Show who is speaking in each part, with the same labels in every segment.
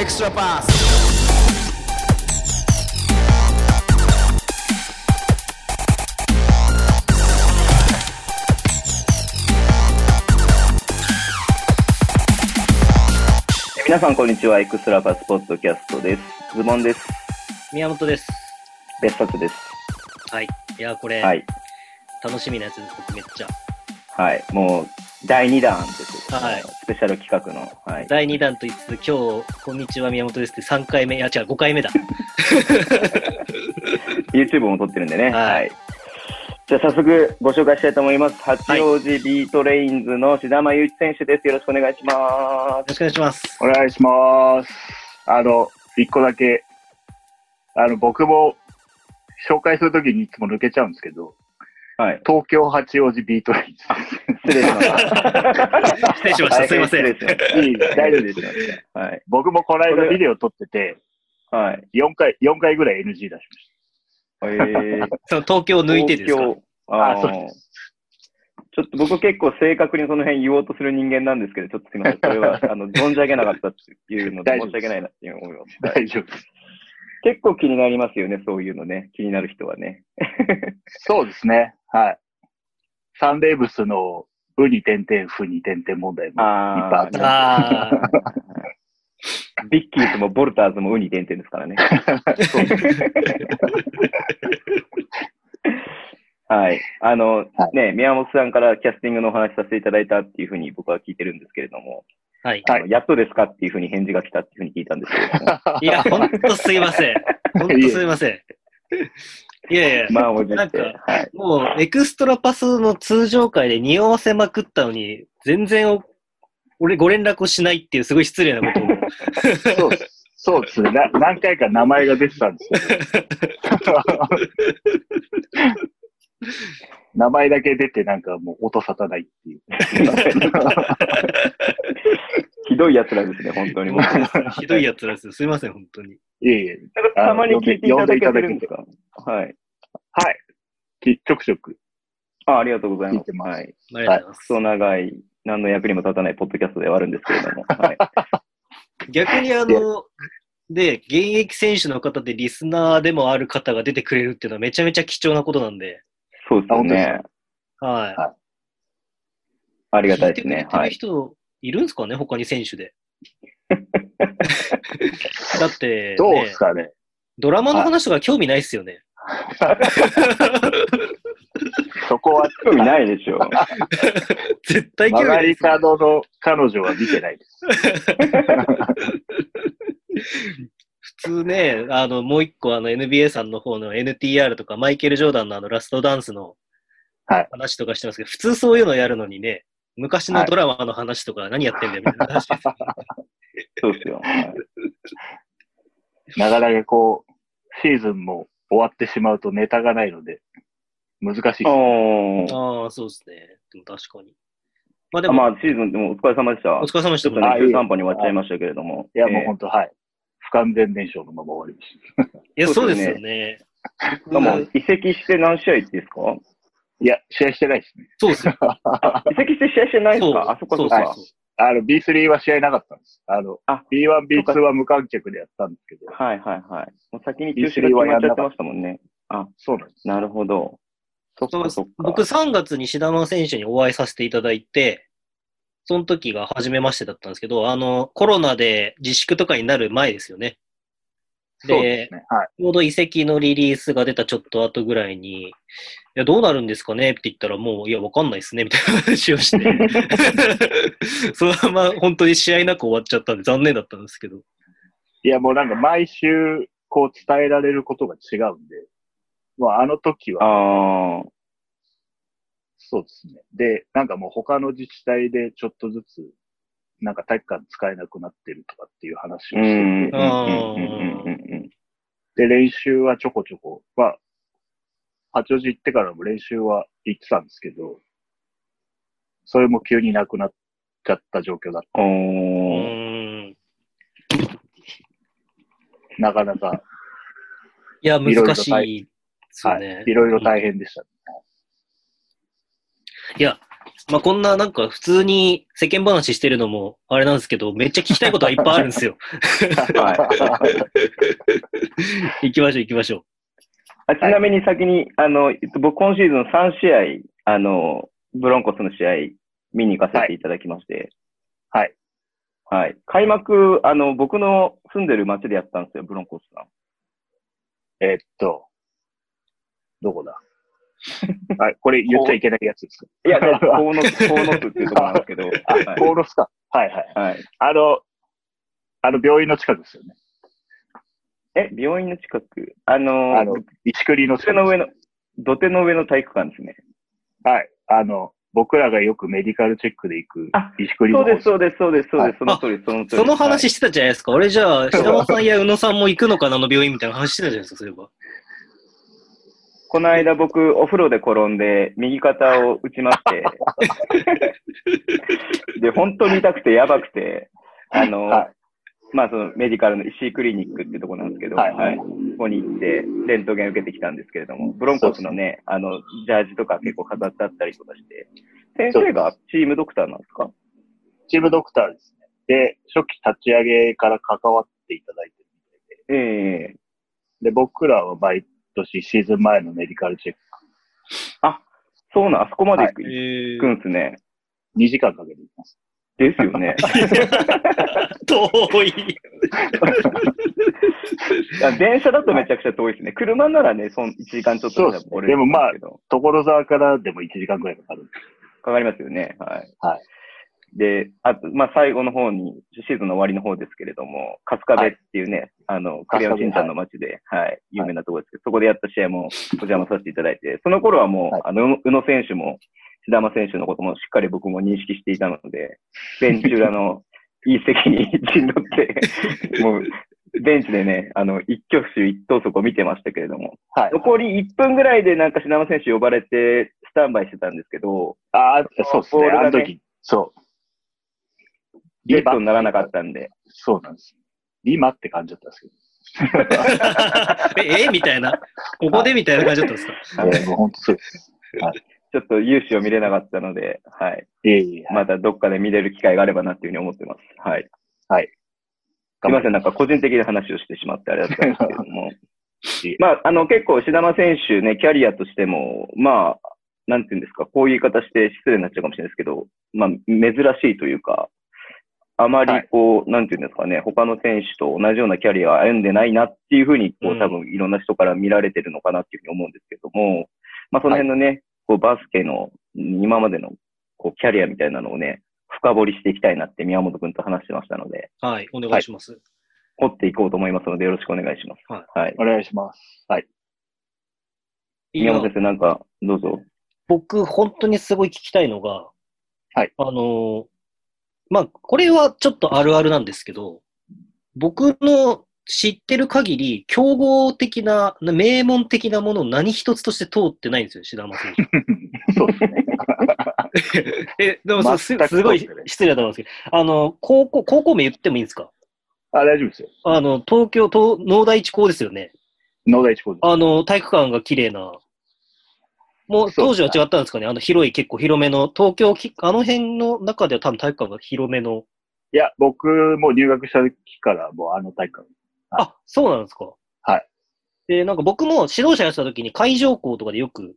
Speaker 1: extra pass.
Speaker 2: え皆さん、こんにちは。エクストラパスポッドキャストです。ズボンです。
Speaker 3: 宮本です。
Speaker 2: 別冊です。
Speaker 3: はい。いや、これ、
Speaker 2: はい。
Speaker 3: 楽しみなやつです、僕めっちゃ。
Speaker 2: はい。もう、第2弾です。
Speaker 3: はい
Speaker 2: スペシャル企画の。はい。
Speaker 3: 第2弾と言いつつ、今日、こんにちは、宮本ですって3回目、いや、違う、5回目だ。
Speaker 2: YouTube も撮ってるんでね。
Speaker 3: はい
Speaker 2: はい。じゃあ、早速、ご紹介したいと思います。八王子ビートレインズの志田真祐一選手です。よろしくお願いしま
Speaker 3: よろしくお願いします。
Speaker 4: お願いします。あの、一個だけ、あの、僕も紹介するときにいつも抜けちゃうんですけど、
Speaker 2: す。はい。
Speaker 4: 東京八王子ビートレイン
Speaker 2: 失礼しました。
Speaker 3: 失礼しました。すいません。
Speaker 2: 大変失礼しまし
Speaker 4: ズ。いい
Speaker 2: た。大丈夫です。はい。
Speaker 4: 僕もこの
Speaker 2: そ
Speaker 4: 間
Speaker 2: れ
Speaker 4: ビデオ撮ってて、
Speaker 2: はい。
Speaker 4: 4回、四回ぐらい NG 出しまし
Speaker 2: えー、
Speaker 3: その東京を抜いてですか
Speaker 2: 東京あー
Speaker 4: あそうで
Speaker 2: ちょっと僕結構正確にその辺言おうとする人間なんですけど、ちょっとす みません。それは、あの、存じ上げなかったっていうので
Speaker 4: 大丈
Speaker 2: 申
Speaker 4: 夫
Speaker 2: し訳
Speaker 4: です
Speaker 2: ないなっていう思います。
Speaker 4: た。大丈夫です。
Speaker 2: 結構気になりますよね、そういうのね。気になる人はね。
Speaker 4: そうですね。はい。サンデーブスの、うに点々、ふに点々問題もいっぱいあ
Speaker 2: あ
Speaker 4: っ
Speaker 2: ー
Speaker 4: た。
Speaker 3: ああ、
Speaker 2: ビッキーズもボルターズもウニ点々ですからね。はい。あの、
Speaker 4: は
Speaker 2: ね、宮本さんからキャスティングのお話しさせていただいたっていうふうに僕は聞いてるんですけれども、
Speaker 3: はい。
Speaker 4: は
Speaker 2: あ
Speaker 4: い
Speaker 2: のやっとですかっていうふうに返事が来たっていうふうに聞いたん ですけれども、
Speaker 3: いや、ほんとすいません。ほんとすいません。いやいや、
Speaker 2: まあ、おじゃって。
Speaker 3: なんか
Speaker 2: はい。
Speaker 3: もう、エクストラパスの通常会で匂わせまくったのに、全然お、俺ご連絡をしないっていう、すごい失礼なことを。
Speaker 4: そうです。そうですね。な何回か名前が出てたんです けど。名前だけ出てなんかもう音沙汰ないっていう。
Speaker 2: ひどい奴らですね、本 当にもう。
Speaker 3: ひどいやつらですよ。すいません、本当に。
Speaker 4: いえいえ。
Speaker 2: たまに聞いていただけてるんですかはい。
Speaker 4: はい。きちょくちょく。
Speaker 2: あありがとうございま
Speaker 4: 聞い
Speaker 2: す。
Speaker 4: てます
Speaker 2: はい。
Speaker 3: ありがとうございます
Speaker 2: ク。ソ長い、何の役にも立たないポッドキャストではあるんですけれども。はい。
Speaker 3: 逆にあの、で、現役選手の方でリスナーでもある方が出てくれるっていうのはめちゃめちゃ貴重なことなんで、
Speaker 2: そうです
Speaker 4: あ
Speaker 2: よ
Speaker 4: 本当です
Speaker 2: ね。
Speaker 3: はい。
Speaker 4: は
Speaker 3: あ
Speaker 2: ありがたいですね。は
Speaker 3: る
Speaker 2: い。
Speaker 3: 人いるんですかね、他に選手で。だって、
Speaker 4: どうで
Speaker 3: ね
Speaker 4: す、かね。
Speaker 3: ドラマの話とか興味ないっすよね。
Speaker 4: そこは、
Speaker 2: 興味ないでしょう。
Speaker 3: 絶対興
Speaker 4: 曲
Speaker 3: 味な
Speaker 4: が
Speaker 3: いっ
Speaker 4: り
Speaker 3: すよ、
Speaker 4: 角の彼女は見てないです。
Speaker 3: 普通ね、あの、もう一個あの NBA さんの方の NTR とかマイケル・ジョーダンのあのラストダンスの
Speaker 4: はい
Speaker 3: 話とかしてますけど、普通そういうのやるのにね、昔のドラマの話とか何やってんだよみたいな話ですよね
Speaker 2: そうですよ。はい
Speaker 4: なかなかこう、シーズンも終わってしまうとネタがないので、難しいです。
Speaker 2: おー
Speaker 3: ああ、そうですね。でも確かに。まあで
Speaker 2: あ
Speaker 3: も、
Speaker 2: まあ、シーズンでもお疲れ様でした。
Speaker 3: お疲れ様でし
Speaker 2: ち
Speaker 3: た。
Speaker 2: ょっと
Speaker 4: あい
Speaker 2: ね、
Speaker 4: え
Speaker 2: 散歩に終わっちゃいましたけれども。
Speaker 4: いやもう
Speaker 2: えー
Speaker 4: 本当、はい。不完全燃焼のまま終わりました。
Speaker 3: いや、
Speaker 2: そ
Speaker 3: そうう
Speaker 2: で
Speaker 3: ですす
Speaker 2: よ
Speaker 3: よね。
Speaker 2: でも移籍して何試合ですか
Speaker 4: いや、試合してないですね。
Speaker 3: そうですよ。
Speaker 2: あ移籍して試合してないです
Speaker 3: そう
Speaker 2: かあ、そっかそ
Speaker 3: そ
Speaker 2: っ
Speaker 3: うそう
Speaker 2: か
Speaker 3: そう。
Speaker 4: あの、B3 は試合なかったんです。あの、
Speaker 2: あ
Speaker 4: B1、
Speaker 2: そうか
Speaker 4: B2 は無観客でやったんですけど、
Speaker 2: はいはいはい。もう先に中止が決まっちゃってましたもんね。
Speaker 4: そうなんです。
Speaker 2: なるほど。そっかそっか。
Speaker 3: 僕、3月に志田間選手にお会いさせていただいて、その時が初めましてだったんですけど、あの、コロナで自粛とかになる前ですよね。で、
Speaker 4: そうですね。はい。
Speaker 3: ちょうど遺跡のリリースが出たちょっと後ぐらいに、いや、どうなるんですかねって言ったら、もう、いや、わかんないですね、みたいな話 をして。そのまま本当に試合なく終わっちゃったんで、残念だったんですけど。
Speaker 4: いや、もうなんか毎週、こう伝えられることが違うんで、まあ、あの時は、
Speaker 2: ああ、
Speaker 4: そうですね。で、なんかもう他の自治体でちょっとずつ、なんか体育館使えなくなってるとかっていう話
Speaker 2: う
Speaker 4: を
Speaker 2: ん
Speaker 4: してて、
Speaker 2: うんうんうんうん
Speaker 4: で、練習はちょこちょこ、まあ、八王子行ってからも練習は行ってたんですけど、それも急になくなっちゃった状況だっ
Speaker 2: うん
Speaker 3: う
Speaker 2: うん。おー
Speaker 3: ん。い
Speaker 4: た。なかなか、
Speaker 3: や、
Speaker 4: いろいろ
Speaker 3: 難しいですよ
Speaker 4: は
Speaker 3: ね。
Speaker 4: い。いろいろ大変でした。
Speaker 3: いや、まあ、こんななんか普通に世間話してるのもあれなんですけど、めっちゃ聞きたいことはいっぱいあるんですよ。
Speaker 2: は
Speaker 3: 行きましょう行きましょう。
Speaker 2: あちなみに先に、あの、えっと僕今シーズン3試合、あの、ブロンコスの試合見に行かせていただきまして。
Speaker 4: はい。
Speaker 2: はい。開幕、あの、僕の住んでる町でやったんですよ、ブロンコスさん。
Speaker 4: えーっと、どこだはい、これ言っちゃいけないやつです か。
Speaker 2: いや、だから鴻巣、鴻巣っていうところなんですけど。
Speaker 4: あ、
Speaker 2: はい
Speaker 4: コーロスか。はいはい。
Speaker 2: はい。
Speaker 4: あの、あの病院の近くですよね。
Speaker 2: え、病院の近くあの、
Speaker 4: あの、一栗の
Speaker 2: 土手の上の、土手の上の体育館ですね。
Speaker 4: はい。あの、僕らがよくメディカルチェックで行く
Speaker 2: あ、
Speaker 4: 石栗
Speaker 2: そう
Speaker 4: の
Speaker 2: です、そうです、そうです、そう
Speaker 4: は
Speaker 2: で
Speaker 4: い
Speaker 2: す、その通り、その通り。
Speaker 3: その話してたじゃないですか。俺じゃあ、下間さんや宇野さんも行くのかなあの病院みたいな話してたじゃないですか、そういえば。
Speaker 2: この間僕、お風呂で転んで、右肩を打ちま して、で、本当に痛くて、やばくて、あの、
Speaker 4: は
Speaker 2: まあ、そのメディカルの石井クリニックってとこなんですけど、
Speaker 4: はいはい
Speaker 2: ここに行って、レントゲン受けてきたんですけれども、ブロンコスのね、あの、ジャージとか結構飾ってあったりとかして、先生がチームドクターなんですか
Speaker 4: チームドクターですね。で、初期立ち上げから関わっていただいてるみたい
Speaker 2: ええ
Speaker 4: で、で、僕らは毎年シーズン前のメディカルチェック、
Speaker 2: そうなん、あそこまで行く,、
Speaker 3: え
Speaker 2: んですね。
Speaker 4: 2時間かけていきます。
Speaker 2: ですよ ね。
Speaker 3: 遠い。
Speaker 2: いや電車だとめちゃくちゃ遠いですね。車ならね、そん1時間ちょっと
Speaker 4: そうですねでもまあ
Speaker 2: あ、
Speaker 4: 所沢からでも1時間くらいかかる。
Speaker 2: かかりますよね。はい。
Speaker 4: はい
Speaker 2: で、あと、まあ、最後の方に、シーズンの終わりの方ですけれども、春日部っていうね、あの、クレヨンしんちゃんの街で、はい、有名なところですけど、そこでやった試合もお邪魔させていただいて、その頃はもう、
Speaker 4: はい
Speaker 2: あの、宇野選手も、志田間選手のこともしっかり僕も認識していたので、ベンチ裏 のいい席に陣取って、もう、ベンチでね、あの、一挙手一投足を見てましたけれども、
Speaker 4: はい。
Speaker 2: 残り1分ぐらいでなんか志田間選手呼ばれて、スタンバイしてたんですけど、
Speaker 4: ああ、そうです
Speaker 2: ボー
Speaker 4: ね。
Speaker 2: ルがね
Speaker 4: あの時、そう。
Speaker 2: ゲットにならなか
Speaker 4: た。
Speaker 2: ったんで、
Speaker 4: そうなんです。リマって感じだったんですけど。
Speaker 3: ええみたいな。ここでみたいな感じだったんですか
Speaker 2: はい
Speaker 4: いやもう本当そうです。
Speaker 2: ちょっと勇姿を見れなかったので、はい。
Speaker 4: いえいえ。
Speaker 2: またどっかで見れる機会があればなっていうふうに思ってます。はい。
Speaker 4: はい。
Speaker 2: すいません、なんか個人的な話をしてしまってあれだったんですけれど も
Speaker 4: いえ。
Speaker 2: まあ、あの、結構、志田選手ね、キャリアとしても、まあ、なんていうんですか、こういう言い方して失礼になっちゃうかもしれないですけど、まあ、珍しいというか、あまりこう、なんていうんですかね、他の選手と同じようなキャリアを歩んでないなっていうふうに、こ
Speaker 3: う
Speaker 2: う、
Speaker 3: ん
Speaker 2: 多分いろんな人から見られてるのかなっていうふうに思うんですけども、まあ、その辺のね、こう、バスケの今までのこうキャリアみたいなのをね、深掘りしていきたいなって宮本君と話してましたので、
Speaker 3: はい、お願いします。
Speaker 2: 掘っていこうと思いますので、よろしくお願いします。。
Speaker 3: はい
Speaker 4: お願いします。はい。
Speaker 3: い
Speaker 2: 宮
Speaker 3: や
Speaker 2: 本先生、なんか、どうぞ。
Speaker 3: 僕、本当にすごい聞きたいのが、
Speaker 4: はい。
Speaker 3: あのーまあ、これはちょっとあるあるなんですけど、僕の知ってる限り、競合的な、名門的なものを何一つとして通ってないんですよ、志田選 手。
Speaker 4: そうですね。
Speaker 3: え、でも
Speaker 4: 全
Speaker 3: そ
Speaker 4: く
Speaker 3: すすごい
Speaker 4: 通ってない
Speaker 3: 失礼だと思うんですけど、あの、高校、高校名言ってもいいんですか
Speaker 4: あ、大丈夫ですよ。
Speaker 3: あの、東京、東農大一高ですよね。
Speaker 4: 野田一高です
Speaker 3: あの、体育館が綺麗な。もう
Speaker 4: そう
Speaker 3: 当時は違ったんですかねあの広い、結構広めの、東京き、あの辺の中では多分体育館が広めの。
Speaker 4: いや、僕も入学した時から、もうあの体育館。はい
Speaker 3: あ、そうなんですか。
Speaker 4: はい。
Speaker 3: で、なんか僕も指導者やってた時に会場校とかでよく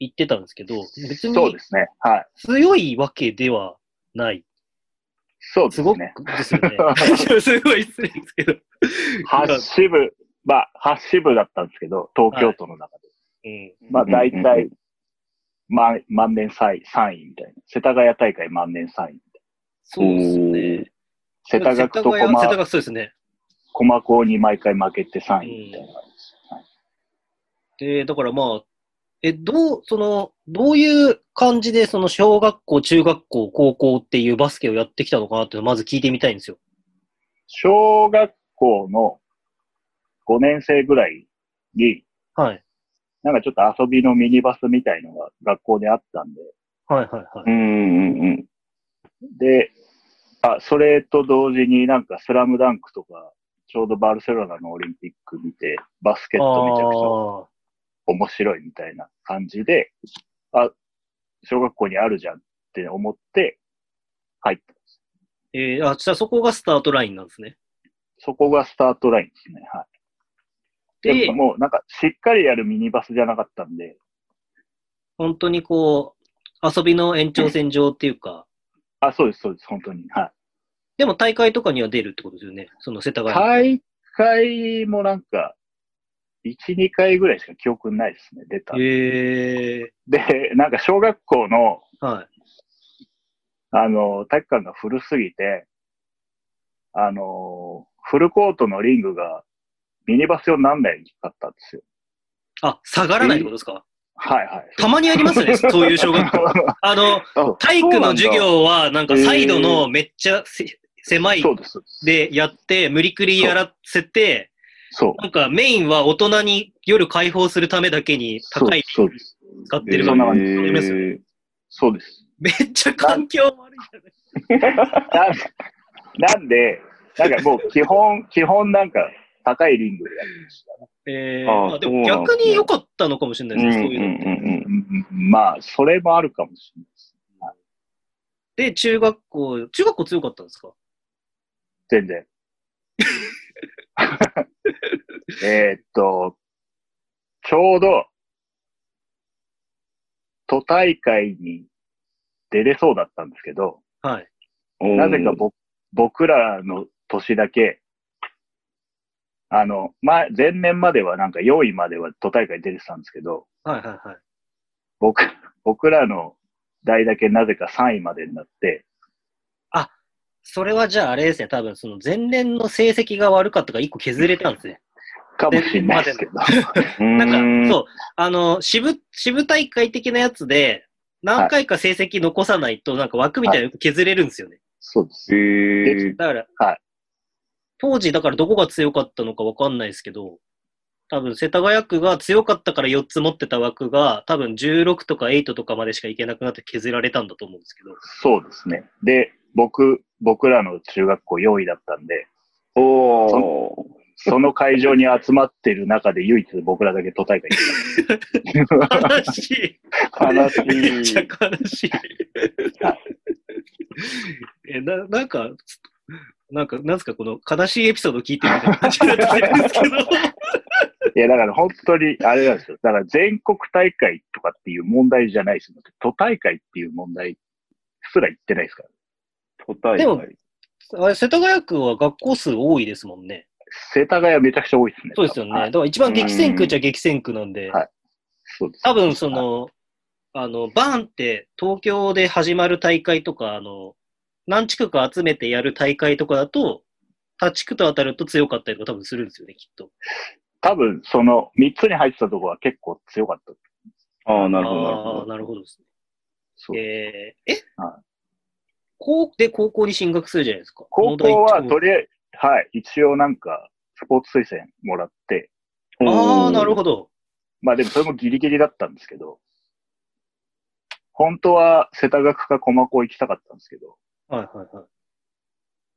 Speaker 3: 行ってたんですけど、別
Speaker 4: そう
Speaker 3: に
Speaker 4: ですね。はい。
Speaker 3: 強いわけではない。
Speaker 4: そうですす
Speaker 3: ごく
Speaker 4: ね。
Speaker 3: ですよね。 すごい失礼ですけど。
Speaker 4: ハッシブ、まあ、ハッシブだったんですけど、東京都の中で。
Speaker 3: うん。
Speaker 4: まあ、
Speaker 2: うんうんう
Speaker 4: 大
Speaker 2: ん
Speaker 4: 体、ま、万年3位、3位みたいな。世田谷大会万年3位。
Speaker 3: そうですね。
Speaker 4: 世田谷区と
Speaker 3: 世田
Speaker 4: 駒、
Speaker 3: 谷そうですね。
Speaker 4: 駒校に毎回負けて3位みたいな感じです。
Speaker 3: で、だからまあ、え、どう、その、どういう感じで、その小学校、中学校、高校っていうバスケをやってきたのかなっていうのをまず聞いてみたいんですよ。
Speaker 4: 小学校の5年生ぐらいに、
Speaker 3: はい。
Speaker 4: なんかちょっと遊びのミニバスみたいのが学校であったんで、
Speaker 3: はいはいは
Speaker 2: う
Speaker 3: い。
Speaker 2: んうんうん。
Speaker 4: で、あ、それと同時になんかスラムダンクとか、ちょうどバルセロナのオリンピック見て、バスケットめちゃくちゃ
Speaker 3: あ
Speaker 4: 面白いみたいな感じで、あ、小学校にあるじゃんって思って入ったんです。
Speaker 3: えー、あ、じゃあそこがスタートラインなんですね。
Speaker 4: そこがスタートラインですね。はい。
Speaker 3: で
Speaker 4: やっぱ、もうなんかしっかりやるミニバスじゃなかったんで、
Speaker 3: 本当にこう、遊びの延長線上っていうか、
Speaker 4: あ、そうです、そうです、本当に。はい。
Speaker 3: でも大会とかには出るってことですよね。その世田谷。
Speaker 4: 大会もなんか、1、2回ぐらいしか記憶ないですね、出た。
Speaker 3: へえ
Speaker 4: で、なんか小学校の、
Speaker 3: ー、はい。
Speaker 4: あの、体育館が古すぎて、あの、フルコートのリングがミニバス用になんないかったんですよ。
Speaker 3: あ、下がらないってことですか
Speaker 4: はいはい。
Speaker 3: たまにあります ね、そういう小学校。あの、
Speaker 4: 校
Speaker 3: 体育の授業は、なんか
Speaker 4: へー
Speaker 3: サイドのめっちゃせ狭い
Speaker 4: そうです。そうです
Speaker 3: でやって、無理くりやらせて、
Speaker 4: そう。
Speaker 3: なんかメインは大人に夜解放するためだけに高い
Speaker 4: そうそうです。
Speaker 3: 使ってる
Speaker 4: そんな
Speaker 3: の
Speaker 4: 感じ
Speaker 3: ありますよ
Speaker 2: えー
Speaker 4: そうです。
Speaker 3: めっちゃ環境悪いじゃない
Speaker 4: なんなんで、なんかもう基本、 基本なんか高いリングでやるんですよ。
Speaker 3: えー、
Speaker 2: あー
Speaker 3: まあで
Speaker 2: そう
Speaker 3: も
Speaker 2: なんです
Speaker 3: 逆
Speaker 2: ね
Speaker 3: に良かったのかもしれないですね、そういうのって。
Speaker 2: うんうんうんうん
Speaker 4: うんうんまあ、それもあるかもしれないです。
Speaker 3: で、中学校、中学校強かったんですか
Speaker 4: 全然。 えーっと、ちょうど、都大会に出れそうだったんですけど、
Speaker 3: はい。
Speaker 2: おー
Speaker 4: なぜかぼ僕らの年だけ、あの、前、前年まではなんか4位までは都大会出てたんですけど、
Speaker 3: はいはいはい。
Speaker 4: 僕、僕らの代だけなぜか3位までになって、
Speaker 3: それはじゃああれですね、多分その前年の成績が悪かったから一個削れたんですね。
Speaker 4: かもしれないですけど。
Speaker 2: な
Speaker 3: なんか、そう、あの、支部、支部大会的なやつで、何回か成績残さないと、なんか枠みたいなのよく削れるんですよね。
Speaker 4: そうです。
Speaker 2: えー
Speaker 3: だから、
Speaker 4: はい
Speaker 3: 当時、だからどこが強かったのかわかんないですけど、多分世田谷区が強かったから4つ持ってた枠が、多分16とか8とかまでしかいけなくなって削られたんだと思うんですけど、
Speaker 4: そうですね。で、僕、僕らの中学校4位だったんで、
Speaker 2: おー
Speaker 4: その会場に集まってる中で唯一僕らだけ都大会行 ってた。
Speaker 3: 悲しい。
Speaker 2: 悲し
Speaker 3: めっちゃ
Speaker 2: い。
Speaker 3: 悲しい。え、な、なんか、なんか、なんすか、この悲しいエピソード聞いてるみたいな感じになってきてるんですけど。
Speaker 4: いや、だから本当に、あれなんですよ。だから全国大会とかっていう問題じゃないですよ。都大会っていう問題すら言ってないですから。
Speaker 2: 都大会
Speaker 3: でもあれ、世田谷区は学校数多いですもんね。
Speaker 4: 世田谷めちゃくちゃ多いですね。
Speaker 3: そうですよね。
Speaker 4: は
Speaker 3: だ
Speaker 4: い
Speaker 3: から一番激戦区じゃ激戦区なんで、
Speaker 4: はいそうです。
Speaker 3: 多分その、あの、バーンって東京で始まる大会とか、あの、何地区か集めてやる大会とかだと、他地区と当たると強かったりとか多分するんですよね、きっと。
Speaker 4: 多分、その3つに入ってたところは結構強かった。
Speaker 2: ああ、なるほど、なる
Speaker 3: ああー、
Speaker 2: ほど。
Speaker 3: なるほどですね。
Speaker 4: そう
Speaker 3: えー、え、
Speaker 4: は
Speaker 3: 高で高校に進学するじゃないですか。
Speaker 4: 高校はと
Speaker 3: 農大
Speaker 4: りあえず、はい、一応なんか、スポーツ推薦もらって、
Speaker 3: ああ、なる
Speaker 2: ど。
Speaker 3: ほど。
Speaker 4: まあでもそれもギリギリだったんですけど、本当は世田谷区か駒高行きたかったんですけど、
Speaker 3: はいはいはい。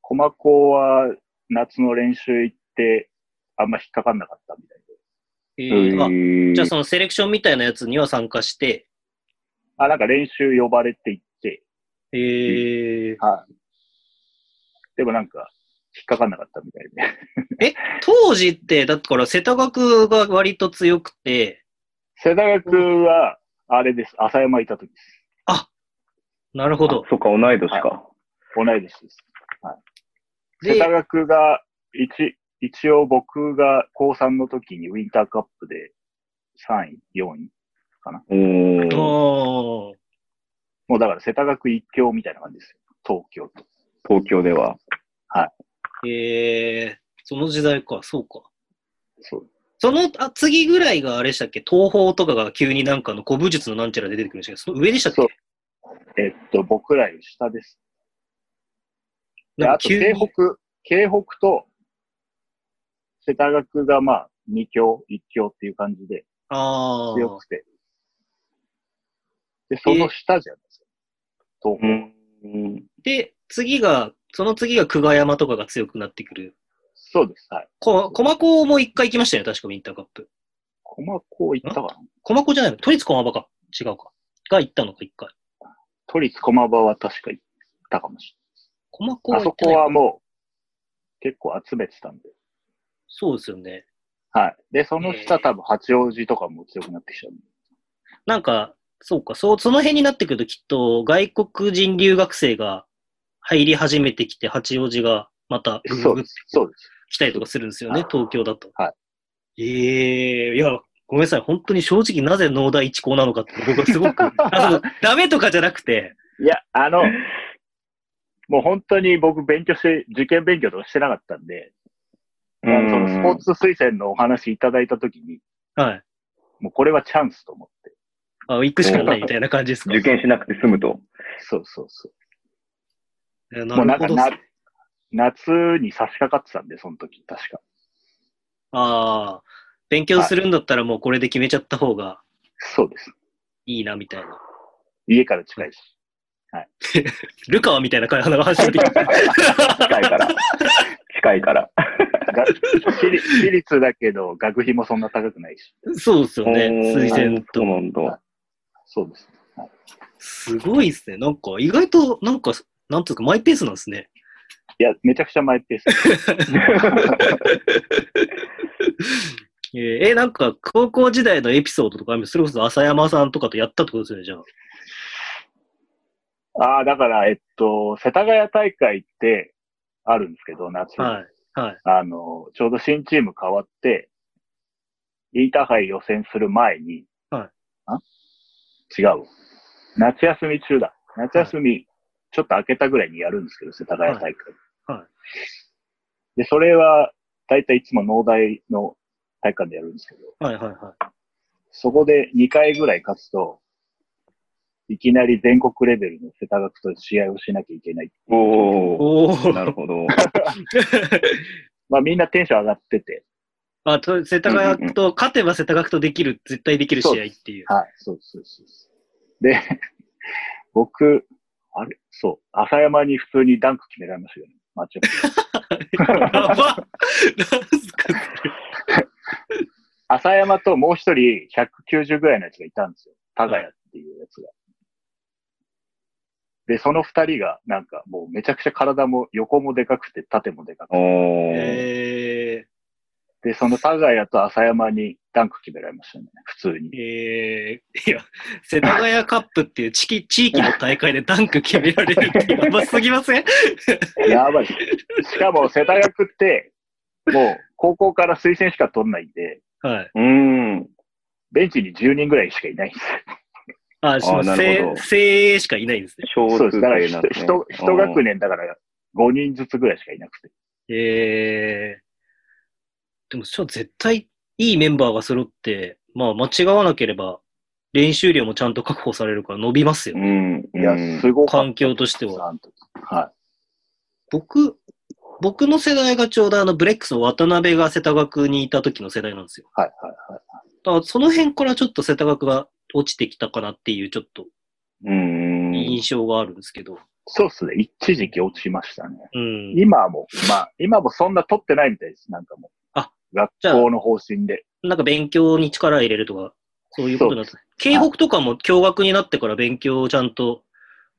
Speaker 4: 駒高は夏の練習行って、あんま引っかかんなかったみたいで。
Speaker 3: え
Speaker 2: え
Speaker 3: ーあ
Speaker 2: ー
Speaker 3: じゃあそのセレクションみたいなやつには参加して、
Speaker 4: あ、なんか練習呼ばれて行って、
Speaker 3: えー、
Speaker 4: でもなんか、引っかかんなかったみたいで。
Speaker 3: 当時って、だから世田谷区が割と強くて、
Speaker 4: 世田谷区は、あれです。浅山いた時です。
Speaker 3: なるほど
Speaker 2: あ。そっか、同い年か。
Speaker 4: 同い年です。世
Speaker 3: で
Speaker 4: 田、谷区が、一、一応僕が高3の時にウィンターカップで3位、4位。
Speaker 2: おー
Speaker 3: おー
Speaker 4: もうだから世田谷区一強みたいな感じですよ。東京と。
Speaker 2: 東京では。
Speaker 3: えー、その時代か、そうか。
Speaker 4: そう。
Speaker 3: そのあ次ぐらいがあれでしたっけ東宝とかが急になんかの古武術のなんちゃらで出てくるんでしたっけその上でしたっけ
Speaker 4: そうえっと、僕らより下です。で、
Speaker 3: なん
Speaker 4: あ
Speaker 3: か
Speaker 4: と、
Speaker 3: 急に
Speaker 4: 京北、京北と、世田谷区がまあ、二強、一強っていう感じで
Speaker 3: あ
Speaker 4: 強
Speaker 3: あ。
Speaker 4: くて。で、その下じゃないですか。東
Speaker 2: う
Speaker 4: 北。
Speaker 2: んうん
Speaker 3: で、次が、その次が久我山とかが強くなってくる。
Speaker 4: そうです。はい。
Speaker 3: こ駒子も一回行きましたよね、確かウィンターカップ。
Speaker 4: 駒高行ったかな
Speaker 3: 駒子じゃないの都立駒場か。違うか。が行ったのか、一回。
Speaker 4: 都立駒場は確か行ったかもし
Speaker 3: 駒子
Speaker 4: れな。
Speaker 3: はい行
Speaker 4: あそ
Speaker 3: って
Speaker 4: こ
Speaker 3: ない
Speaker 4: はもう結構集めてたんで。
Speaker 3: そうですよね。
Speaker 4: はい。で、その
Speaker 3: え
Speaker 4: 下
Speaker 3: ー
Speaker 4: 多分八王子とかも強くなってきちゃう。
Speaker 3: なんか、そうか、そう、その辺になってくるときっと、外国人留学生が入り始めてきて、八王子がまたグ
Speaker 4: そ
Speaker 3: グ
Speaker 4: う
Speaker 3: グ
Speaker 4: です。そうです。
Speaker 3: 来たりとかするんですよね
Speaker 4: は、い
Speaker 3: 東京だと。。
Speaker 4: はい
Speaker 3: ええいや、ごめんなさい。本当に正直なぜ農大一高なのかって、僕はすごく、 あそうダメとかじゃなくて、
Speaker 4: いや、あの、もう本当に僕勉強して、受験勉強とかしてなかったんで、
Speaker 2: う
Speaker 4: あのそのスポーツ推薦のお話いただいたときに、
Speaker 3: はい。
Speaker 4: もうこれはチャンスと思って。
Speaker 3: あ行くしかないみたいな感じですか。
Speaker 2: 受験しなくて済むと。
Speaker 4: そうそうそ
Speaker 3: え
Speaker 4: う。もう
Speaker 3: な
Speaker 4: な
Speaker 3: るほ
Speaker 4: んか
Speaker 3: ど。
Speaker 4: な、夏に差し掛かってたんで、その時、確か。
Speaker 3: ああ、勉強するんだったらもうこれで決めちゃった方が
Speaker 4: そうです。
Speaker 3: いいな、みたいな。
Speaker 4: 家から近いし。
Speaker 3: ルカワみたいな感じの話出て きた
Speaker 2: 近いから。 近いから。
Speaker 4: が私立私立だけど、学費もそんな高くないし。
Speaker 3: そうですよね。推薦
Speaker 2: そ
Speaker 3: と
Speaker 2: う。なんだ。
Speaker 4: そうです。
Speaker 3: すごいですね。なんか、意外と、なんか、なんていうか、マイペースなんですね。
Speaker 4: いや、めちゃくちゃマイペース。
Speaker 3: えーえーなんか、高校時代のエピソードとかあるんです、それこそ浅山さんとかとやったってことですよね、じゃあ。
Speaker 4: ああ、だから、えっと、世田谷大会ってあるんですけど、夏に。
Speaker 3: はい。はい。
Speaker 4: あの、ちょうど新チーム変わって、インターハイ予選する前に、
Speaker 3: はい
Speaker 4: あ違う。夏休み中だ。夏休み、ちょっと明けたぐらいにやるんですけど、世田谷大会。
Speaker 3: はいは
Speaker 4: で、それは、だいたいいつも農大の体育館でやるんですけど、
Speaker 3: はい、はい、は
Speaker 4: そこで2回ぐらい勝つと、いきなり全国レベルの世田谷区と試合をしなきゃいけない。
Speaker 3: い。
Speaker 2: お
Speaker 3: お
Speaker 2: お。な
Speaker 3: ー。
Speaker 2: るほど。
Speaker 4: まあみんなテンション上がってて、
Speaker 3: あと、世田谷と、勝てば世田谷とできる、絶対できる試合っていう。
Speaker 4: はい、そうそうそうそう。で、 僕、あれそう、浅山に普通にダンク決められましたよね。マッチアップ
Speaker 3: やばなんすか
Speaker 4: 浅山ともう一人190ぐらいのやつがいたんですよ。タガヤっていうやつが。で、その二人が、なんかもうめちゃくちゃ体も横もでかくて縦もでかく
Speaker 2: お
Speaker 4: て。
Speaker 2: お。
Speaker 3: え
Speaker 4: で、そのタガヤと浅山にダンク決められましたね。普通に
Speaker 3: ー、。えー、いや、世田谷カップっていう地域 地域の大会でダンク決められるってやばすぎません
Speaker 4: やばい。しかも世田谷区って、もう高校から推薦しか取んないんで、
Speaker 3: はい。
Speaker 2: うーん。
Speaker 4: ベンチに10人ぐらいしかいないんですよ
Speaker 3: あ、し
Speaker 2: あーなるほど
Speaker 3: せ精鋭しかいないんですね。
Speaker 2: 小
Speaker 4: そ
Speaker 2: 数
Speaker 4: うです。だから
Speaker 2: 形
Speaker 4: ひ
Speaker 2: な
Speaker 4: と
Speaker 2: んですね
Speaker 4: ひと、一学年だから5人ずつぐらいしかいなくて。
Speaker 3: ええでも、そう絶対いいメンバーが揃って、まあ、間違わなければ、練習量もちゃんと確保されるから伸びますよ
Speaker 2: う
Speaker 3: ね。
Speaker 2: ん。
Speaker 4: いや、
Speaker 2: うん
Speaker 4: すごかっ
Speaker 3: 環境として
Speaker 4: た。
Speaker 3: は。
Speaker 4: あの時は
Speaker 3: 僕、僕の世代がちょうどあの、ブレックスの渡辺が世田谷区にいた時の世代なんですよ。
Speaker 4: い。はい、はい、はい。
Speaker 3: だからその辺からちょっと世田谷区が落ちてきたかなっていう、ちょっと
Speaker 2: うん。
Speaker 3: 印象があるんですけど。
Speaker 4: そうっすね。一時期落ちましたね。
Speaker 3: うん。
Speaker 4: 今はもう、まあ、今もそんな取ってないみたいです。なんかもう。
Speaker 3: あ、
Speaker 4: 学校の方針で。
Speaker 3: なんか勉強に力入れるとか、そういうことになって
Speaker 4: そ、
Speaker 3: 京北とかも共学になってから勉強をちゃんと、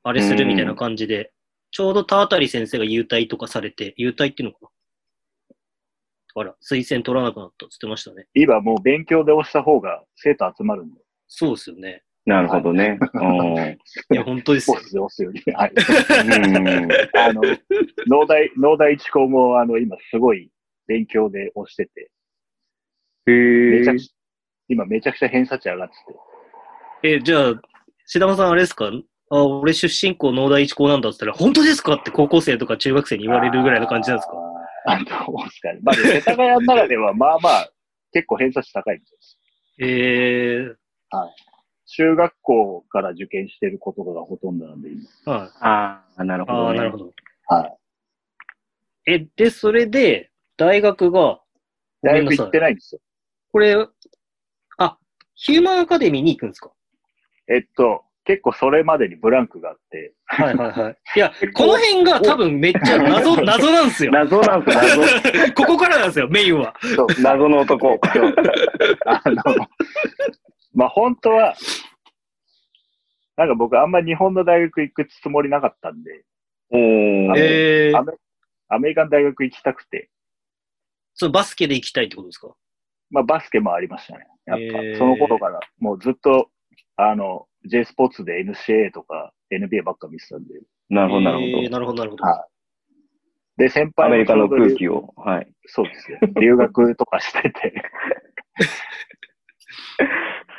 Speaker 3: あれするみたいな感じで、ちょうど田辺先生が優待とかされて、優待っていうのかなあら、推薦取らなくなったって言ってましたね。
Speaker 4: 今もう勉強で押した方が生徒集まるんで。
Speaker 3: そうですよね。
Speaker 2: なるほどね。
Speaker 3: いや、本当です
Speaker 4: スポ
Speaker 3: よ
Speaker 4: ー。ツで押すより。はい。
Speaker 2: うん。
Speaker 4: あの、農大、農大一高も、あの、今すごい勉強で押してて、
Speaker 2: へ
Speaker 4: めちゃく
Speaker 2: え。
Speaker 4: ちゃ、今めちゃくちゃ偏差値上がってて。
Speaker 3: え、じゃあ、志田さんあれですかあ、俺出身校農大一高なんだって言ったら、本当ですかって高校生とか中学生に言われるぐらいの感じなんですか
Speaker 4: あーあどうですかね。まあ、でも世田谷の中では、まあまあ、結構偏差値高いんです。
Speaker 3: え
Speaker 4: 中学校から受験してることがほとんどなんで、今。
Speaker 3: ー、はい。
Speaker 2: ああ、なるほ
Speaker 3: あ
Speaker 2: ど
Speaker 3: あ、
Speaker 2: ね。
Speaker 3: なるほど。
Speaker 4: はい。
Speaker 3: え、で、それで、大学が、ごめ
Speaker 4: 大
Speaker 3: んな
Speaker 4: 学
Speaker 3: さ
Speaker 4: 行
Speaker 3: い
Speaker 4: ってないんですよ。
Speaker 3: これ、あ、ヒューマンアカデミーに行くんですか
Speaker 4: えっと、結構それまでにブランクがあって、
Speaker 3: はいはいはい。いや、この辺が多分めっちゃ 謎、謎なんですよ。
Speaker 2: 謎なんす、謎。
Speaker 3: ここからなんですよ、メインは。
Speaker 4: そう
Speaker 2: 謎の男。
Speaker 4: あの、まあ本当は、なんか僕あんま日本の大学行くつもりなかったんで、
Speaker 2: おー。
Speaker 4: え
Speaker 3: えー
Speaker 4: あ、アメリカの大学行きたくて、
Speaker 3: そのバスケで行きたいってことですか
Speaker 4: まあバスケもありましたね。やっ
Speaker 3: えー
Speaker 4: ぱ、その頃からもうずっと、あの、J スポーツで NCA とか NBA ばっか見てたんで。
Speaker 2: なるほど、なるほ
Speaker 3: えー
Speaker 2: ど。
Speaker 3: なるほど、なるほど。
Speaker 4: はいで、先輩
Speaker 2: アメリカの
Speaker 4: ちょうど留
Speaker 2: 空気を。はい。
Speaker 4: そうですよ。留学とかし てて。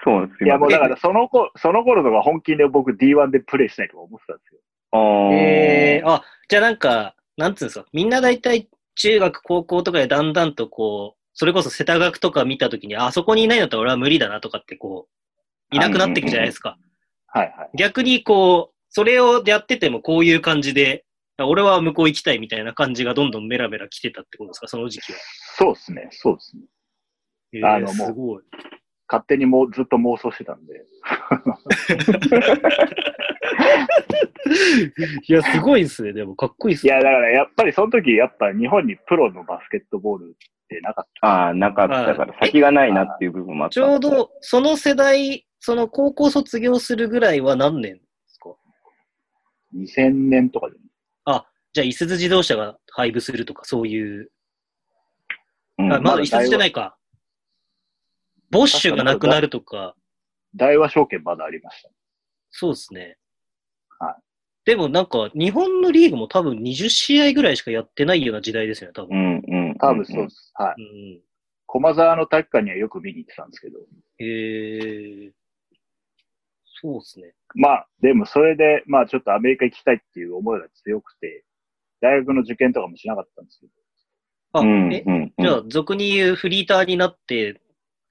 Speaker 2: そうなんです。
Speaker 4: いや、もうだかららその頃、その頃とか本気で僕 D1 でプレイしたいとか思ってたんですよ。
Speaker 2: あー
Speaker 3: えー、あ、じゃあなんか、なんつうんですか、みんな大体中学、高校とかでだんだんとこう、それこそ世田学とか見たときに、あそこにいないんだったら俺は無理だなとかってこう、いなくなっていくじゃないですか。
Speaker 4: はいはい。
Speaker 3: 逆にこう、それをやっててもこういう感じで、俺は向こう行きたいみたいな感じがどんどんメラメラ来てたってことですか、その時期は。
Speaker 4: そうですね、そうですね。
Speaker 3: え
Speaker 4: あ
Speaker 3: ー、
Speaker 4: のもう
Speaker 3: すごい。
Speaker 4: 勝手にもうずっと妄想してたんで。
Speaker 3: いや、すごいですね。でも、かっこいいです
Speaker 4: い
Speaker 3: ね。
Speaker 4: や、だからやっぱりその時、やっぱ日本にプロのバスケットボールってなかっ
Speaker 2: ああ、なかったから、
Speaker 3: はい
Speaker 2: 先がないなっていう部分もあった。
Speaker 3: ちょう。ど、その世代、その高校卒業するぐらいは何年ですか
Speaker 4: た。2000年とかで。
Speaker 3: じゃあ、いすゞ自動車が配布するとか、そういう。
Speaker 2: うん
Speaker 3: あま
Speaker 4: ま
Speaker 3: だ
Speaker 4: だ
Speaker 3: いすゞじゃないか。ボッシュがなくなるとか、
Speaker 4: 大和証券まだありました。
Speaker 3: そうですね。
Speaker 4: はい
Speaker 3: でもなんか、日本のリーグも多分20試合ぐらいしかやってないような時代ですよね、多
Speaker 2: う
Speaker 3: 分。
Speaker 2: んうん。
Speaker 4: 多分そうです。はい。
Speaker 3: うん。
Speaker 4: 駒沢の体育館にはよく見に行ってたんですけど。
Speaker 3: へえー。そうですね。
Speaker 4: まあ、でもそれで、まあちょっとアメリカ行きたいっていう思いが強くて、大学の受験とかもしなかったんですけど。
Speaker 3: あ、
Speaker 2: うん
Speaker 3: え、
Speaker 2: うんうん。
Speaker 3: じゃあ、俗に言うフリーターになって、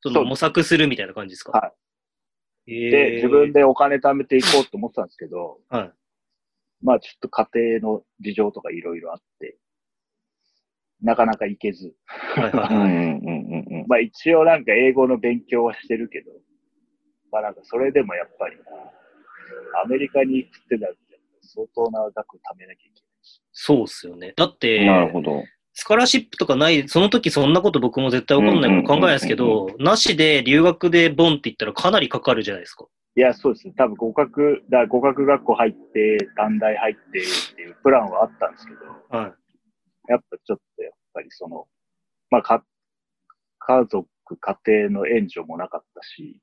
Speaker 3: そ
Speaker 4: そう
Speaker 3: の
Speaker 4: です
Speaker 3: 模索するみたいな感じですか。
Speaker 4: はい
Speaker 3: えー、
Speaker 4: で、自分でお金貯めていこうと思ってたんですけど、
Speaker 3: はい。
Speaker 4: まあちょっと家庭の事情とかいろいろあって、なかなか行けず。
Speaker 3: はいは
Speaker 2: う
Speaker 3: い
Speaker 2: んう
Speaker 3: はい。
Speaker 2: んうんうんうん。
Speaker 4: まあ一応なんか英語の勉強はしてるけど、まあなんかそれでもやっぱり、アメリカに行くってなると、相当な額貯めなきゃいけないし。
Speaker 3: そうっすよね。だって、
Speaker 2: なるほど。
Speaker 3: スカラシップとかない、その時そんなこと僕も絶対わかんないから考えないですけ
Speaker 2: うんうん
Speaker 3: ど、なしで留学でボンって言ったらかなりかかるじゃないですか。
Speaker 4: いや、そうですね。多分合格、だ合格学校入って、短大入ってっていうプランはあったんですけど、
Speaker 3: はい。
Speaker 4: やっぱちょっとやっぱりその、まあか、家族、家庭の援助もなかったし、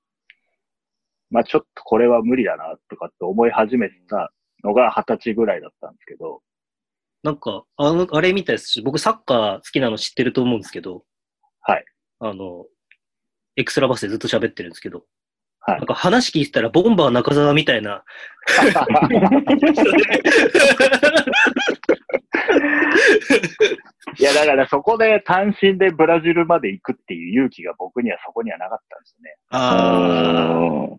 Speaker 4: まあちょっとこれは無理だなとかって思い始めたのが二十歳ぐらいだったんですけど、
Speaker 3: なんか、あの、あれみたいですし、僕サッカー好きなの知ってると思うんですけど、
Speaker 4: はい。
Speaker 3: あの、エクストラバスでずっと喋ってるんですけど、
Speaker 4: はい
Speaker 3: なんか話聞いてたら、ボンバー中澤みたいな。
Speaker 4: いや、だからそこで単身でブラジルまで行くっていう勇気が僕にはそこにはなかったんですよね。
Speaker 3: ああ、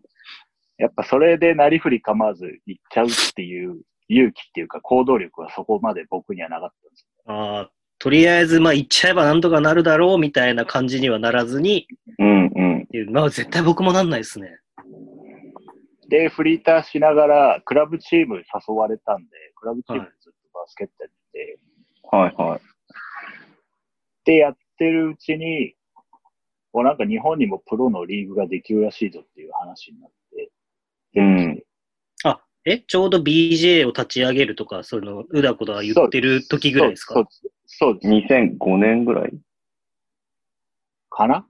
Speaker 4: やっぱそれでなりふり構わず行っちゃうっていう勇気っていうか行動力はそこまで僕にはなかったんです。
Speaker 3: あーとりあえず、まあ、行っちゃえばなんとかなるだろうみたいな感じにはならずに、
Speaker 2: うんうん。
Speaker 3: っていうまあ、絶対僕もなんないですね。
Speaker 4: で、フリーターしながらクラブチーム誘われたんで、クラブチームでずっとバスケットやってて、
Speaker 2: はいはい。
Speaker 4: でやってるうちに、もうなんか日本にもプロのリーグができるらしいぞっていう話になって、出てきて
Speaker 2: うん
Speaker 3: あ、え、ちょうど BJ を立ち上げるとか、その、うだこだ言ってる時ぐらいですか
Speaker 4: そうです。そうです。
Speaker 2: 2005年ぐらい。
Speaker 4: かな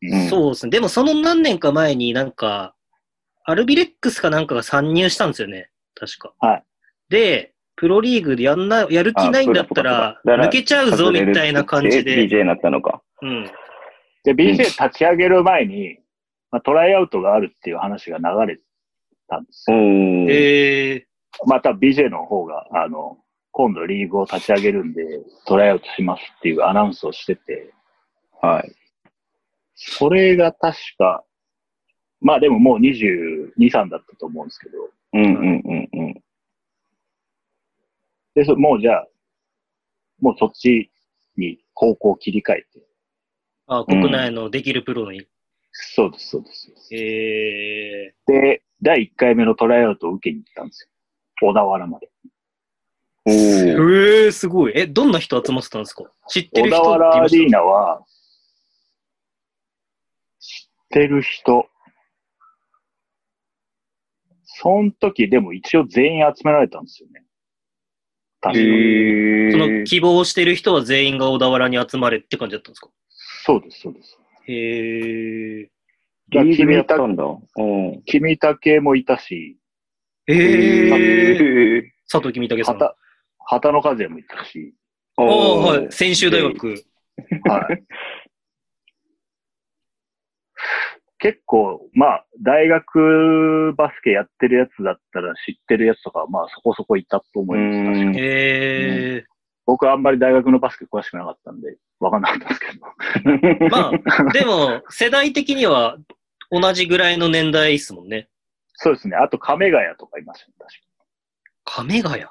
Speaker 2: うん
Speaker 3: そうですね。でもその何年か前になんか、アルビレックスかなんかが参入したんですよね。確か。
Speaker 4: はい
Speaker 3: で、プロリーグでやんな、やる気ないんだった
Speaker 2: あ
Speaker 3: ら、
Speaker 2: そうだそうだだから
Speaker 3: 抜けちゃうぞみたいな感じで。
Speaker 2: DJ になったのか。
Speaker 3: うん。
Speaker 4: で、BJ 立ち上げる前に、まあ、トライアウトがあるっていう話が流れたんです
Speaker 2: お
Speaker 4: よ。
Speaker 2: ー。
Speaker 3: え
Speaker 4: また BJ の方が、あの、今度リーグを立ち上げるんで、トライアウトしますっていうアナウンスをしてて、
Speaker 2: はい。
Speaker 4: それが確か、まあでももう22、3だったと思うんですけど、
Speaker 2: うんうんうんうん。
Speaker 4: で、そもうじゃあ、もうそっちに方向を切り替えて、
Speaker 3: ー、あ国内のできるプロに。
Speaker 4: そうです、そうです。
Speaker 3: え
Speaker 4: で、第1回目のトライアウトを受けに行ったんですよ。小田原まで。
Speaker 2: お
Speaker 3: ー、え
Speaker 2: ー。
Speaker 3: ー、すごい。え、どんな人集まってたんですか知って
Speaker 4: 小
Speaker 3: る人
Speaker 4: 田
Speaker 3: って
Speaker 4: 原
Speaker 3: 言い
Speaker 4: ア
Speaker 3: ま
Speaker 4: リー
Speaker 3: し
Speaker 4: ナは、知ってる人、その時でも一応全員集められたんですよね。確か
Speaker 2: へ
Speaker 3: そ
Speaker 2: ー
Speaker 3: の希望してる人は全員が小田原に集まれって感じだったんですか
Speaker 4: そうです、そうです。
Speaker 3: へえ。
Speaker 2: リ
Speaker 4: だ
Speaker 2: ー
Speaker 4: から
Speaker 2: グや
Speaker 4: 君
Speaker 2: った
Speaker 4: た
Speaker 2: んだ。うん。
Speaker 4: 君竹もいたし、
Speaker 3: へえ。
Speaker 2: へー。
Speaker 3: 佐藤君武さん。あ
Speaker 4: 畑、畑の風もいたし、
Speaker 3: あ、
Speaker 2: お
Speaker 3: は
Speaker 2: ー
Speaker 3: い。専修大学。
Speaker 4: はい。 結構、まあ、大学バスケやってるやつだったら知ってるやつとか、まあ、そこそこいたと思います。
Speaker 2: うん
Speaker 4: 確かに
Speaker 3: へ
Speaker 4: 僕はあんまり大学のバスケ詳しくなかったんで、わかんなかったんですけど。
Speaker 3: え。まあ、 でも、世代的には同じぐらいの年代ですもんね。
Speaker 4: そうですね。あと、亀ヶ谷とかいましたね、確か
Speaker 3: 亀ヶ谷。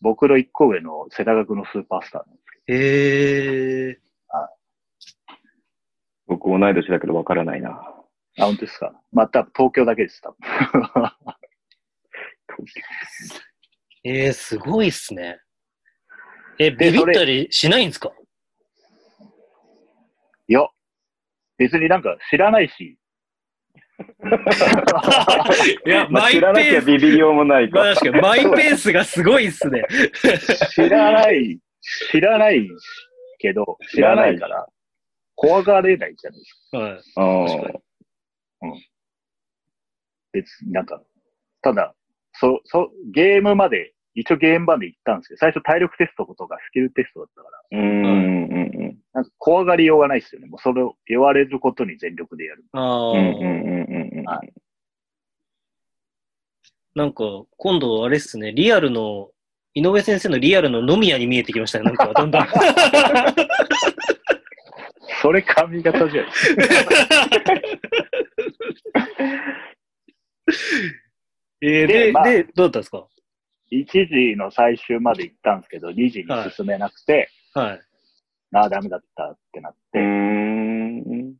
Speaker 4: 僕の一個上の世田学のスーパースターなんですけ
Speaker 3: へえ。
Speaker 2: 僕同い年だけどわからないな。
Speaker 4: ど。あ、本当ですか。まあ、多分東京だけです、多分。
Speaker 3: えー、すごいっすね。え、ビビったりしないんですか
Speaker 4: いや、別になんか知らないし、
Speaker 3: いや、
Speaker 2: まあ、
Speaker 3: マイ
Speaker 2: 知
Speaker 3: ペ
Speaker 2: らなきゃ
Speaker 3: ース。
Speaker 2: ビビりようもない
Speaker 3: まあ
Speaker 2: か。
Speaker 3: 確かに、マイペースがすごいっすね。
Speaker 4: 知らない、知らないけど、知らないから、怖がれないじゃないですか。
Speaker 3: は
Speaker 2: う
Speaker 3: い。
Speaker 2: ん
Speaker 3: 確かに
Speaker 4: 別になんか、ただ、そ、そ、ゲームまで、一応ゲームまで行ったんですけど、最初体力テストとかスキルテストだったから、
Speaker 2: うんうんうん
Speaker 4: なんか怖がりようがないですよね。もうそれを言われることに全力 でやる。
Speaker 3: あ
Speaker 2: う
Speaker 3: あ、
Speaker 2: んうんうんうんうん
Speaker 4: は
Speaker 3: なんか、今度あれっすね、リアルの、井上先生のリアルの飲み屋に見えてきましたね、なんか、だん だん。
Speaker 4: それ髪型じゃないですか。
Speaker 3: えー、で
Speaker 4: で
Speaker 3: で,、
Speaker 4: まあ
Speaker 3: どうだったんですか
Speaker 4: 1時の最終まで行ったんですけど、2時に進めなくて、
Speaker 3: はい。
Speaker 4: ああ、ダメだったってなって、
Speaker 2: うん。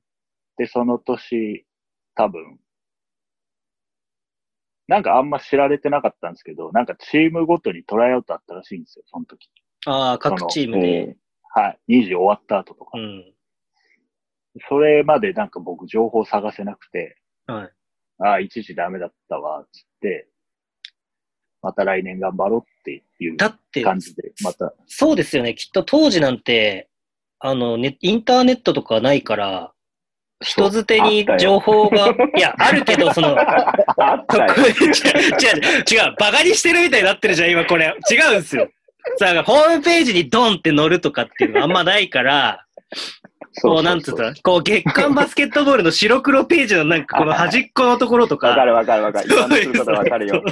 Speaker 4: で、その年、多分、なんかあんま知られてなかったんですけど、なんかチームごとにトライアウトあったらしいんですよ、その時。
Speaker 3: ああ、各チームで。
Speaker 4: はい。2時終わった後とか
Speaker 3: う。ん。
Speaker 4: それまでなんか僕情報探せなくて、
Speaker 3: はい。
Speaker 4: ああ、1時ダメだったわ、つって、また来年頑張ろうっていう
Speaker 3: だって、
Speaker 4: 感じで、また、
Speaker 3: そうですよね。きっと当時なんて、あの、ね、インターネットとかないから、人づてに情報
Speaker 2: あ
Speaker 3: が
Speaker 2: ったよ、
Speaker 3: いや、あるけど、その、
Speaker 2: あっ
Speaker 3: 違う、
Speaker 2: たよ。
Speaker 3: 違う、違う、バカにしてるみたいになってるじゃん、今これ。違うんですよ。さあ、ホームページにドンって乗るとかっていうのはあんまないから、こう、なんつう
Speaker 4: わ
Speaker 3: たこう、月刊バスケットボールの白黒ページのなんか、この端っこのところと
Speaker 2: わか
Speaker 3: か、
Speaker 2: るわかるわかる。今のすることわかるよ。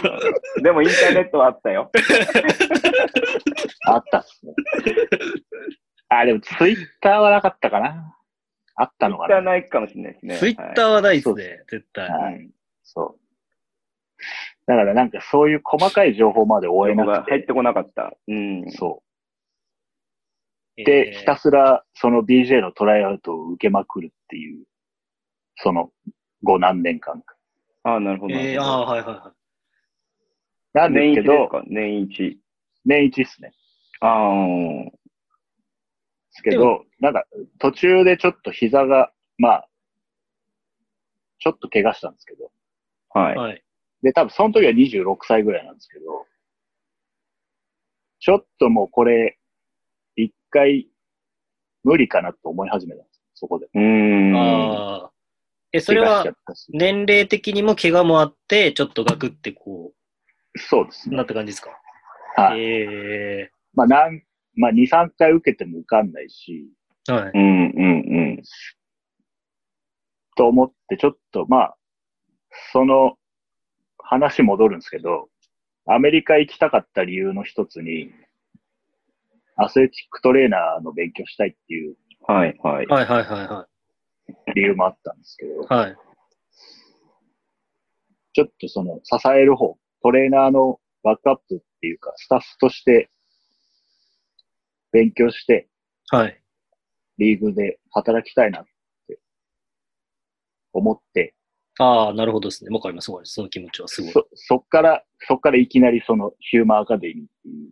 Speaker 2: でもインターネットはあったよ。
Speaker 4: あったっす ね。あ、でもツイッターはなかったかな。あったのか
Speaker 2: じゃ
Speaker 4: な。
Speaker 2: ないかもしれないですね。
Speaker 3: ツイッターはないですね、絶対。
Speaker 4: は
Speaker 2: はい
Speaker 4: い。そう。だからなんかそういう細かい情報まで追え
Speaker 2: 情報
Speaker 4: な
Speaker 2: が
Speaker 4: く、
Speaker 2: 入っててこなかった。うん。
Speaker 4: そ
Speaker 3: え
Speaker 4: う。
Speaker 3: ー
Speaker 4: で、ひたすらその BJ のトライアウトを受けまくるっていう、その後何年間か。
Speaker 2: ああ、なるほど。
Speaker 3: えー、ああ、はいはいは
Speaker 4: なん
Speaker 2: 年
Speaker 4: で
Speaker 2: 一
Speaker 4: す
Speaker 2: で
Speaker 4: け
Speaker 2: す
Speaker 4: ど、
Speaker 2: か年一。
Speaker 4: 年一ですね。で
Speaker 2: ああ。
Speaker 4: すけ
Speaker 3: で。
Speaker 4: ど、なんか途中でちょっと膝が、まあ、ちょっと怪我したんですけど、
Speaker 2: はいい。
Speaker 3: はい。
Speaker 4: で、多分その時は26歳ぐらいなんですけど、ちょっともうこれ、一回、無理かなと思い始めたんです。そこで。
Speaker 2: うーん。
Speaker 3: ああ。え、それ
Speaker 4: 怪我し
Speaker 3: は
Speaker 4: ちゃ、ったし
Speaker 3: 年齢的にも怪我もあって、ちょっとガクってこ
Speaker 4: そうです
Speaker 3: う、
Speaker 4: ね。
Speaker 3: なった感じですか
Speaker 4: はい。
Speaker 3: え
Speaker 4: まあ、なん、まあ、2、3回受けても受かんないし、
Speaker 3: えー、はい。
Speaker 2: うんうん
Speaker 4: と思って、ちょっと、まあ、その、話戻るんですけど、アメリカ行きたかった理由の一つに、アスレチックトレーナーの勉強したいっていう
Speaker 2: うん。はいはい。
Speaker 3: はいはいはいは
Speaker 4: 理由もあったんですけど、
Speaker 3: い。はい。
Speaker 4: ちょっとその支える方、トレーナーのバックアップっていうか、スタッフとして勉強して、
Speaker 3: はい。
Speaker 4: リーグで働きたいなって思って、
Speaker 3: ああ、なるほどですね。わかります、わかります。その気持ちはすごい。
Speaker 4: そ、そっから、そっからいきなりそのヒューマンアカデミーっていう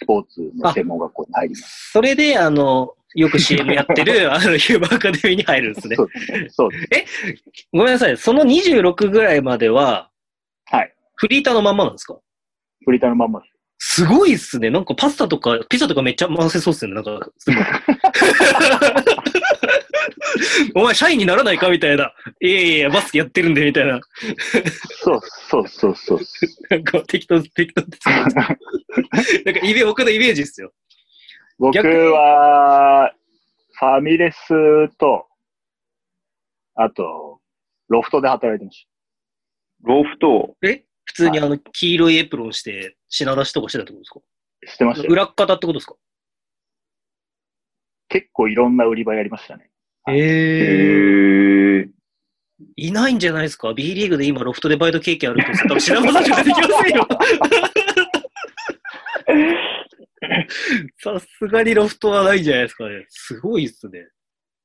Speaker 4: スポーツの専門学校に入ります。
Speaker 3: それで、あの、よく CM やってる、あの、ヒューマンアカデミーに入るんですね
Speaker 4: そ。うですね。そうです。
Speaker 3: ごめんなさい。その26ぐらいまでは、
Speaker 4: はい。
Speaker 3: フリーターのまんまなんですか
Speaker 4: フリーターのまんまです
Speaker 3: ごいっすね。なんかパスタとか、ピザとかめっちゃ回せそうっすよね。なんか、すごい。 お前、社員にならないかみたいな。いやいやいや、バスケやってるんで、みたいな。
Speaker 4: す。そうそうそうそう。
Speaker 3: なんか適当、適当ですね。なんかイメージ、僕のイメージっすよ。
Speaker 4: 僕
Speaker 3: 逆に
Speaker 4: は、ファミレスと、あと、ロフトで働いてまし
Speaker 2: ロフト、
Speaker 3: え普通にあの、黄色いエプロンして、品出しとかしてたってことですか
Speaker 4: た。してましたよ。
Speaker 3: 裏っ方ってことですか
Speaker 4: 結構いろんな売り場やりましたね。はい
Speaker 2: へ
Speaker 3: え
Speaker 2: ー、
Speaker 3: いないんじゃないですか ?B リーグで今ロフトでバイト経験あるって多分品物しかできませんよ。さすがにロフトはないんじゃないですかね。すごいっすね。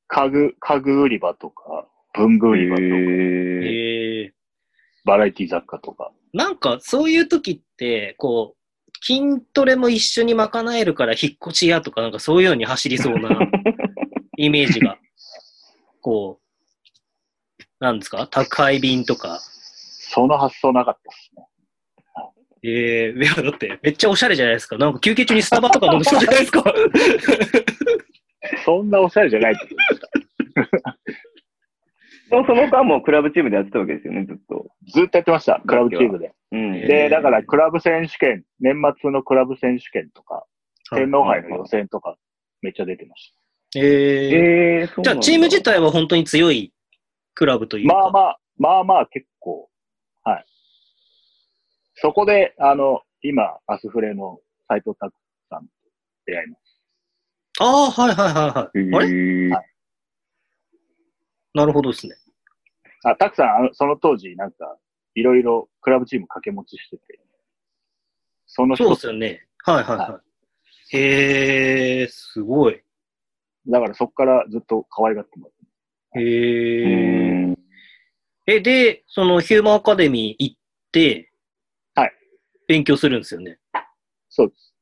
Speaker 4: 家具、家具売り場とか、文具売り場と
Speaker 2: へ
Speaker 4: か、
Speaker 2: ー
Speaker 3: ええ
Speaker 4: バラエティ雑貨とか。
Speaker 3: なんかそういう時って、こう、筋トレも一緒に賄えるから引っ越し屋とかなんかそういうのに走りそうなイメージが。こう、なんですか宅配便とか。
Speaker 4: その発想なかったですね。
Speaker 3: ええいや、だって、めっちゃおしゃれじゃないですか。なんか休憩中にスタバとか飲む人じゃないですか。
Speaker 4: そんなおしゃれじゃないってことですか
Speaker 2: でもその間もクラブチームでやってたわけですよね、ずっと。
Speaker 4: ずっとやってました、クラブチームで。
Speaker 2: うん。
Speaker 3: えー
Speaker 4: で、だからクラブ選手権、年末のクラブ選手権とか、天皇杯の予選とか、めっちゃ出てまし
Speaker 3: ええ
Speaker 2: えー、そう
Speaker 3: じ
Speaker 2: な
Speaker 3: ゃ
Speaker 2: んだ
Speaker 3: あ、チーム自体は本当に強いクラブとい
Speaker 4: た。
Speaker 3: うか。
Speaker 4: まあまあ、まあまあ結構、はい。そこで、あの、今、アスフレの斎藤拓さんと出会いまし
Speaker 3: ああ、はいはいはいはい。あれ
Speaker 2: へー
Speaker 3: なるほどですね。
Speaker 4: た。あ、拓さん、あのその当時、なんか、いろいろクラブチーム掛け持ちしてて、その
Speaker 3: そう
Speaker 4: 人
Speaker 3: ですよね。はいはいはい。へえ、すごい。
Speaker 4: だからそこからずっと可愛がってもらっ
Speaker 2: う
Speaker 4: て。
Speaker 3: へえ。
Speaker 2: ーん
Speaker 3: え、で、そのヒューマンアカデミー行って、
Speaker 4: はい。
Speaker 3: 勉強するんですよね。
Speaker 4: そうです。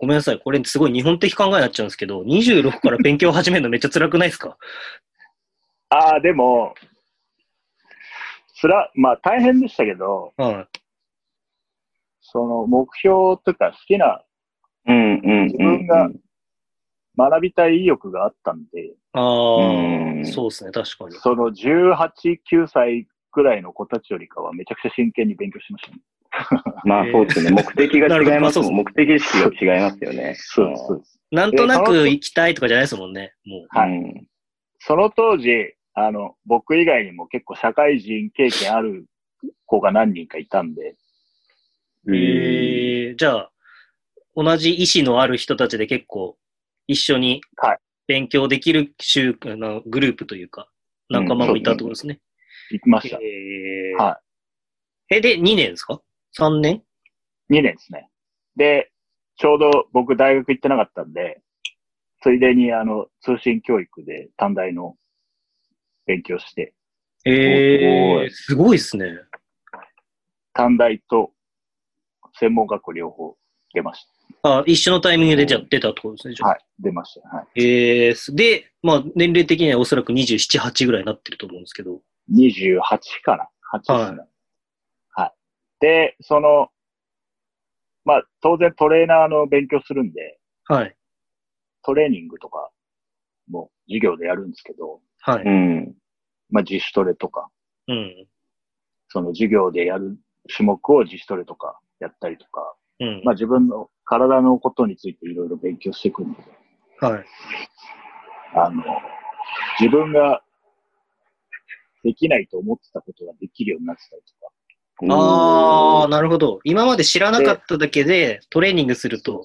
Speaker 3: ごめんなさい。これすごい日本的考えになっちゃうんですけど、26から勉強始めるのめっちゃ辛くないですか
Speaker 4: ああ、でも、つら、まあ大変でしたけど、
Speaker 3: はい。
Speaker 4: その目標というか好きな
Speaker 2: うんうんうん。
Speaker 4: 自分が学びたい意欲があったんで、
Speaker 3: あ
Speaker 2: うん
Speaker 3: あ、そうですね。確かに。
Speaker 4: その18、9歳ぐらいの子たちよりかはめちゃくちゃ真剣に勉強しましたね。
Speaker 2: まあそうですね。目的が違いますもん。
Speaker 3: な
Speaker 2: 目的意識が違いますよね。
Speaker 4: そうですそうです。
Speaker 3: なんとな
Speaker 4: えその
Speaker 3: く行きたいとかじゃないですもんね。もう。
Speaker 4: は
Speaker 2: う
Speaker 4: い。
Speaker 2: ん
Speaker 4: その当時、あの、僕以外にも結構社会人経験ある子が何人かいたんで、
Speaker 2: へー
Speaker 3: えー、じゃあ、同じ意思のある人たちで結構一緒に
Speaker 4: はい
Speaker 3: 勉強できる集あのグループというか、
Speaker 2: うん
Speaker 3: 仲間もいたってことですね。
Speaker 4: 行きました。
Speaker 3: えー
Speaker 4: は
Speaker 3: え、で、2年ですか ?3 年
Speaker 4: 2年ですね。で、ちょうど僕大学行ってなかったんで、ついでにあの、通信教育で短大の勉強して、
Speaker 3: え
Speaker 2: お
Speaker 3: ー、すごいですね。
Speaker 4: 短大と専門学校両方出まし
Speaker 3: あ、一緒のタイミングでじゃあ出たってことですね。じ
Speaker 4: た。
Speaker 3: ゃあ
Speaker 4: はい、出ました。は
Speaker 3: えーす、で、まあ、年齢的にはおそらく27、8ぐらいになってると思うんですけど。
Speaker 4: い、28かな ?8 ですね。はい。で、その、まあ、当然トレーナーの勉強するんで、
Speaker 3: はい。
Speaker 4: トレーニングとかも授業でやるんですけど、
Speaker 3: は
Speaker 2: う
Speaker 3: い。
Speaker 2: ん。
Speaker 4: まあ、自主トレとか、
Speaker 3: うん。
Speaker 4: その授業でやる種目を自主トレとかやったりとか、
Speaker 3: うん。
Speaker 4: まあ自分の体のことについていろいろ勉強していくんで、
Speaker 3: はい。
Speaker 4: あの、自分ができないと思ってたことができるようになってたりとか、
Speaker 3: ああ、なるほど。今まで知らなかっただけで、トレーニングすると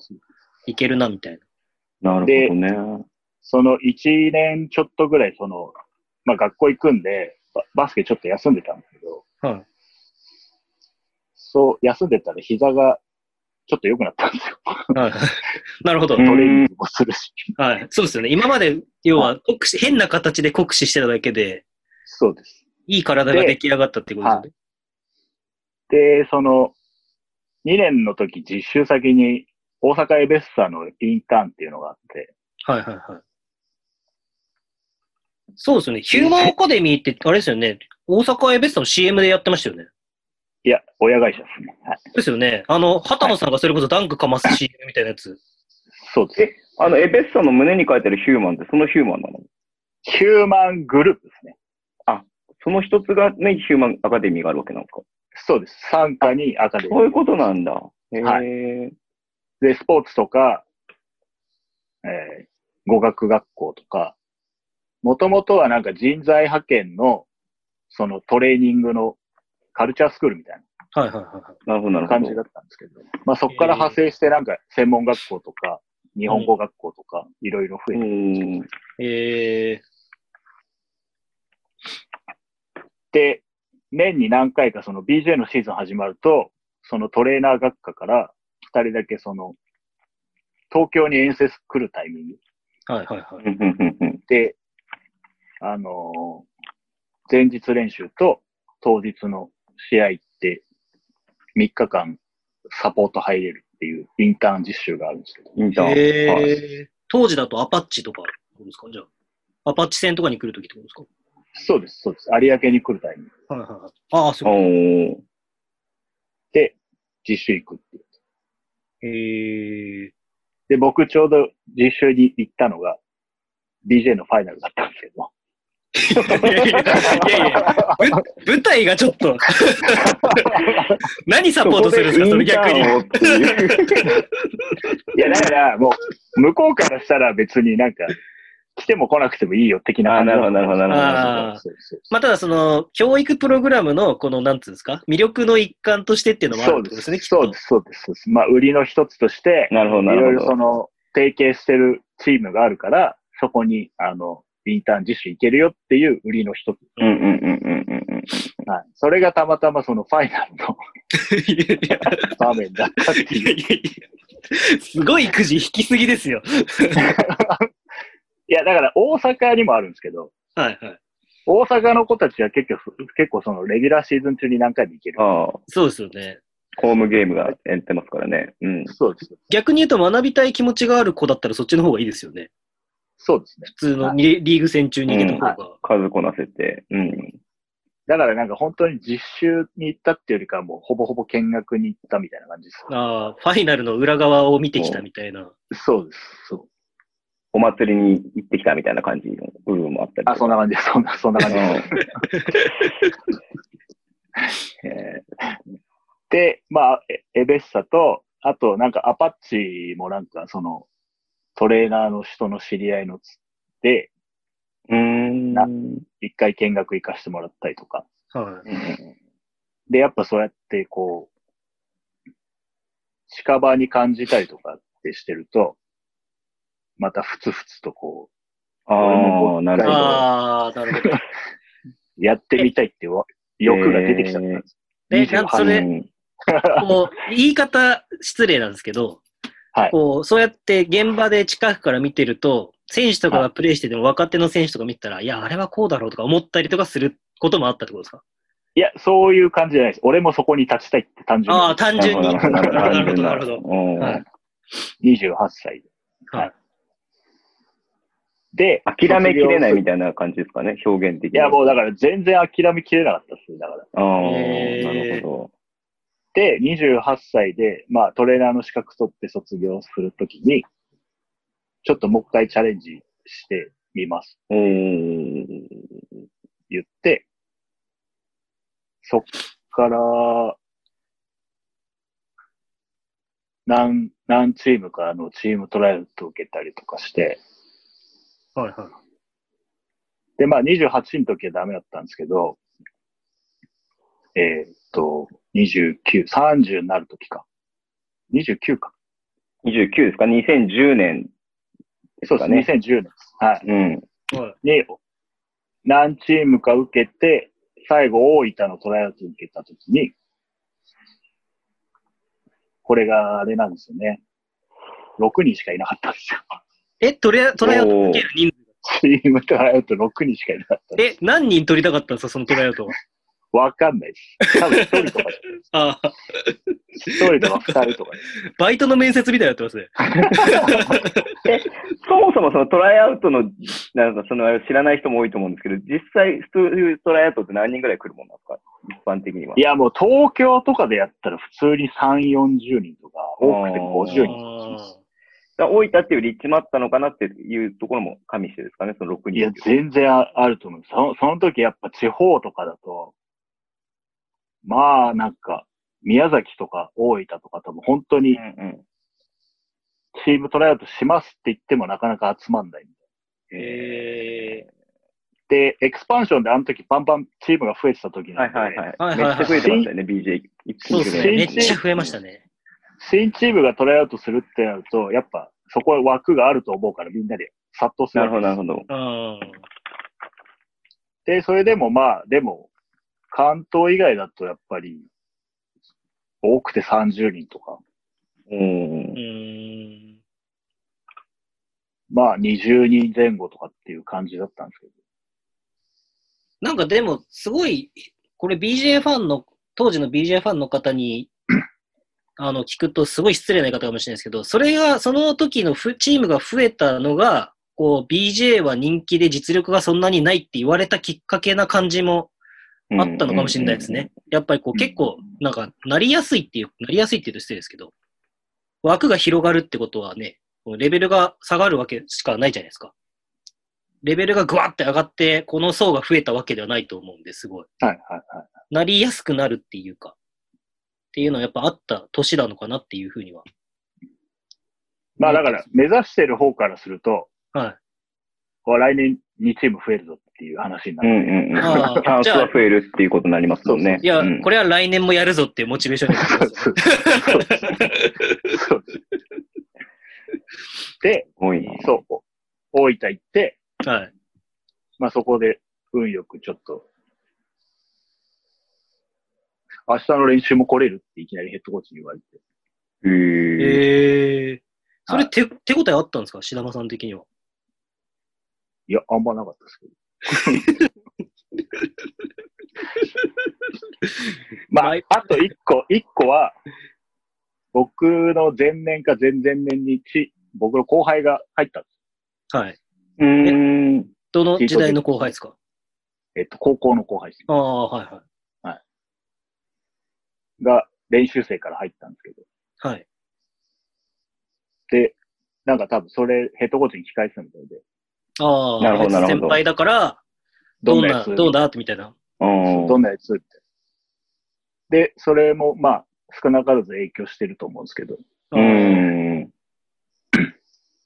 Speaker 3: いけるな、みたいな。
Speaker 2: なるほどね。
Speaker 4: その1年ちょっとぐらいその、まあ学校行くんで、ババスケちょっと休んでたんだけど、
Speaker 3: はい。
Speaker 4: そう、休んでたら膝がちょっと良くなったんですよ。
Speaker 3: はい。 なるほど。
Speaker 2: うん
Speaker 4: トレーニングもするし。
Speaker 3: はい。そうですよね。今まで、要は、酷使、変な形で酷使してただけで、
Speaker 4: そうです。
Speaker 3: いい体が出来上がったってことですよね。
Speaker 4: で、その、2年の時、実習先に、大阪エベッサのインターンっていうのがあって、
Speaker 3: はいはいはい。 そうですよね。ヒューマンアカデミーって、あれですよね。大阪エベスタの CM でやってましたよね。
Speaker 4: いや、親会社ですね。はい。
Speaker 3: ですよね。あの、畑野さんがそれこそダンクかます CM みたいなやつ。
Speaker 4: そうですね。
Speaker 2: あの、エベッサの胸に書いてあるヒューマンってそのヒューマンなの
Speaker 4: ヒューマングループですね。
Speaker 2: その一つがね、ヒューマンアカデミーがあるわけなんですか
Speaker 4: そうです。参加にアカデミ
Speaker 2: そうい
Speaker 4: ー
Speaker 2: う。ことなんだ。へ
Speaker 4: は
Speaker 2: え。
Speaker 4: で、スポーツとか、えー語学学校とか、もともとはなんか人材派遣の、そのトレーニングのカルチャースクールみたい
Speaker 3: はいはいは
Speaker 2: なるほど、な
Speaker 4: な
Speaker 2: る
Speaker 4: 感
Speaker 2: ほ
Speaker 4: じ
Speaker 2: ど
Speaker 4: だ。ったんですけど、まあそこから派生してなんか専門学校とか、日本語学校とか、いろいろ増えて、
Speaker 2: うん。
Speaker 3: い。え
Speaker 4: で、年に何回かその BJ のシーズン始まると、そのトレーナー学科から二人だけその、東京に遠征来るタイミン
Speaker 3: ー、
Speaker 4: グ
Speaker 3: はいはいはい。
Speaker 2: うんうんうんうん
Speaker 4: で、あのー前日練習と当日の試合って3日間サポート入れるっていうインターン実習があるんですけど、
Speaker 2: インターン。
Speaker 3: えー
Speaker 2: はい
Speaker 3: 当時だとアパッチとか、どうですかじゃあ。アパッチ戦とかに来るときってことですか
Speaker 4: そうです、そうです。有明に来るタイミング
Speaker 3: はいはいはい。ああ、す
Speaker 2: お
Speaker 3: ごい。
Speaker 2: ー
Speaker 4: で実習行くっていう。
Speaker 3: えー、
Speaker 4: で、僕ちょうど実習に行ったのが BJ のファイナルだったんですけど、
Speaker 3: いやいやいやいやぶ舞台がちょっと。 何サポートするんですか、そ
Speaker 2: こ
Speaker 3: の
Speaker 2: で
Speaker 3: 逆に
Speaker 2: インタ。ーンをっていう
Speaker 4: いや、だからもう向こうからしたら別になんか来ても来なくてもいいよ的な
Speaker 2: あー
Speaker 4: 感じ
Speaker 2: な
Speaker 4: だ
Speaker 2: る
Speaker 4: っ
Speaker 2: ほ
Speaker 4: た
Speaker 2: ど、
Speaker 4: ん
Speaker 2: なるほど、なるほ
Speaker 4: ですよ
Speaker 2: ど。
Speaker 3: あー
Speaker 4: そうそうそう
Speaker 3: まあ、ただその、教育プログラムの、この、なんつうんですか魅力の一環としてっていうのもある
Speaker 4: そ
Speaker 3: ん
Speaker 4: う
Speaker 3: で
Speaker 4: です
Speaker 3: ね、
Speaker 4: す。
Speaker 3: きっ
Speaker 4: そう
Speaker 3: と
Speaker 4: で。す、そうです。そうですまあ、売りの一つとして、
Speaker 2: なるほど、
Speaker 4: い
Speaker 2: なるほど。
Speaker 4: ろいろその、提携してるチームがあるから、そこに、あの、インターン実習行けるよっていう売りの一つ。
Speaker 2: うんうんうんうんうんうん。
Speaker 4: はい。それがたまたまそのファイナルの
Speaker 3: い やいや
Speaker 4: 場面だったって
Speaker 3: い
Speaker 4: い
Speaker 3: や
Speaker 4: う。
Speaker 3: いやいやすごいくじ引きすぎですよ。
Speaker 4: いや、だから大阪にもあるんですけど、
Speaker 3: はいはい。
Speaker 4: 大阪の子たちは結局、結構そのレギュラーシーズン中に何回も行ける。
Speaker 2: ああ、
Speaker 3: そうですよね。
Speaker 2: ホームゲームがやってますからね。うん。
Speaker 4: そうです。
Speaker 3: 逆に言うと学びたい気持ちがある子だったらそっちの方がいいですよね。
Speaker 4: そうですね。
Speaker 3: 普通のリ,、リーグ戦中に行けた方が。
Speaker 2: 数こなせて。うん。
Speaker 4: だからなんか本当に実習に行ったっていうよりかはもうほぼほぼ見学に行ったみたいな感じです。
Speaker 3: ああ、ファイナルの裏側を見てきたみたいな。
Speaker 4: そうです。そう。
Speaker 2: お祭りに行ってきたみたいな感じの部分もあったりとか
Speaker 4: あ、そんな感じ です。そんな、そん な感じです。
Speaker 2: え
Speaker 4: で、まあ、エエベッサと、あと、なんかアパッチもなんか、その、トレーナーの人の知り合いのつで、
Speaker 2: ーうーん。
Speaker 4: な一回見学行かしてもらったりとか。
Speaker 3: はい。
Speaker 4: で、やっぱそうやって、こう、近場に感じたりとかってしてると、またふつふつとこ
Speaker 2: ああ、なるほど。
Speaker 3: ああ、なるほど。
Speaker 4: う、やってみたいってわ欲が出てきちゃったんです。
Speaker 3: で、なん
Speaker 4: 28
Speaker 3: それ
Speaker 2: う、ん
Speaker 3: こう、 言い方失礼なんですけど、
Speaker 4: はい
Speaker 3: こう、そうやって現場で近くから見てると、選手とかがプレーしてても若手の選手とか見てたら、いや、あれはこうだろうとか思ったりとかすることもあったってことですか
Speaker 4: いや、そういう感じじゃないです。俺もそこに立ちたいって単純に
Speaker 3: ああ、単純に。 な
Speaker 2: な
Speaker 3: るほど、なる
Speaker 2: るほ
Speaker 3: ほど、
Speaker 2: ど、
Speaker 3: な
Speaker 2: な
Speaker 3: る
Speaker 2: る
Speaker 3: ほ
Speaker 2: ほ
Speaker 3: ど。
Speaker 2: ど。うん
Speaker 3: はい
Speaker 4: 28歳で。
Speaker 3: はい。
Speaker 4: で、
Speaker 2: 諦めきれないみたいな感じですかね、表現的
Speaker 4: い
Speaker 2: に。
Speaker 4: や、もうだから全然諦めきれなかったです。だから。
Speaker 2: ああ、
Speaker 3: へー
Speaker 2: なるほ
Speaker 4: で、28歳で、まあトレーナーの資格取って卒業するときに、ちょっともう一回チャレンジしてみます。
Speaker 2: ど。うーん。
Speaker 4: 言って、そっから、何、何チームかのチームトライアルと受けたりとかして、
Speaker 3: はいはい。
Speaker 4: で、まあ28の時はダメだったんですけど、えーっと、29、30になる時か。29か。
Speaker 2: 29ですか ?2010 年で
Speaker 4: そ
Speaker 2: すか
Speaker 4: うですね。
Speaker 2: ね。
Speaker 4: 2010年です。はい。
Speaker 2: うん。
Speaker 3: はい、
Speaker 4: に、何チームか受けて、最後大分のトライアウト受けたときに、これがあれなんですよね。6人しかいなかったんですよ。
Speaker 3: え、トレトライアウト受ける人数
Speaker 4: チームトライアウト6人しかいなかったんで
Speaker 3: え、何人取りたかったんですか、そのトライアウトは。
Speaker 4: わかんないし、多分一人とか、
Speaker 3: ああ、
Speaker 4: 一人とか二人とかで、
Speaker 3: バイトの面接みたいになってますね。
Speaker 2: そもそもそのトライアウトの、なんかその知らない人も多いと思うんですけど、実際、そういうトライアウトって何人ぐらい来るもんなんですか一般的には。
Speaker 4: いや、もう東京とかでやったら普通に3、40人とか、多くても50人とか。
Speaker 2: だから大分っていう立地もあったのかなっていうところも加味してですかね、その6
Speaker 4: いや
Speaker 2: 人、。
Speaker 4: 全然ああると思う。そのその時やっぱ地方とかだと、まあなんか、宮崎とか大分とか多分本当に
Speaker 2: うんうん
Speaker 4: チームトライアウトしますって言ってもなかなか集まんない。
Speaker 3: え
Speaker 4: で、エクスパンションであの時バンバンチームが増えてた時な
Speaker 2: は
Speaker 4: ん
Speaker 2: い
Speaker 4: で、
Speaker 2: はいはい。
Speaker 3: はいはい
Speaker 2: めっ
Speaker 3: はい
Speaker 2: ちゃ増えてましたよね、BJ。一
Speaker 3: ー、そうですね。
Speaker 4: 新
Speaker 3: め
Speaker 4: 人
Speaker 3: っちゃ増えましたね。
Speaker 4: 新チームがトライアウトするってなると、やっぱそこは枠があると思うからみんなで殺到する
Speaker 2: な
Speaker 4: わ
Speaker 2: る
Speaker 4: け
Speaker 2: ほど、なるほど。
Speaker 3: うん。
Speaker 4: で、それでもまあ、でも、関東以外だとやっぱり、多くて30人とか、
Speaker 2: うん
Speaker 3: う。ん。
Speaker 4: まあ20人前後とかっていう感じだったんですけど。
Speaker 3: なんかでも、すごい、これ BJ ファンの、当時の BJ ファンの方に、あの、聞くとすごい失礼な言い方かもしれないですけど、それが、その時のふチームが増えたのが、こう、BJ は人気で実力がそんなにないって言われたきっかけな感じもあったのかもしれないですね。やっぱりこう、
Speaker 4: うん
Speaker 3: 結構、なんか、なりやすいっていう、なりやすいっていうと失礼ですけど、枠が広がるってことはね、レベルが下がるわけしかないじゃないですか。レベルがぐわって上がって、この層が増えたわけではないと思うんですごい。
Speaker 4: はいはいはい。
Speaker 3: なりやすくなるっていうか、っていうのはやっぱあった年なのかなっていうふうには。
Speaker 4: まあだから、目指してる方からすると、
Speaker 3: はい。
Speaker 4: こう来年2チーム増えるぞっていう話にな
Speaker 2: う
Speaker 4: る。
Speaker 2: んうんうん。
Speaker 3: あー
Speaker 2: チャンスは増えるっていうことになりますもんね。
Speaker 3: いや、
Speaker 2: うん
Speaker 3: これは来年もやるぞっていうモチベーションになりますよね
Speaker 4: そうで、
Speaker 2: すごいな。
Speaker 4: そう、大分行って、
Speaker 3: はい。
Speaker 4: まあそこで運よくちょっと、明日の練習も来れるっていきなりヘッドコーチに言われて。
Speaker 2: へー
Speaker 3: えー。そ
Speaker 4: は
Speaker 3: れ
Speaker 4: い
Speaker 3: 手、手応えあったんですか志田間さん的には。
Speaker 4: いや、あんまなかったですけど。 まあ
Speaker 3: はい、
Speaker 4: あと一個、一個は、僕の前年か前々年にち、僕の後輩が入ったんで
Speaker 3: はい。
Speaker 2: うーん。
Speaker 3: どの時代の後輩ですか
Speaker 4: す。えっと、高校の後輩です
Speaker 3: ああ、はいはい。
Speaker 4: が練習生から入ったんですけど。
Speaker 3: はい。
Speaker 4: で、なんか多分それヘッドコーチに聞かれてたみたいで、
Speaker 3: ああ、
Speaker 2: なるほどなるほど
Speaker 3: 先輩だから、
Speaker 4: ど
Speaker 3: ど
Speaker 4: ん
Speaker 3: ん
Speaker 4: なや
Speaker 3: な、
Speaker 4: つ
Speaker 3: どうだってみたいな。
Speaker 2: うん
Speaker 4: どんなやつって。で、それもまあ、少なからず影響してると思うんですけど、
Speaker 2: う。ん。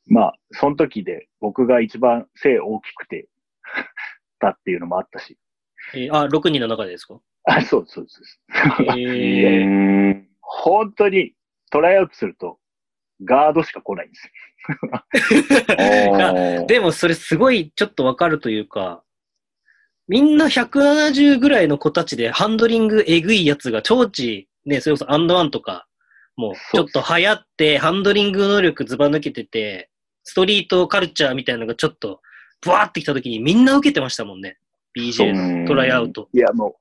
Speaker 4: まあ、その時で僕が一番背大きくて、 だっていうのもあったし。
Speaker 3: えーあ、6人の中でで すか
Speaker 4: あ、そうですそうですそうです。
Speaker 3: えー、
Speaker 2: うん
Speaker 4: 本当にトライアウトすると、ガードしか来ないんですよ。
Speaker 3: いや
Speaker 2: あー
Speaker 3: でもそれすごいちょっとわかるというか、みんな170ぐらいの子たちでハンドリングえぐいやつが長知、ね、それこそアンドワンとか、もうちょっと流行って、ハンドリング能力ずば抜けてて、ストリートカルチャーみたいなのがちょっと、ブワーってきた時にみんな受けてましたもんね。BJ のトライアウト。
Speaker 4: いや、も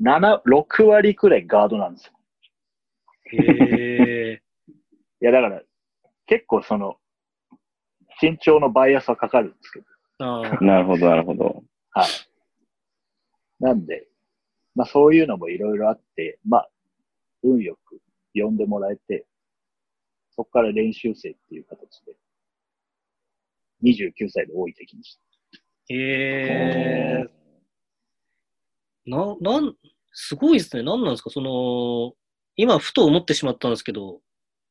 Speaker 4: う、7、6割くらいガードなんですよ。
Speaker 3: へ
Speaker 4: いや、だから、結構その、身長のバイアスはかかるんですけど。
Speaker 3: ー。あー
Speaker 2: なるほど、なるほど。
Speaker 4: なんで、まあそういうのもいろいろあって、まあ、運よく呼んでもらえて、そこから練習生っていう形で、29歳で多い的にし
Speaker 3: へえ。な、なん、すごいですね。なんなんですかその、今、ふと思ってしまったんですけど、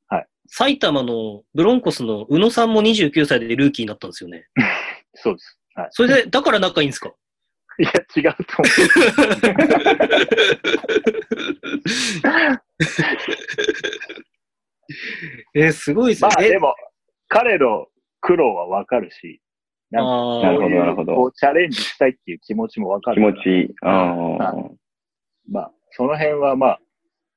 Speaker 4: はい。
Speaker 3: 埼玉のブロンコスの宇野さんも29歳でルーキーになったんですよね。
Speaker 4: た。そうです。はい。
Speaker 3: それで、だから仲いいんですか
Speaker 4: いや、違うと思
Speaker 3: えーすごいで
Speaker 4: う。
Speaker 3: す
Speaker 4: ま
Speaker 3: ね。
Speaker 4: あ
Speaker 3: え
Speaker 4: でも、彼の苦労はわかるし、
Speaker 3: あー
Speaker 2: なるほどなるほど
Speaker 4: こういうこうチャレンジしたいっていう気持ちもわか
Speaker 2: 気
Speaker 4: るか
Speaker 2: 持
Speaker 4: ら。
Speaker 2: ちいい。あー
Speaker 4: まあ、その辺はまあ、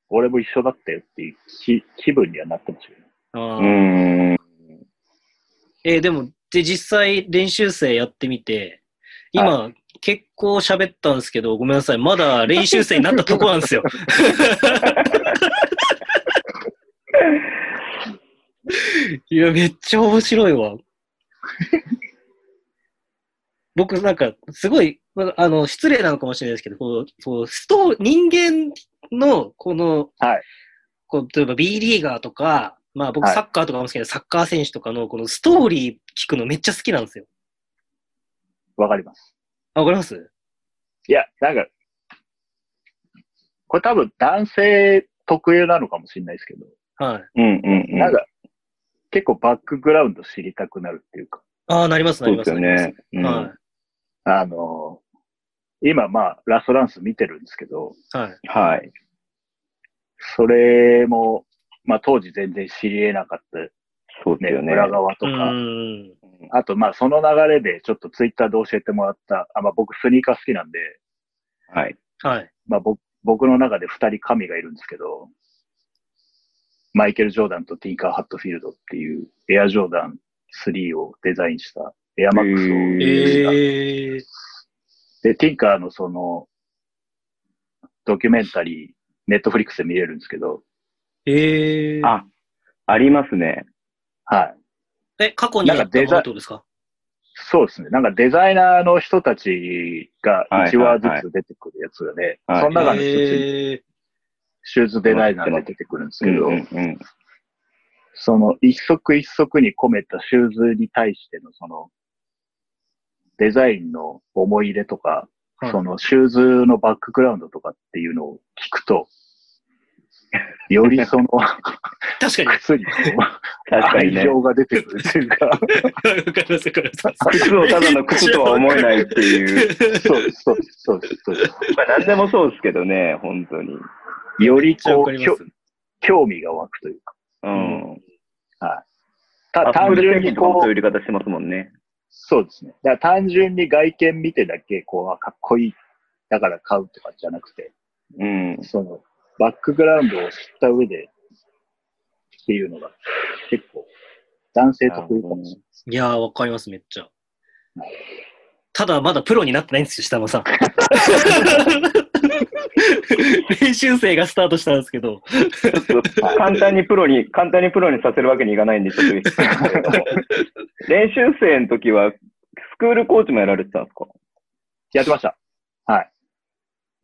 Speaker 4: 俺も一緒だったよっていう気気分にはなってましたけど。
Speaker 3: あ
Speaker 2: う
Speaker 3: ー
Speaker 2: ん。
Speaker 3: えーでも、で、実際練習生やってみて、今、結構喋ったんですけど、ごめんなさい。まだ練習生になったとこなんですよ。いや、めっちゃ面白いわ。僕なんか、すごい、まあの、失礼なのかもしれないですけど、こう、こうストー人間の、この、
Speaker 4: はい
Speaker 3: こう、例えば B リーガーとか、まあ僕
Speaker 4: はい
Speaker 3: サッカーとかも好きなサッカー選手とかの、このストーリー聞くのめっちゃ好きなんですよ。
Speaker 4: わかります。
Speaker 3: あ、わかります
Speaker 4: いや、なんか、これ多分男性特有なのかもしれないですけど、
Speaker 3: はい。
Speaker 2: うんうんうん。
Speaker 4: なんか、結構バックグラウンド知りたくなるっていうか、
Speaker 3: ああ、なります、な
Speaker 2: そう
Speaker 3: り
Speaker 2: で
Speaker 3: ます
Speaker 2: よ
Speaker 3: す。なり
Speaker 2: ね。うん
Speaker 3: ます
Speaker 2: は
Speaker 4: あのー今まあ、ラストランス見てるんですけど、
Speaker 3: はい。はい。
Speaker 2: い。
Speaker 4: それも、まあ当時全然知り得なかった
Speaker 2: そうで
Speaker 4: ね、
Speaker 2: すよね。
Speaker 4: 裏側と
Speaker 3: う
Speaker 4: か、
Speaker 3: ん。
Speaker 4: あとまあその流れでちょっとツイッターで教えてもらった、あまあ僕スニーカー好きなんで、
Speaker 2: はい。
Speaker 3: はい。
Speaker 4: まあ僕僕の中で二人神がいるんですけど、マイケル・ジョーダンとティンカー・ハットフィールドっていうエア・ジョーダン3をデザインしたエアマックスを
Speaker 2: へ
Speaker 4: した
Speaker 3: えー。
Speaker 4: で、ティンカーのその、ドキュメンタリー、ネットフリックスで見れるんですけど、
Speaker 3: えー。
Speaker 2: あ、ありますね。
Speaker 4: はい。
Speaker 3: え、過去にあったものってことですか
Speaker 4: そうですね。なんかデザイナーの人たちが1話ずつ出てくるやつがね、
Speaker 2: はいはいはい
Speaker 4: その中の一つに
Speaker 3: え
Speaker 4: シューズデザイナーが出てくるんです
Speaker 2: う
Speaker 4: け
Speaker 2: ん
Speaker 4: ど、
Speaker 2: うんうん。
Speaker 4: その一足一足に込めたシューズに対してのそのデザインの思い入れとか、
Speaker 3: はい
Speaker 4: そのシューズのバックグラウンドとかっていうのを聞くと、よりその
Speaker 3: ー、確かに。
Speaker 4: 靴にこう
Speaker 2: 確かに
Speaker 4: 愛
Speaker 2: ね。
Speaker 4: 情が出てくるっていうか、
Speaker 3: わかります、わかります。
Speaker 2: 靴をただの靴とは思えないっていう。
Speaker 4: そうです、そうです、そうですそうです。
Speaker 2: まあ何でもそうですけどね、本当に。
Speaker 4: より
Speaker 3: わ
Speaker 4: こ
Speaker 3: か
Speaker 4: う、
Speaker 3: り
Speaker 4: き
Speaker 3: ま
Speaker 4: ょ
Speaker 3: す。
Speaker 4: 興味が湧くというか、
Speaker 2: うん。
Speaker 4: た
Speaker 2: アッ
Speaker 4: 単
Speaker 2: プル
Speaker 4: 純
Speaker 2: 製品
Speaker 4: に
Speaker 2: とかも
Speaker 4: こ
Speaker 2: そう
Speaker 4: う、
Speaker 2: いう売り方してますもんね。
Speaker 4: そうですね。だから単純に外見見てだけ、こう、あかっこいい、だから買うとかじゃなくて、
Speaker 2: うん。
Speaker 4: その、バックグラウンドを知った上でっていうのが結構男性特有かもしれない。
Speaker 3: いやー、わかります、めっちゃ。ただ、まだプロになってないんですよ、下 野さん。練習生がスタートしたんですけど。
Speaker 2: ちょっと簡単にプロに、簡単にプロにさせるわけにいかないんで、ちょっと言ってたんですけども練習生の時は、スクールコーチもやられてたんですか
Speaker 4: やってました。はい。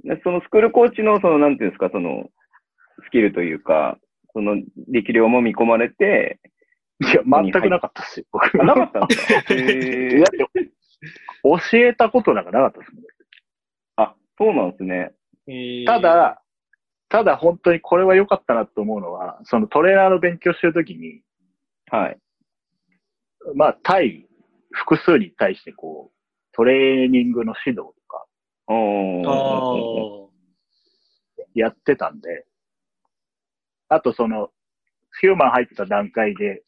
Speaker 2: でそのスクールコーチの、その、なんていうんですか、その、スキルというか、その力量も見込まれて、
Speaker 4: いや、全くなかったですよ、僕。
Speaker 2: あ
Speaker 4: だ
Speaker 2: な
Speaker 4: っ
Speaker 2: かったんですかへー
Speaker 4: て、教えたことなんかなかったですもんね。
Speaker 2: あ、そうなんですね。
Speaker 4: ただ、ただ本当にこれは良かったなと思うのは、そのトレーナーの勉強してるときに、
Speaker 2: はい。
Speaker 4: まあ、対、複数に対してこう、トレーニングの指導とか
Speaker 2: お
Speaker 3: え
Speaker 2: ー
Speaker 3: ー、あ
Speaker 4: やってたんで、あとその、ヒューマン入った段階で、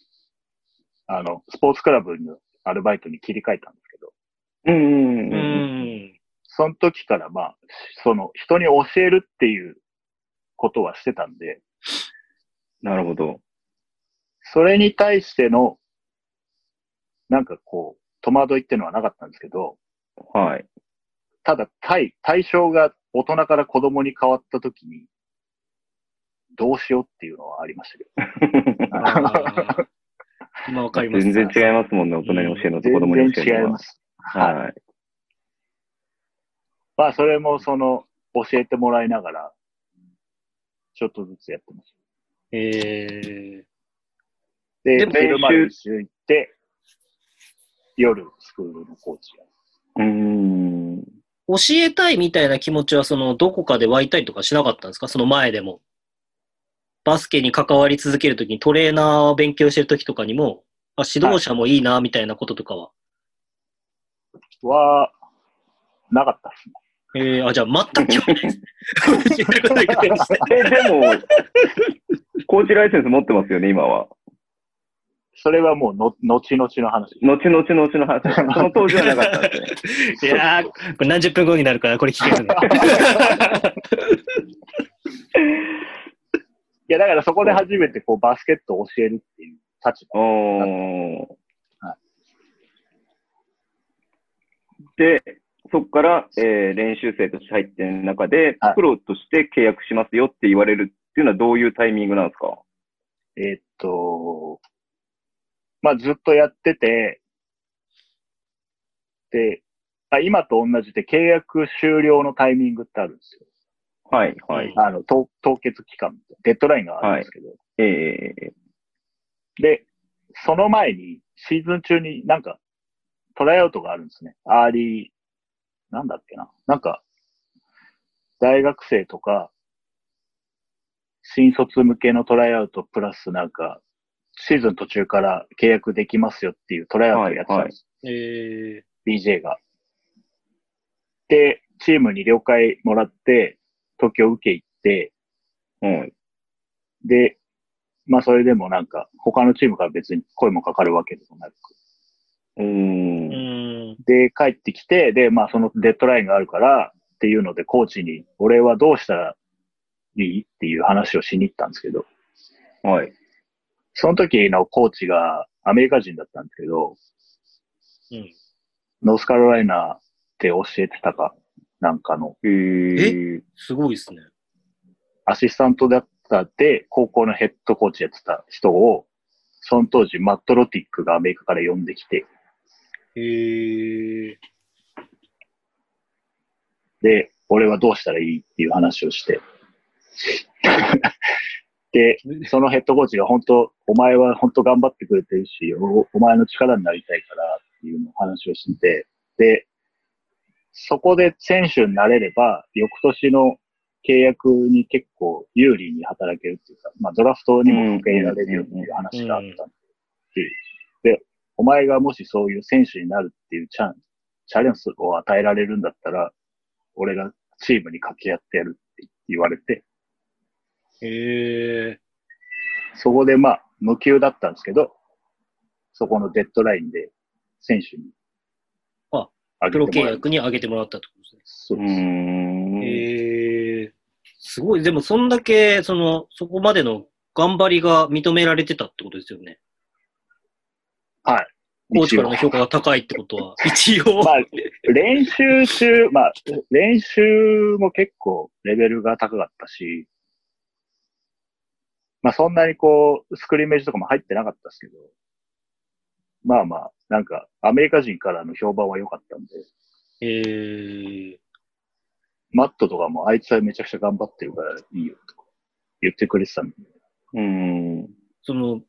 Speaker 4: あの、スポーツクラブのアルバイトに切り替えたんですけど、
Speaker 2: うんうん
Speaker 3: ー
Speaker 2: う。
Speaker 3: うんん。
Speaker 4: その時からまあ、その、人に教えるっていうことはしてたんで、
Speaker 2: なるほど。
Speaker 4: それに対しての、なんかこう、戸惑いっていうのはなかったんですけど、
Speaker 2: はい。
Speaker 4: ただ対、対象が大人から子供に変わった時に、どうしようっていうのはありましたけど。
Speaker 3: あーまあ、わかります。
Speaker 2: 全然違いますもんね、大人に教えるのと子
Speaker 4: 全
Speaker 2: 供に教えるの
Speaker 4: 然違い
Speaker 2: は
Speaker 4: ます。はい
Speaker 2: はい。
Speaker 4: まあ、それもその、教えてもらいながら、ちょっとずつやってます。
Speaker 3: え
Speaker 4: で、
Speaker 3: でも
Speaker 4: 昼間練習行って、夜、スクールのコーチやる
Speaker 2: うーん。
Speaker 3: ー、教えたいみたいな気持ちは、その、どこかで湧いたりとかしなかったんですかその前でも。バスケに関わり続けるときに、トレーナーを勉強してるときとかにも、あ指導者もいいな、みたいなこととかは。
Speaker 4: は、なかったですね。
Speaker 3: えー、あ、じゃあ、全く興味 ないですね。教えることに関して
Speaker 2: え、でも、コーチライセンス持ってますよね、今は。
Speaker 4: それはもうの、後々の話。
Speaker 2: 後々の後の 話。その当時はなかったんですね。
Speaker 3: いやー、これ何十分後になるから、これ聞 けるの。
Speaker 4: いや、だからそこで初めてこう、バスケットを教えるっていう立場。
Speaker 2: おー
Speaker 4: は。
Speaker 2: で、そこから、えー練習生として入ってる中で
Speaker 4: はい、
Speaker 2: プロとして契約しますよって言われるっていうのはどういうタイミングなんですか
Speaker 4: えーっと、まあ、ずっとやってて、で、あ今と同じで契約終了のタイミングってあるんですよ。
Speaker 2: はい、はい。
Speaker 4: あの、凍凍結期間、デッドラインがあるんですけど。
Speaker 2: ええ
Speaker 4: で、その前に、シーズン中になんか、トライアウトがあるんですね。アーリー、なんだっけな。なんか、大学生とか、新卒向けのトライアウトプラスなんか、シーズン途中から契約できますよっていうトライアウトをやってたんです。
Speaker 3: え
Speaker 4: BJ が。で、チームに了解もらって、東京受け行って、
Speaker 2: うん。
Speaker 4: で、まあそれでもなんか、他のチームから別に声もかかるわけでもなく、
Speaker 2: うー。
Speaker 3: ー、うんーん。
Speaker 4: で、帰ってきて、で、まあ、そのデッドラインがあるからっていうので、コーチに、俺はどうしたらいいっていう話をしに行ったんですけど、
Speaker 2: はい。
Speaker 4: その時のコーチがアメリカ人だったんですけど、
Speaker 3: うん
Speaker 4: ノースカロライナって教えてたかなんかの
Speaker 2: えー、
Speaker 3: すごいですね。
Speaker 4: アシスタントだったで、高校のヘッドコーチやってた人を、その当時マット・ロティックがアメリカから呼んできて、
Speaker 3: へえ
Speaker 4: で、俺はどうしたらいいっていう話をして。で、そのヘッドコーチが本当、お前は本当頑張ってくれてるし、おお前の力になりたいからっていうのを話をしてて、で、そこで選手になれれば、翌年の契約に結構有利に働けるっていうか、まあドラフトにも受け入れられるよっていう話があったっていう。で、お前がもしそういう選手になるっていうチャンチャレンジを与えられるんだったら、俺がチームに掛け合ってやるって言われて、
Speaker 3: ー。へえ
Speaker 4: そこでまあ、無給だったんですけど、そこのデッドラインで選手に
Speaker 3: あ
Speaker 4: あ
Speaker 3: ー。プロ契
Speaker 4: げてもらう
Speaker 3: 約に上げてもらったってことですね。
Speaker 4: そう
Speaker 2: うー
Speaker 4: です
Speaker 2: ん。
Speaker 3: へえすごい。でも、そんだけ、その、そこまでの頑張りが認められてたってことですよね。
Speaker 4: はい。
Speaker 3: コーチからの評価が高いってことは、一 応。
Speaker 4: まあ練習中、まあ、練習も結構レベルが高かったし、まあそんなにこう、スクリーメージとかも入ってなかったですけど、まあまあ、なんか、アメリカ人からの評判は良かったんで、
Speaker 3: えー、
Speaker 4: マットとかもあいつはめちゃくちゃ頑張ってるからいいよとか言ってくれてたんで、
Speaker 2: うーん。
Speaker 3: その、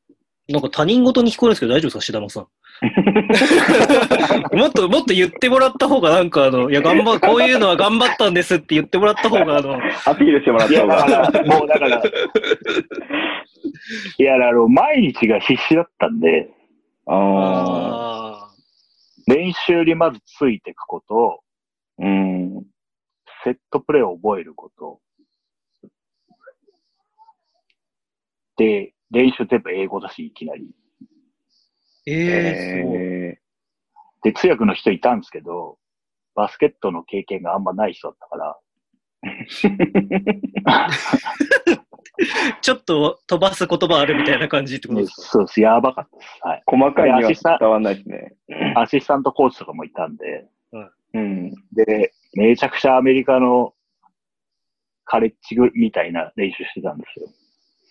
Speaker 3: なんか他人事に聞こえるんですけど大丈夫ですか、シダマさん。もっと、もっと言ってもらった方が、なんかあの、いや、頑張、こういうのは頑張ったんですって言ってもらった方が、あの、
Speaker 2: アピールしてもらっ
Speaker 4: い
Speaker 2: た
Speaker 4: や、
Speaker 2: 方
Speaker 4: だか
Speaker 2: が。
Speaker 4: ら、もうだから、いや、あの、毎日が必死だったんで、
Speaker 2: ああ。
Speaker 3: あ
Speaker 4: 練習にまずついていくこと、
Speaker 2: うん。
Speaker 4: セットプレーを覚えること。で、練習全部英語だし、いきなり。
Speaker 3: ーえー、すごい。
Speaker 2: え
Speaker 4: で、通訳の人いたんですけど、バスケットの経験があんまない人だったから、
Speaker 2: ー。
Speaker 3: ちょっと飛ばす言葉あるみたいな感じってこと
Speaker 4: ね
Speaker 3: ですか
Speaker 4: そうです、やばかったです。はい。
Speaker 2: 細かいには伝わんないですね。
Speaker 4: アシスタントコーチとかもいたんで、
Speaker 2: うん。
Speaker 4: で、めちゃくちゃアメリカのカレッジぐみたいな練習してたんですよ。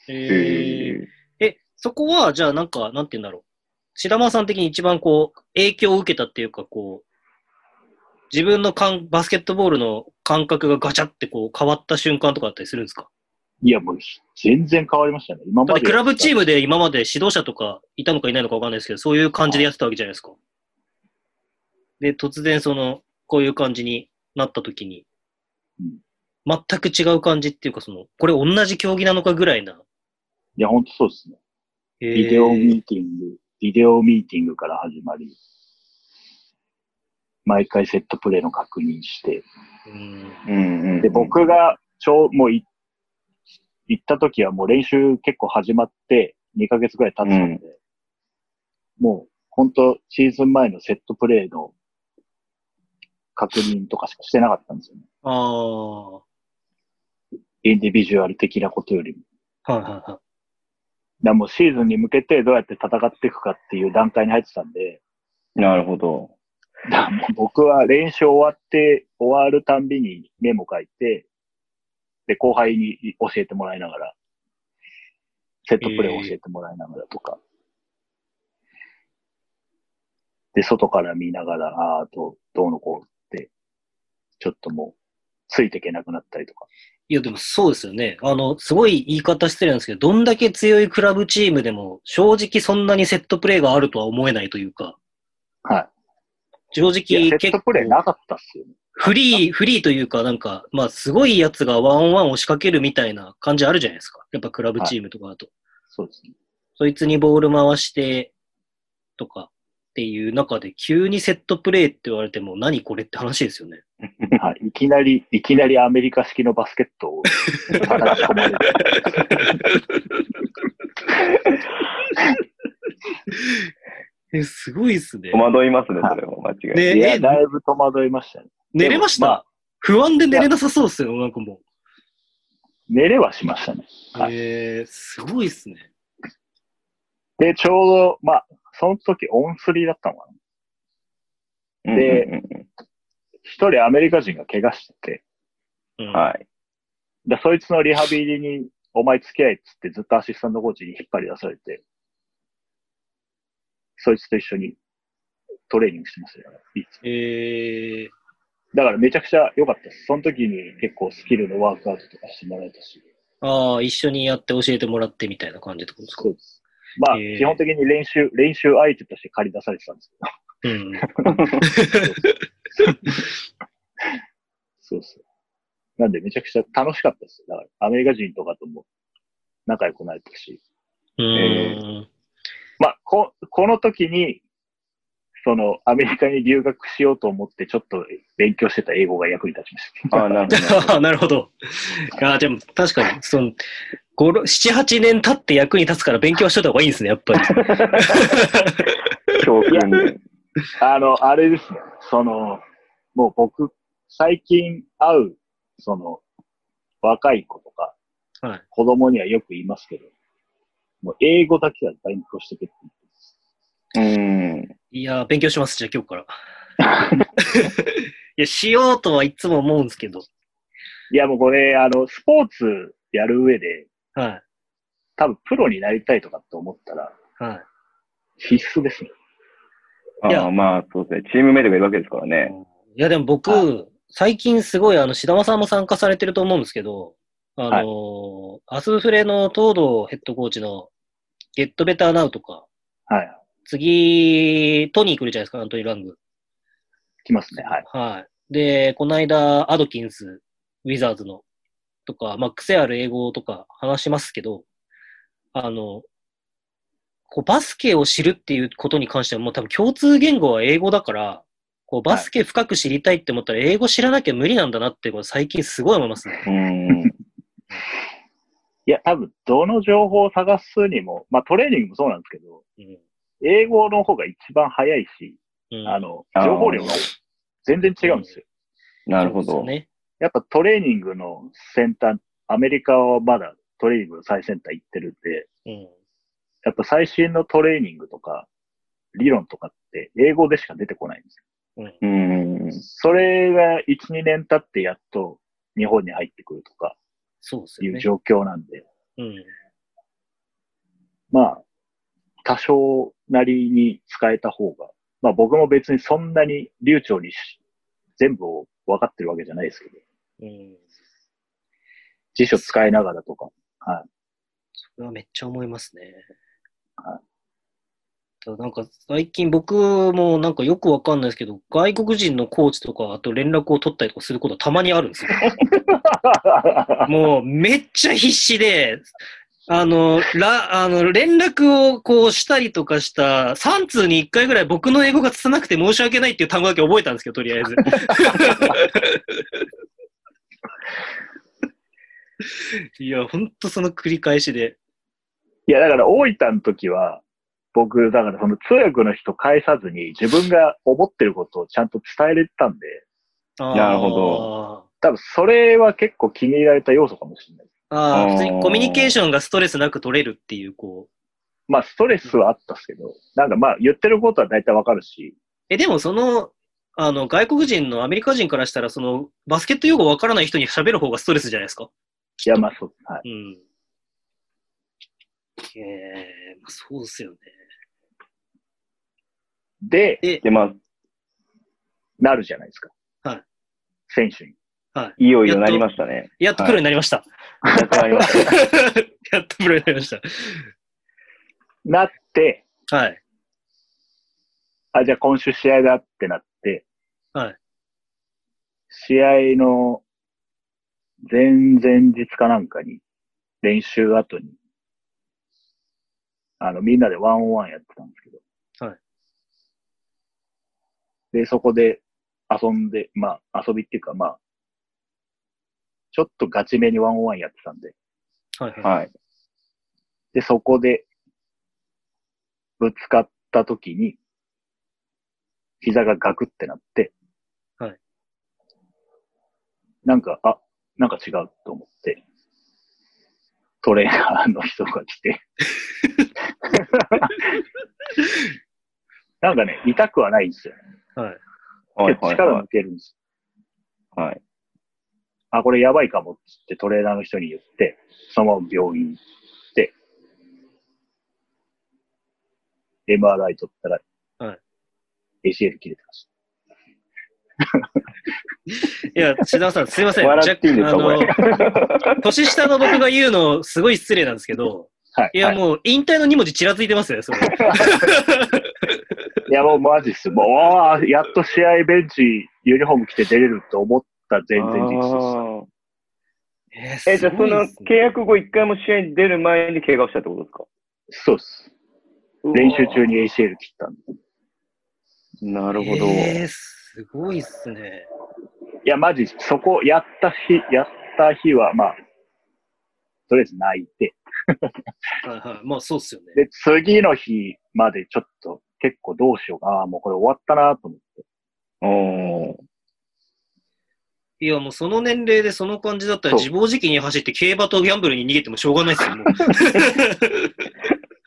Speaker 3: えーえ、そこは、じゃあ、なんか、なんて言うんだろう。白間さん的に一番こう、影響を受けたっていうか、こう、自分のかんバスケットボールの感覚がガチャってこう変わった瞬間とかあったりするんですか
Speaker 4: いや、もう全然変わりましたね。今
Speaker 3: だ
Speaker 4: ま
Speaker 3: って
Speaker 4: で。
Speaker 3: クラブチー
Speaker 4: ム
Speaker 3: ムで今まで指導者とかいたのかいないのかわかんないですけど、そういう感じでやってたわけじゃないですか。で、突然その、こういう感じになった時に
Speaker 4: うん、
Speaker 3: 全く違う感じっていうか、その、これ同じ競技なのかぐらいな。
Speaker 4: いや、ほんとそうですね。
Speaker 3: えー
Speaker 4: ビデオミーティング、ビデオミーティングから始まり、毎回セットプレーの確認して、
Speaker 3: うん
Speaker 2: うんうん。
Speaker 4: で、僕が、ちょう、もうい、行った時はもう練習結構始まって、2ヶ月ぐらい経ってたんで、もう、本当シーズン前のセットプレーの確認とかしかしてなかったんですよね。
Speaker 3: ああ、は
Speaker 4: インディビジュアル的なことよりも。
Speaker 3: いはいはい。
Speaker 4: だからもうシーズンに向けてどうやって戦っていくかっていう段階に入ってたんで、
Speaker 2: なるほど。
Speaker 4: だからもう 僕は練習終わって、終わるたんびにメモ書いて、で、後輩に教えてもらいながら、セットプレーを教えてもらいながらとか。で、外から見ながら、ああ、どう、どうのこうって、ちょっともう、ついていけなくなったりとか。
Speaker 3: いや、でもそうですよね。あの、すごい言い方してるんですけど、どんだけ強いクラブチームでも、正直そんなにセットプレーがあるとは思えないというか、
Speaker 4: は
Speaker 3: 正
Speaker 4: い。い
Speaker 3: 直
Speaker 4: や、セッ
Speaker 3: 結
Speaker 4: ト
Speaker 3: 構
Speaker 4: プレーなかったっすよね。
Speaker 3: フリー、フリーというか、なんか、まあ、すごいやつがワンオンワンを仕掛けるみたいな感じあるじゃないですか。やっぱクラブチームとかだと。
Speaker 4: そうですね。
Speaker 3: そいつにボール回して、とかっていう中で、急にセットプレーって言われても、何これって話ですよね。
Speaker 4: はい。いきなり、いきなりアメリカ式のバスケット を叩き込まれる。
Speaker 3: え、すごいっすね
Speaker 2: 戸。惑いますね、それは間違いない。
Speaker 4: い
Speaker 3: ね
Speaker 4: や、
Speaker 3: え、
Speaker 4: だいぶ戸惑いましたね。
Speaker 3: 寝れまし
Speaker 4: でも
Speaker 3: た不安で寝れなさそうっすよ、なんかも
Speaker 4: 寝れはしましたね。
Speaker 3: う。
Speaker 4: は
Speaker 3: えー、すごいっすね。
Speaker 4: で、ちょうど、まあ、その時オンスリーだったのかな。
Speaker 2: うんうん
Speaker 4: 一人アメリカ人が怪我してて、
Speaker 3: うん
Speaker 2: うん、はい。
Speaker 4: で、そいつのリハビリに、お前付き合いっつってずっとアシスタントコーチに引っ張り出されて、そいつと一緒にトレーニングしてましたよ、いつ
Speaker 3: えー、
Speaker 4: だからめちゃくちゃ良かったです。その時に結構スキルのワークアウトとかしてもらえたし。
Speaker 3: ああ、一緒にやって教えてもらってみたいな感じってことですか
Speaker 4: そうです。まあ、
Speaker 3: えー
Speaker 4: 基本的に練習、練習相手として借り出されてたんですけど。
Speaker 3: うん。
Speaker 4: そうそう。なんでめちゃくちゃ楽しかったです。だから、アメリカ人とかとも仲良くなれたし。
Speaker 3: う
Speaker 2: え
Speaker 3: ーん。
Speaker 4: まあ、こ、この時に、その、アメリカに留学しようと思って、ちょっと勉強してた英語が役に立ちました。
Speaker 2: ああ、なるほど。
Speaker 3: あ なるほど。あでも確かに、その、5 7、8年経って役に立つから勉強しといた方がいいんですね、やっ ぱり。
Speaker 2: 教訓で。
Speaker 4: あの、あれですね。その、もう僕、最近会う、その、若い子とか、
Speaker 3: はい
Speaker 4: 子供にはよく言いますけど、もう英語だけは勉強してけって言ってます
Speaker 2: うん。
Speaker 3: いやー、勉強します、じゃあ今日から。 いや、しようとはいつも思うんですけど。
Speaker 4: いや、もうこれ、あの、スポーツやる上で、
Speaker 3: は
Speaker 4: 多分プロになりたいとかって思ったら、
Speaker 3: い。はい。
Speaker 4: 必須ですね。
Speaker 2: あ
Speaker 3: いや
Speaker 2: あ、まあ、そうですね。チームメイトがいるわけですからね。
Speaker 3: いや、でも僕、最近すごい、あの、志田さんも参加されてると思うんですけど、あのー
Speaker 4: は
Speaker 3: アスフレの東堂ヘッドコーチのゲットベターナウとか、
Speaker 4: はい。
Speaker 3: 次、トニー来るじゃないですか、アントニー・ラング。
Speaker 4: 来ますね。はい。
Speaker 3: はい。で、この間、アドキンス、ウィザーズの、とか、まあ、癖ある英語とか話しますけど、あの、こうバスケを知るっていうことに関しては、もう多分共通言語は英語だから、こうバスケ深く知りたいって思ったら、英語知らなきゃ無理なんだなって、最近すごい思いますね。
Speaker 2: うん。
Speaker 4: いや、多分、どの情報を探すにも、まあトレーニングもそうなんですけど、
Speaker 3: うん
Speaker 4: 英語の方が一番早いし、
Speaker 3: うん
Speaker 4: あの、
Speaker 2: あー
Speaker 4: 情報量が全然違うんですよ。
Speaker 2: なるほ
Speaker 3: そう
Speaker 2: ど。
Speaker 3: ですよね。
Speaker 4: やっぱトレーニングの先端、アメリカはまだトレーニングの最先端行ってるんで、
Speaker 3: うん。
Speaker 4: やっぱ最新のトレーニングとか、理論とかって英語でしか出てこないんです
Speaker 2: うん。
Speaker 4: よ。それが1、2年経ってやっと日本に入ってくるとか
Speaker 3: そうです
Speaker 4: い
Speaker 3: よ
Speaker 4: う
Speaker 3: ね。
Speaker 4: 状況なんで、
Speaker 3: うん。
Speaker 4: まあ、多少なりに使えた方が、まあ僕も別にそんなに流暢にし全部を分かってるわけじゃないですけど、
Speaker 3: うん。
Speaker 4: 辞書使いながらとか、
Speaker 3: それはめっちゃ思いますね
Speaker 4: は。
Speaker 3: ただなんか最近僕もなんかよくわかんないですけど、外国人のコーチとかあと連絡を取ったりとかすることはたまにあるんです よ。もうめっちゃ必死で、あの、ら、あの、連絡をこうしたりとかした、3通に1回ぐらい僕の英語がつなくて申し訳ないっていう単語だけ覚えたんですけど、とりあえず。 いや、ほんとその繰り返しで。
Speaker 4: いや、だから大分の時は、僕、だからその通訳の人返さずに自分が思ってることをちゃんと伝えれてたんで、
Speaker 2: なるほど。
Speaker 4: 多分それは結構気に入られた要素かもしれない。
Speaker 3: あ
Speaker 2: あ
Speaker 3: あ、
Speaker 2: ー
Speaker 3: 普通にコミュニケーションがストレスなく取れるっていう、こう。
Speaker 4: まあストレスはあったっすけど、なんかまあ言ってることは大体わかるし、
Speaker 3: え、でもその、あの、外国人のアメリカ人からしたら、その、バスケット用語わからない人に喋る方がストレスじゃないですか。
Speaker 4: いや、まあそう、はい。
Speaker 3: うん。ええまあ、そうですよね。
Speaker 4: で、
Speaker 2: で、まあ、
Speaker 4: なるじゃないですか。
Speaker 3: はい。
Speaker 4: 選手に。
Speaker 2: いよいよなりましたね。
Speaker 3: やっとプロになりました。
Speaker 2: やっとなりました。
Speaker 3: やっとプロになりまし
Speaker 4: なって、
Speaker 3: た。はい。
Speaker 4: あ、じゃあ今週試合だってなって、
Speaker 3: はい。
Speaker 4: 試合の前々日かなんかに、練習後に、あの、みんなでワンオンワンやってたんですけど。
Speaker 3: はい。
Speaker 4: で、そこで遊んで、まあ、遊びっていうか、まあ、ちょっとガチめにワンオンワンやってたんで、
Speaker 3: はい。はい。
Speaker 2: はい。
Speaker 4: で、そこで、ぶつかった時に、膝がガクってなって、
Speaker 3: はい。
Speaker 4: なんか、あ、なんか違うと思って、トレーナーの人が 来て、なんかね、痛くはないんですよ。
Speaker 3: はい。
Speaker 2: はい。
Speaker 4: けど
Speaker 2: はい。
Speaker 4: 力抜けるんです。
Speaker 2: はい。
Speaker 4: あ、これやばいかもって言ってトレーナーの人に言って、そのまま病院行って、MRI 取ったら、
Speaker 3: は
Speaker 4: ACL 切れてまし
Speaker 3: いや、志田さん、すいません。
Speaker 2: 笑っていいんですか、こ
Speaker 3: 若干
Speaker 2: れ。
Speaker 3: あの、年下の僕が言うの、すごい失礼なんですけど、
Speaker 4: た。はい。
Speaker 3: いや、
Speaker 4: はい
Speaker 3: もう、引退の2文字ちらついてますよ ね、それ。
Speaker 4: いやもうマジっす。もう、あーやっと試合ベンチ、ユニフォーム着て出れると思った前々日です。
Speaker 2: あー
Speaker 3: えー
Speaker 2: え、じゃあそ
Speaker 3: すごい
Speaker 2: の
Speaker 3: ですね
Speaker 2: 契約後一回も試合に出る前に怪我をしたってことですか
Speaker 4: そうっす。練習中に ACL 切ったんで。
Speaker 2: なるほど。
Speaker 3: えー、すごいっすね。
Speaker 4: いや、マジっす、そこ、やった日、やった日は、まあ、とりあえず泣いて、
Speaker 3: はいはい。まあ、そうっすよね。
Speaker 4: で、次の日までちょっと結構どうしようかな、もうこれ終わったなと思って。
Speaker 2: おー
Speaker 3: いや、もうその年齢でその感じだったら、
Speaker 4: そう
Speaker 3: 自暴自棄に走って競馬とギャンブルに逃げてもしょうがないですよ、もう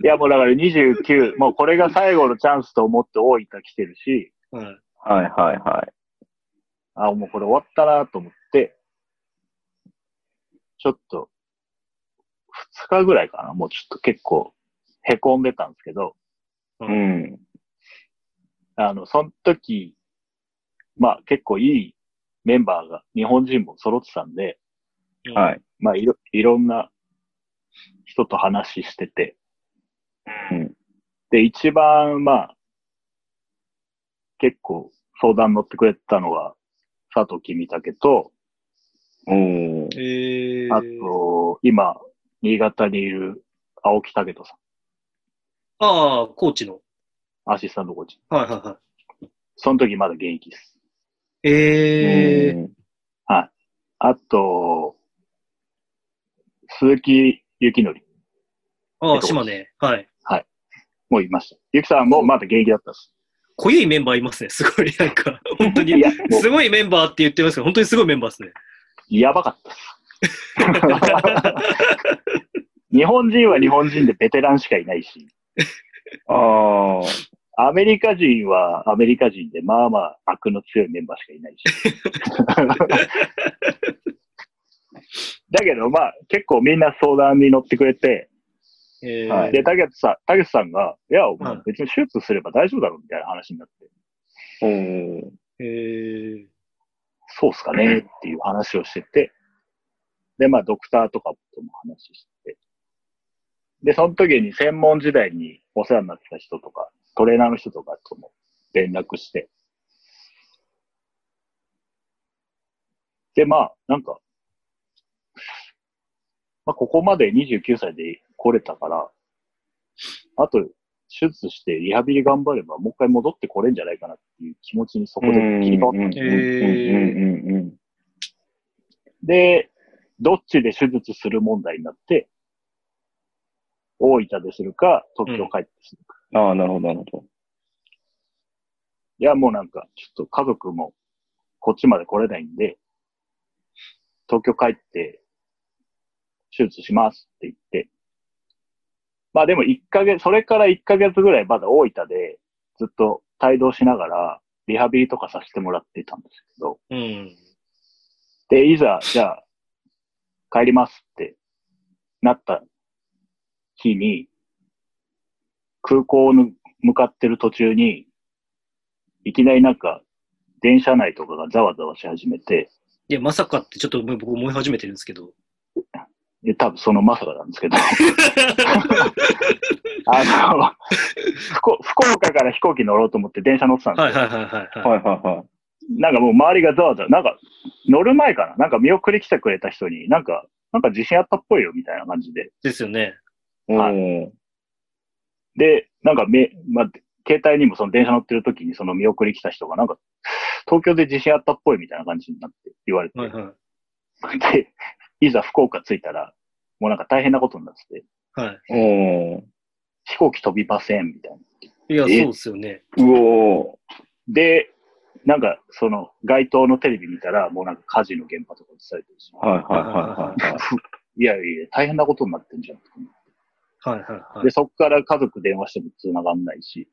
Speaker 4: いや、もうだから29、もうこれが最後のチャンスと思って大分来てるし、
Speaker 3: はい。
Speaker 2: はいはいはい。
Speaker 4: あ、もうこれ終わったなと思って、ちょっと、2日ぐらいかな、もうちょっと結構、へこんでたんですけど、
Speaker 2: うん。
Speaker 4: あの、その時、まあ結構いいメンバーが、日本人も揃ってたんで、
Speaker 2: はいい。
Speaker 4: まあいろ、いろんな人と話してて、
Speaker 2: うん。
Speaker 4: で、一番、まあ、結構相談乗ってくれたのは、佐藤君武と、
Speaker 2: おー
Speaker 3: えー、
Speaker 4: あと、今、新潟にいる青木武人さ
Speaker 3: ああ、コーチの。
Speaker 4: ん、アシスタントコーチ。
Speaker 3: はいはいは
Speaker 4: その時まだ現役です。
Speaker 3: い。えー、
Speaker 4: あと、鈴木幸則
Speaker 3: あ
Speaker 4: えっ
Speaker 3: あ、
Speaker 4: と
Speaker 3: 島根。はい。
Speaker 4: もいました。幸さんもまだ現役だったです。
Speaker 3: 濃ゆいメンバーいますね、すごい。なんか、本当
Speaker 4: い
Speaker 3: に。
Speaker 4: や、もう
Speaker 3: すごいメンバーって言ってますけど、本当にすごいメンバーですね。
Speaker 4: やばかったです。日本人は日本人でベテランしかいないし、
Speaker 2: あー
Speaker 4: アメリカ人はアメリカ人で、まあまあ、悪の強いメンバーしかいないし。だけど、まあ、結構みんな相談に乗ってくれて、
Speaker 3: えー、
Speaker 2: はい
Speaker 4: で、竹内さん、竹内さんが、いや、お前
Speaker 3: はい
Speaker 4: 別に手術すれば大丈夫だろうみたいな話になって、
Speaker 2: おー
Speaker 3: えー、
Speaker 4: そうっすかねっていう話をしてて、で、まあ、ドクターとかとも話して、で、その時に専門時代にお世話になってた人とか、トレーナーの人とかとも連絡して、で、まあ、なんか、まあ、ここまで29歳で来れたから、あと、手術してリハビリ頑張れば、もう一回戻ってこれんじゃないかなっていう気持ちにそこで切り替わった
Speaker 2: うんうんうんうんうん
Speaker 4: で、どっちで手術する問題になって、大分でするか、東京帰ってするか。
Speaker 2: うんああ、なるほど、なるほ
Speaker 4: いや、もうなんか、ちょっと家族もこっちまで来れないんで、東京帰って手術しますって言って。まあでも1ヶ月、それから1ヶ月ぐらいまだ大分でずっと帯同しながらリハビリとかさせてもらっていたんですけど、
Speaker 3: うん。
Speaker 4: で、いざ、じゃあ、帰りますってなった日に、空港に向かってる途中に、いきなりなんか、電車内とかがざわざわし始めて、
Speaker 3: いや、まさかってちょっと僕思い始めてるんですけど。
Speaker 4: で多分そのまさかなんですけど、あの、福福岡から飛行機乗ろうと思って電車乗ってたんですよ
Speaker 3: はいはいはいはい。は
Speaker 2: は
Speaker 3: い
Speaker 2: いはいはい。
Speaker 4: なんかもう周りがざわざわ、なんか乗る前かな、なんか見送り来てくれた人に、なんか、なんか自信あったっぽいよみたいな感じで。
Speaker 3: ですよね。
Speaker 2: お
Speaker 4: はい
Speaker 2: ー
Speaker 4: で、なんかめ、まあ、携帯にもその電車乗ってる時にその見送り来た人が、なんか、東京で自信あったっぽいみたいな感じになって言われて、
Speaker 3: はいはい。
Speaker 4: で、いざ福岡着いたら、もうなんか大変なことになってて、
Speaker 3: は
Speaker 2: おー
Speaker 4: 飛行機飛びませんみたいな。
Speaker 3: い。いや、そう
Speaker 4: え
Speaker 3: ですよね。
Speaker 2: うお
Speaker 4: で、なんかその街頭のテレビ見たら、もうなんか火事の現場とか映されてるし、
Speaker 2: ーはいはいはいはいはい。
Speaker 4: いやいや、大変なことになってんじゃん。
Speaker 3: はいはい
Speaker 4: で、そこから家族電話しても繋がんないし、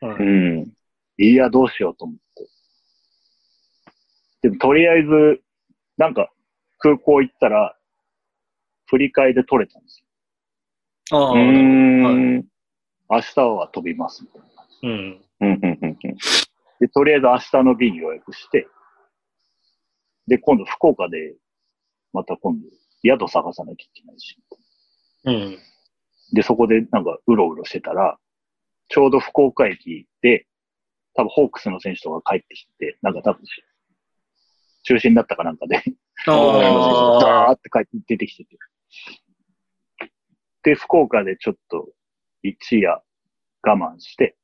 Speaker 3: はい。は
Speaker 2: う
Speaker 3: い、
Speaker 2: ん。
Speaker 4: いや、どうしようと思って。でも、とりあえず、なんか、空港行ったら、振り替えで取れたんですよ。
Speaker 3: ああ、
Speaker 2: うーん。
Speaker 4: 明日は飛びますみたいな。
Speaker 3: うん。
Speaker 2: うんうんうんうん
Speaker 4: で、とりあえず明日の便予約して、で、今度福岡で、また今度、宿探さなきゃいけないし。
Speaker 3: うん。
Speaker 4: で、そこでなんか、うろうろしてたら、ちょうど福岡駅で、多分ホークスの選手とか帰ってきて、なんか多分、中止になったかなんかで、ダ
Speaker 3: あ
Speaker 4: ー
Speaker 3: あ、
Speaker 4: って帰って出てきてて。で、福岡でちょっと一夜我慢して、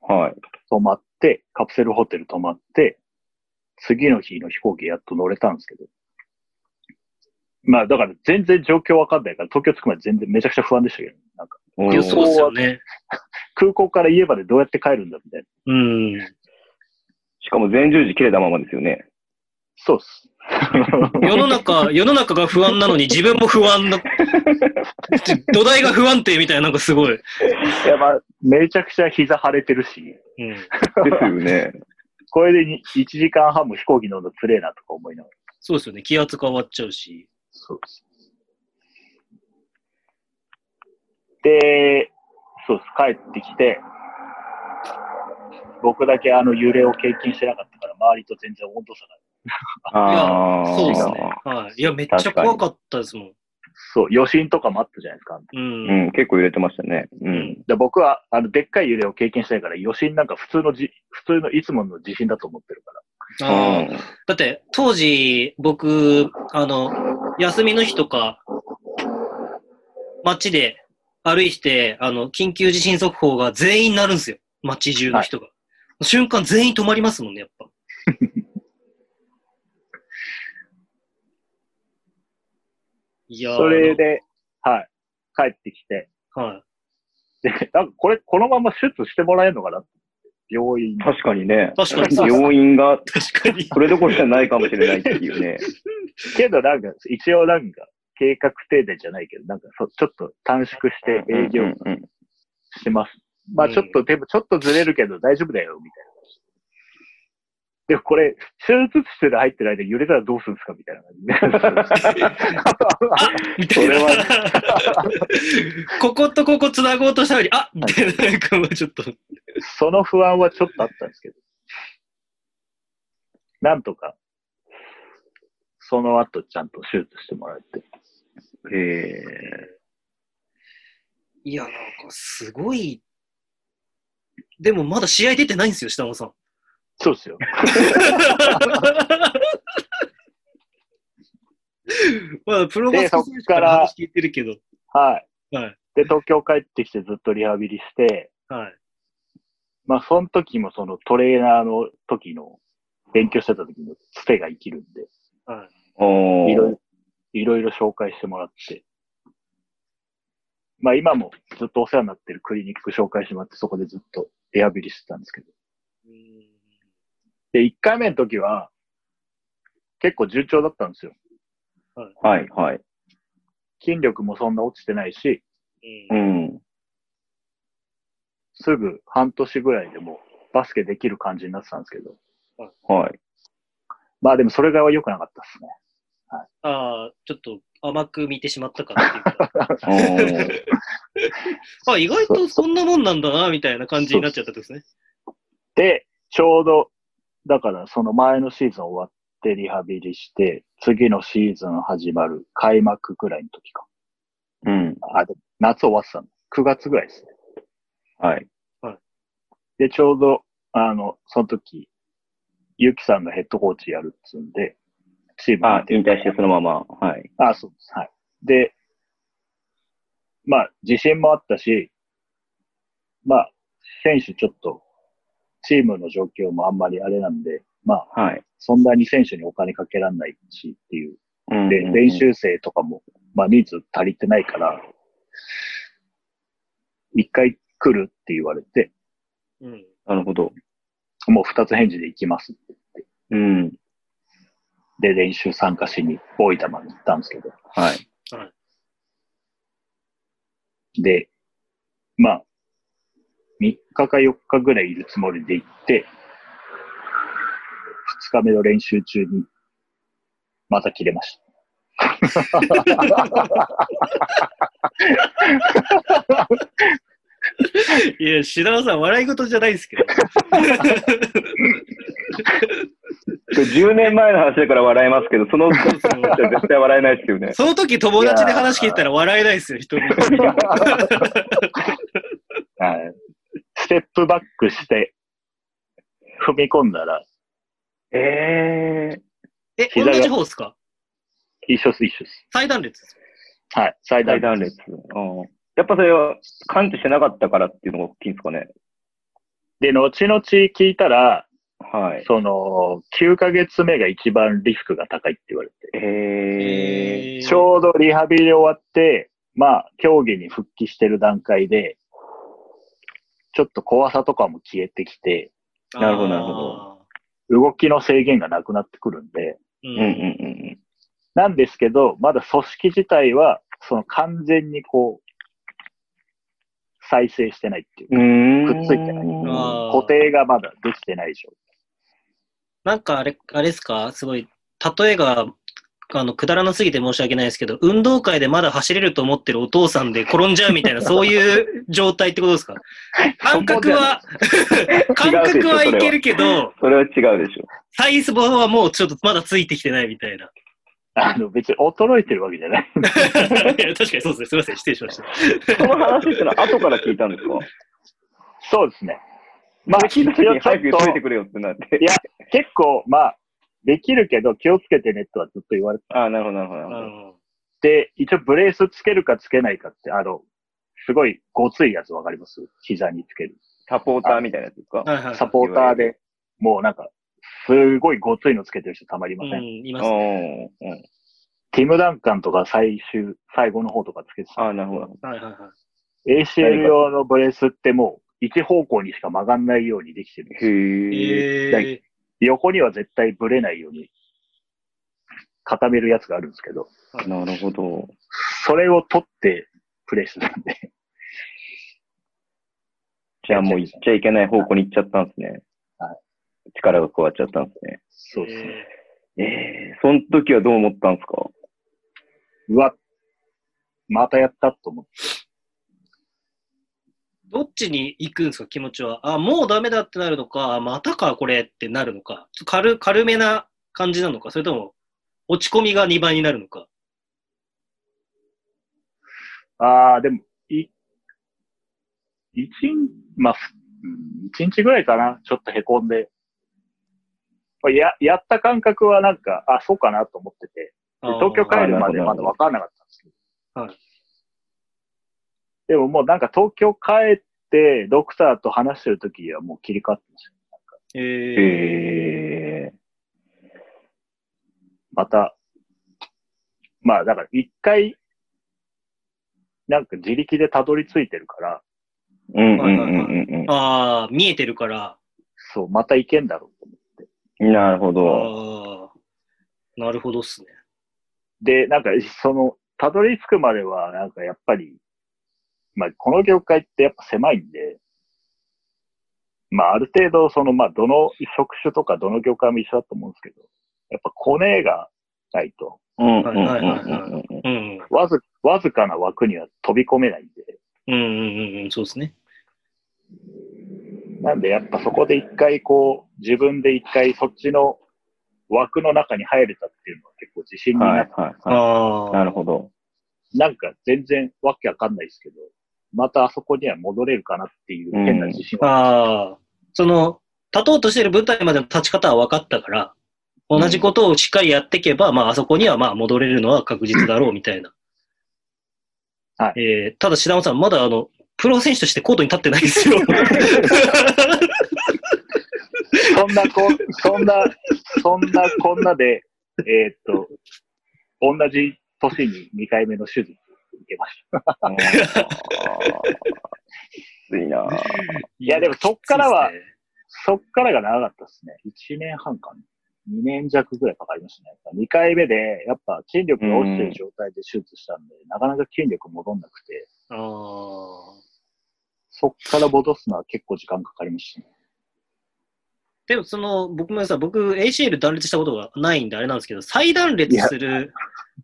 Speaker 2: はい。
Speaker 4: 泊まって、カプセルホテル泊まって、次の日の飛行機やっと乗れたんですけど。まあだから全然状況わかんないから、東京着くまで全然めちゃくちゃ不安でしたけど、なんか
Speaker 2: お
Speaker 3: い
Speaker 2: ー
Speaker 3: や、そうですよね。
Speaker 4: 空港から家までどうやって帰るんだみたいな。
Speaker 3: うん。
Speaker 2: しかも前十字切れたままですよね。
Speaker 4: そうっす。
Speaker 3: 世の中、世の中が不安なのに自分も不安な、 土台が不安定みたいな、なんかすごい。
Speaker 4: いやまあ、めちゃくちゃ膝腫れてるし、
Speaker 3: うん。
Speaker 2: ですよ ね。
Speaker 4: これでに1時間半も飛行機乗るのつれえなとか思いながら。
Speaker 3: そうですよね。気圧変わっちゃうし。
Speaker 4: そうです。で、そうです。帰ってきて、僕だけあの揺れを経験してなかったから、周りと全然温度差が。
Speaker 3: いや
Speaker 2: ああ、、
Speaker 3: そうですね。はい。いや、めっちゃ怖かったですもん。
Speaker 4: そう、余震とかもあったじゃないですか。
Speaker 3: う。
Speaker 2: うんん、結構揺れてましたね。う
Speaker 3: うん
Speaker 2: ん。
Speaker 4: で僕は、あの、でっかい揺れを経験してないから、余震なんか普通のじ、普通のいつもの地震だと思ってるから。
Speaker 3: ああ
Speaker 2: うん
Speaker 3: だって、当時、僕、あの、休みの日とか、街で歩いて、あの、緊急地震速報が全員鳴るんですよ。街中の人が。瞬間全員止まりますもんね、やっ ぱ。いやー
Speaker 4: それ、で、はい。帰ってきて、
Speaker 3: は
Speaker 4: で、なんかこれ、このまま手術してもらえるのかなって病院に。
Speaker 2: 確かにね。
Speaker 3: 確かに
Speaker 2: 病院が
Speaker 3: い。確か に。
Speaker 2: これどころじゃないかもしれないっていうね。
Speaker 4: けどなんか、一応なんか、計画停電じゃないけど、なんかそ、ちょっと短縮して営業
Speaker 2: うんうん
Speaker 4: してます。まあ
Speaker 3: うん
Speaker 4: ちょっと、でもちょっとずれるけど大丈夫だよ、みたいな。でもこれ、手術室で入ってる間に揺れたらどうするんですかみたいな感じで。
Speaker 3: あみたいな。 こことここつなごうとしたのに、あみたいな、なんかもうちょっと。
Speaker 4: その不安はちょっとあったんですけど。なんとか、その後ちゃんと手術してもらって。
Speaker 2: うんえ
Speaker 3: いや、なんかすごい。でもまだ試合出てないんですよ、下野さん。
Speaker 4: そうですよ。
Speaker 3: まだプロバスケ選手から話聞いてるけど。
Speaker 4: はい。
Speaker 3: はい。
Speaker 4: で、東京帰ってきてずっとリハビリして、
Speaker 3: はい。
Speaker 4: まあ、その時もそのトレーナーの時の、勉強してた時のつてが生きるんで、
Speaker 3: はい。
Speaker 2: ー。おー
Speaker 4: いろいろ、いろいろ紹介してもらって、まあ今もずっとお世話になってるクリニック紹介してもらって、そこでずっとリハビリしてたんですけど。
Speaker 3: うん
Speaker 4: で、1回目の時は、結構順調だったんですよ。
Speaker 2: はいはい。
Speaker 4: 筋力もそんな落ちてないし、
Speaker 2: うん。
Speaker 4: すぐ半年ぐらいでもうバスケできる感じになってたんですけど。
Speaker 2: はい。
Speaker 4: まあでもそれが良くなかったですね。
Speaker 3: ああ、ちょっと甘く見てしまったかっていうか。
Speaker 2: おー
Speaker 3: あ、意外とそんなもんなんだな、みたいな感じになっちゃったってことです
Speaker 4: で、ちょうど、だからその前のシーズン終わってリハビリして、次のシーズン始まる開幕ぐらいの時か。
Speaker 2: うん。
Speaker 4: あ、で夏終わってたの。9月ぐらいですね。
Speaker 2: はい。
Speaker 4: で、ちょうど、あの、その時、ゆきさんがヘッドコーチやるっつうんで、チーム
Speaker 2: あ
Speaker 4: に、
Speaker 2: 引退してそのまま。はい。
Speaker 4: あ、そうです。はい。で、まあ、自信もあったし、まあ、選手ちょっと、チームの状況もあんまりあれなんで、まあ、
Speaker 2: はい。
Speaker 4: そんなに選手にお金かけられないしっていう。
Speaker 2: うん
Speaker 4: で、練。習生とかも、まあ、人数足りてないから、一回来るって言われて、
Speaker 3: ね。うん。
Speaker 2: なるほど。
Speaker 4: もう二つ返事で行きますって。
Speaker 2: うん。
Speaker 4: で、練習参加しに大分まで行ったんですけど。
Speaker 2: はい。
Speaker 4: で、まあ、3日か4日ぐらいいるつもりで行って、2日目の練習中に、また切れました。
Speaker 3: いや、品川さん、笑い事じゃないです けど。
Speaker 2: 10年前の話だから笑えますけど、その時は絶対笑えないです よね。
Speaker 3: その時友達で話聞いたら笑えないですよ、一人も。
Speaker 4: はいステップバックして、踏み込んだら、
Speaker 2: ええ
Speaker 3: え、
Speaker 4: 膝
Speaker 3: 同
Speaker 4: が
Speaker 3: じ方ですか
Speaker 4: 一緒です、一緒です。
Speaker 3: 最断列です。
Speaker 4: はい、最
Speaker 2: ー、大
Speaker 4: 大
Speaker 2: 断裂。あーやっぱそれは感知してなかったからっていうのが大きいんですかね。
Speaker 4: で、後々聞いたら、
Speaker 2: はい。
Speaker 4: その、9ヶ月目が一番リスクが高いって言われて、
Speaker 2: ええ
Speaker 3: えー
Speaker 4: ちょうどリハビリ終わって、まあ、競技に復帰してる段階で、ちょっと怖さとかも消えてきて、
Speaker 2: なるほどなるほ
Speaker 3: ど。
Speaker 4: 動きの制限がなくなってくるんで、
Speaker 2: う
Speaker 3: う
Speaker 2: んうん
Speaker 3: ん。
Speaker 2: うん
Speaker 4: なんですけど、まだ組織自体は、その完全にこう、再生してないっていう
Speaker 2: う
Speaker 4: か、
Speaker 2: ん。うーん
Speaker 4: くっついてない
Speaker 3: あー
Speaker 4: 固定がまだできてない状
Speaker 3: なんかあれ、あれですかすごい、例えが、あの、くだらなすぎて申し訳ないですけど、運動会でまだ走れると思ってるお父さんで転んじゃうみたいな、そういう状態ってことですか感覚は、感覚はいけるけど、
Speaker 2: それは違うでしょ。
Speaker 3: サイズボはもうちょっとまだついてきてないみたいな。
Speaker 4: 態。あの、別に衰えてるわけじゃない。
Speaker 3: いや確かにそうですね。すみません。失礼しました。
Speaker 2: その話ってのは後から聞いたんですか
Speaker 4: そうですね。
Speaker 2: ま
Speaker 4: まあ、
Speaker 2: あ、聞いた時に早く言っといて
Speaker 4: 結
Speaker 2: くれよってなって
Speaker 4: い。や構、まあ、できるけど気をつけてねとはずっと言われて
Speaker 2: ああ、なるほど、なるほどな
Speaker 3: あ
Speaker 2: るほど。
Speaker 3: の
Speaker 4: で、一応ブレースつけるかつけないかって、あの、すごいごついやつわかります膝につける。
Speaker 2: サポーターみたいなやつですか
Speaker 3: はいはい
Speaker 4: サポーターで、もうなんか、すごいごついのつけてる人たまりません。
Speaker 3: うん、いますね。
Speaker 2: おーうん
Speaker 4: ティム・ダンカンとか最終、最後の方とかつけて
Speaker 2: あ
Speaker 4: た。
Speaker 2: あ、なるほど。
Speaker 3: はいはいはい。
Speaker 4: ACL 用のブレースってもう、一方向にしか曲がんないようにできてるんです
Speaker 2: へえ。
Speaker 3: え
Speaker 4: 横には絶対ブレないように、固めるやつがあるんですけど、
Speaker 2: なるほど。
Speaker 4: それを取ってプレーしてたんで。
Speaker 2: じゃあもう行っちゃいけない方向に行っちゃったんですね。
Speaker 4: は
Speaker 2: 力が加わっちゃったんですね。
Speaker 4: そうですね。
Speaker 2: ええその時はどう思ったんですか
Speaker 4: うわ、またやったと思って。
Speaker 3: どっちに行くんですか、気持ちは。あ、もうダメだってなるのか、あまたか、これってなるのか。ちょっと軽軽めな感じなのか、それとも、落ち込みが2倍になるのか。
Speaker 4: ああ、でも、い、一日、まあ、ふうん一日ぐらいかな。ちょっと凹んで。まあや、やった感覚はなんか、あ、そうかなと思ってて。で
Speaker 3: あー
Speaker 4: 東京帰るまで
Speaker 2: あーなるほど
Speaker 4: まだ分かんなかったんですけど。
Speaker 3: はい
Speaker 4: でももうなんか東京帰って、ドクターと話してる時にはもう切り替わってました。
Speaker 3: え
Speaker 2: ええ
Speaker 4: また、まあだから一回、なんか自力でたどり着いてるから、
Speaker 2: うんうんうんうん
Speaker 3: ー。ああ、見えてるから。
Speaker 4: そう、またいけんだろうと思って。
Speaker 2: うん。なるほど。
Speaker 3: ああ。なるほどっすね。
Speaker 4: で、なんか、その、たどり着くまでは、なんかやっぱり、まあ、この業界ってやっぱ狭いんで、まあ、ある程度、その、まあ、どの職種とかどの業界も一緒だと思うんですけど、やっぱコネがないと、
Speaker 2: うんうん
Speaker 3: は
Speaker 2: う
Speaker 3: い
Speaker 2: んうん
Speaker 3: はいはい
Speaker 2: う
Speaker 3: は
Speaker 2: んうん。
Speaker 3: うん。
Speaker 4: わず、わずかな枠には飛び込めないんで、
Speaker 3: うんうんうん、そうですね。
Speaker 4: なんでやっぱそこで一回こう、自分で一回そっちの枠の中に入れたっていうのは結構自信になっ
Speaker 2: は
Speaker 4: て、
Speaker 2: いはいはい。
Speaker 3: ああ。
Speaker 2: なるほど。
Speaker 4: なんか全然わけわかんないですけど、またあそこには戻れるかなっていう変な自信は、
Speaker 3: ああ。その、立とうとしてる舞台までの立ち方は分かったから、同じことをしっかりやっていけば、まあ、あそこにはまあ、戻れるのは確実だろうみたいな。
Speaker 4: はい
Speaker 3: えーただ、白尾さん、まだあの、プロ選手としてコートに立ってないですよ。
Speaker 4: そんなこ、そんな、そんなこんなで、えーっと、同じ年に2回目の手術受けました。
Speaker 2: あーき ついなぁ
Speaker 4: いや、でもそっから
Speaker 3: そ
Speaker 4: は、
Speaker 3: うですね
Speaker 4: そっからが長かったですね。1年半かな。2年弱ぐらいかかりましたね。2回目で、やっぱ筋力が落ちてる状態で手術したんで、なかなか筋力戻んなくて、
Speaker 3: ああ。
Speaker 4: そっから戻すのは結構時間かかりましたね。
Speaker 3: でも、その、僕もさ、僕、ACL 断裂したことがないんで、あれなんですけど、再断裂する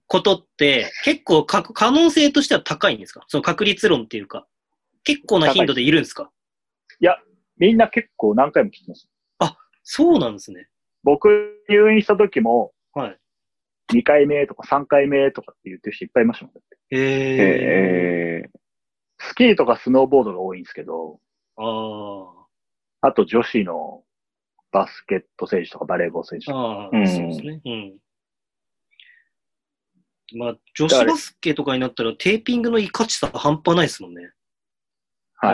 Speaker 3: ことって、結構か、可能性としては高いんですかその確率論っていうか、結構な頻度でいるんですか
Speaker 4: みんな結構何回も来てます。
Speaker 3: そうなんですね。
Speaker 4: 僕、入院した時も、
Speaker 3: はい。
Speaker 4: 2回目とか3回目とかって言ってる人いっぱいいましたもん。だって
Speaker 3: ええ
Speaker 2: えー
Speaker 4: スキーとかスノーボードが多いんですけど、
Speaker 3: ああ。
Speaker 4: あと女子のバスケット選手とかバレーボール選手とか
Speaker 3: ああ、
Speaker 2: うん
Speaker 3: そうですね。うん。まあ、女子バスケとかになったら、テーピングのいかちさ半端ないですもんね。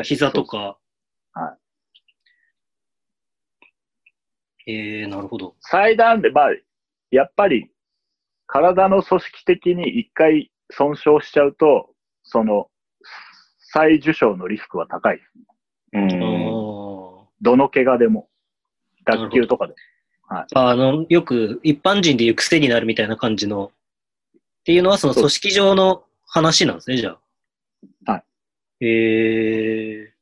Speaker 3: 膝と。か。。
Speaker 4: はい
Speaker 3: ええなるほど。
Speaker 4: 祭壇で、まあ、やっぱり、体の組織的に一回損傷しちゃうと、その、再受傷のリスクは高いです。
Speaker 2: うん
Speaker 3: ああ。
Speaker 4: どの怪我でも。
Speaker 3: なるほど
Speaker 4: 脱臼とかでも。
Speaker 3: あの、よく一般人で言う癖になるみたいな感じの、っていうのはその組織上の話なんですね、じゃあ。。
Speaker 4: はい
Speaker 3: え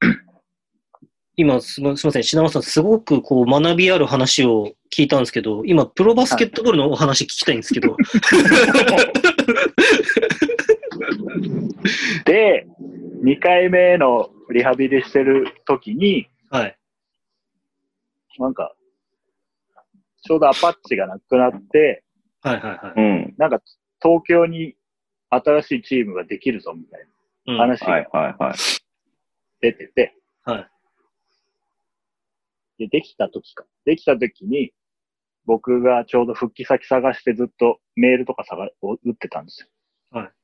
Speaker 3: ー、 今すみ、すみません、品川さん、すごくこう学びある話を聞いたんですけど、今、プロバスケットボールのお話聞きたいんですけど。
Speaker 4: で、2回目のリハビリしてる時に、
Speaker 3: はい。
Speaker 4: なんか、ちょうどアパッチがなくなって、
Speaker 3: はいはいは
Speaker 2: う
Speaker 3: い。
Speaker 2: ん。
Speaker 4: なんか東京に新しいチームができるぞみたい
Speaker 3: うん
Speaker 4: な話
Speaker 2: は
Speaker 4: が
Speaker 2: いはいはい。
Speaker 4: 出てて、
Speaker 3: はい。
Speaker 4: で、できた時か。できた時に、僕がちょうど復帰先探してずっとメールとか探、を打ってたんですよ。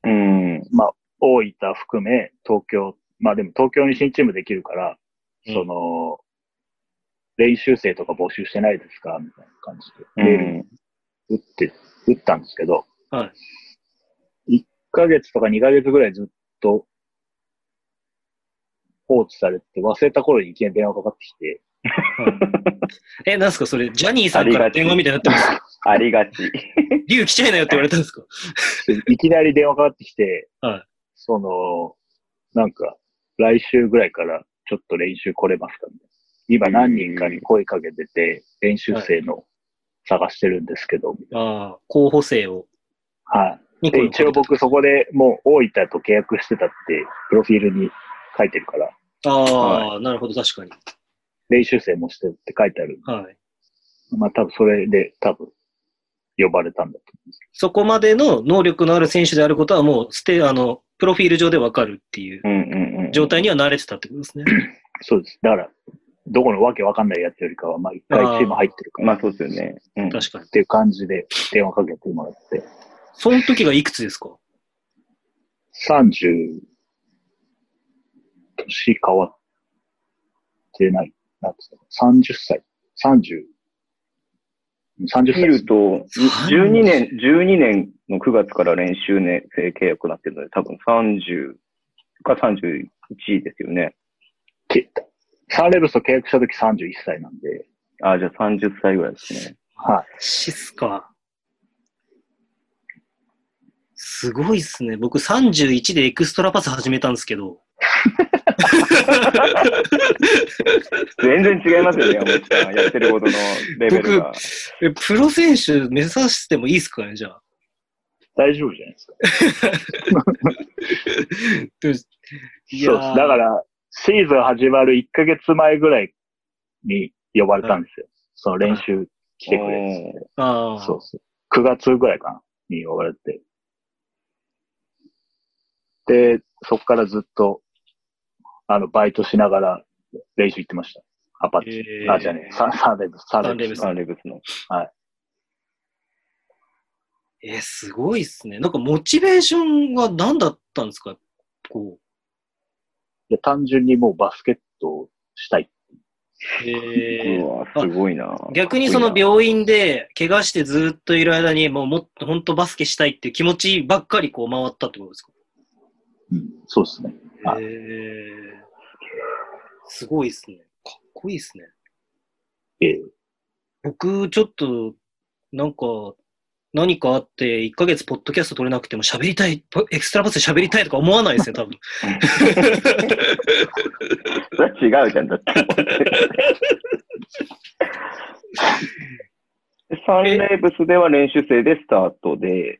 Speaker 2: うん。
Speaker 4: 大分含め、東京、まあでも東京に新チームできるから、
Speaker 3: うん
Speaker 4: その、練習生とか募集してないですかみたいな感じ
Speaker 2: う
Speaker 4: で、メール
Speaker 2: ん。
Speaker 4: 打って、打ったんですけど、。
Speaker 3: はい
Speaker 4: 1ヶ月とか2ヶ月ぐらいずっと、放置されて、忘れた頃にいきなり電話かかってきて、
Speaker 3: え、なんすかそれ、ジャニーさんから電話みたいになって ます。
Speaker 2: ありがち。
Speaker 3: 竜来ちゃいなよって言われたんですか
Speaker 4: いきなり電話かかってきて、
Speaker 3: はい
Speaker 4: その、なんか、来週ぐらいからちょっと練習来れますかみたいな今何人かに声かけてて、練習生の探してるんですけど、みたい
Speaker 3: ああ、候補生を。
Speaker 4: なは
Speaker 3: に
Speaker 4: い。で、一応僕そこでもう大分と契約してたって、プロフィールに書いてるから、
Speaker 3: ああ、なるほど、確かに。
Speaker 4: 練習生もしてるって書いてある。
Speaker 3: はい。
Speaker 4: まあ多分それで多分呼ばれたんだと思うんです
Speaker 3: そこまでの能力のある選手であることはもう、ステ、あの、プロフィール上でわかるっていう
Speaker 2: うんうんうん。
Speaker 3: 状態には慣れてたってこと ですね。
Speaker 4: けど。そうです。だから、どこのわけわかんないやつよりかは、まあ一回チーム入ってるから。
Speaker 2: まあそうですよね。うん。
Speaker 3: 確かに
Speaker 4: っ。ていう感じで電話かけてもらって、
Speaker 3: その時がいくつですか
Speaker 4: 30、年変わってない。なんつうの ?30 歳。30、30
Speaker 2: 見
Speaker 4: 歳です
Speaker 2: る。と、12年、12年の9月から練習ね、契約になってるので、多分30か31ですよね。
Speaker 4: けサンレブスと契約した時31歳なんで、
Speaker 2: あ、じゃあ30歳ぐらいですね。
Speaker 4: はい。
Speaker 3: シスか。すごいっすね。僕31でエクストラパス始めたんですけど。
Speaker 2: 全然違いますよね、山本さん。やってることのレベルが。
Speaker 3: え、プロ選手目指してもいいですかね、じゃあ。
Speaker 4: 大丈夫じゃないですか。
Speaker 3: でいやー
Speaker 4: そうです。だから、シーズン始まる1ヶ月前ぐらいに呼ばれたんですよ。その練習来てくれっつって
Speaker 3: ああ。
Speaker 4: そうそう。9月ぐらいかなに呼ばれて。で、そこからずっと、あの、バイトしながら練習行ってました。アパッチ。
Speaker 3: えー
Speaker 4: あ、じゃねえ、サンサンレブス、サンレブス。
Speaker 3: サ
Speaker 2: あレブスの。
Speaker 3: えーすごいっすね。なんかモチベーションが何だったんですかこ
Speaker 4: で単純にもうバスケットをしたい。
Speaker 3: う。えー
Speaker 2: うわ、すごいな。
Speaker 3: 逆にその病院で怪我してずっといる間に、もうもっと本当バスケしたいっていう気持ちばっかりこう回ったってことですか
Speaker 4: うん、そうですね。あ
Speaker 3: えーすごいっすね。かっこいいっすね。
Speaker 4: ええ
Speaker 3: 僕、ちょっと、なんか、何かあって、1ヶ月ポッドキャスト撮れなくても喋りたい、ポエクストラパスで喋りたいとか思わないですね、多分。
Speaker 2: それは違うじゃん、だって。 サンレーブスでは練習生でスタートで、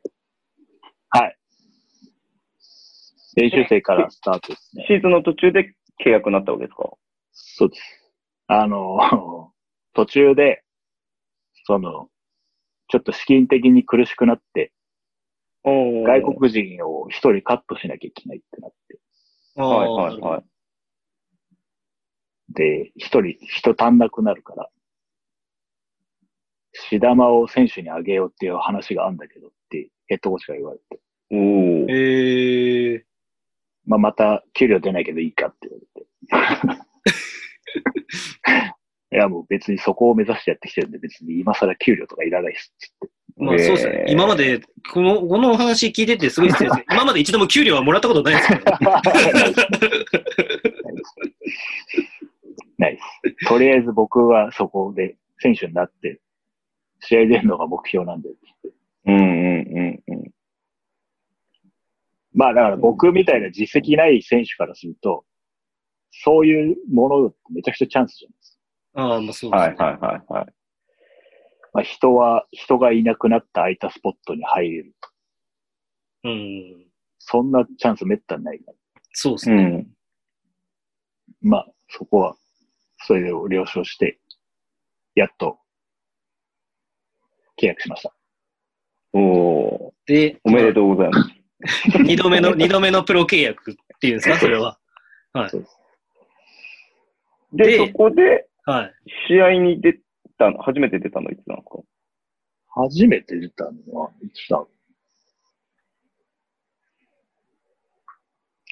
Speaker 4: 練習生からスタートですね。
Speaker 2: シーズンの途中で契約になったわけですか
Speaker 4: そうです。あの、 途中で、その、ちょっと資金的に苦しくなって、外
Speaker 2: 外
Speaker 4: 国人を一人カットしなきゃいけないってなって、
Speaker 2: はいはい
Speaker 3: い。
Speaker 2: はい。
Speaker 4: で、一人、人足んなくなるから、シダマを選手にあげようっていう話があるんだけどって、ヘッドコーチが言われて、
Speaker 2: おー
Speaker 3: えー、
Speaker 4: まあ、また給料出ないけどいいかって言われて。いや、もう別にそこを目指してやってきてるんで、別に今更給料とかいらないっす。
Speaker 3: まあそうですね
Speaker 2: え。ー
Speaker 3: 今まで、この、このお話聞いててすごい失礼 ですね。今まで一度も給料はもらったことないですけど、ね、
Speaker 4: ないです。とりあえず僕はそこで選手になって、試合出るのが目標なんで。
Speaker 2: うんうんうんうん。
Speaker 4: まあだから僕みたいな実績ない選手からすると、そういうものってめちゃくちゃチャンスじゃないです
Speaker 3: ああ、まあそうですね。
Speaker 2: はいはいはいはい。
Speaker 4: か。まあ人は、人がいなくなった空いたスポットに入れる。
Speaker 3: うん。
Speaker 4: そんなチャンスめったにないから。
Speaker 3: そうです
Speaker 2: う
Speaker 3: ね。
Speaker 2: ん。
Speaker 4: まあそこは、それを了承して、やっと、契約しました。
Speaker 2: おー
Speaker 3: で、
Speaker 2: おめでとうございます。
Speaker 3: 二度目の、二度目のプロ契約っていうんですか、それは。
Speaker 2: で、
Speaker 3: で
Speaker 2: そこで
Speaker 3: はい。
Speaker 2: 試合に出たの、初めて出たのいつなんですか
Speaker 4: 初めて出たのは、いつだ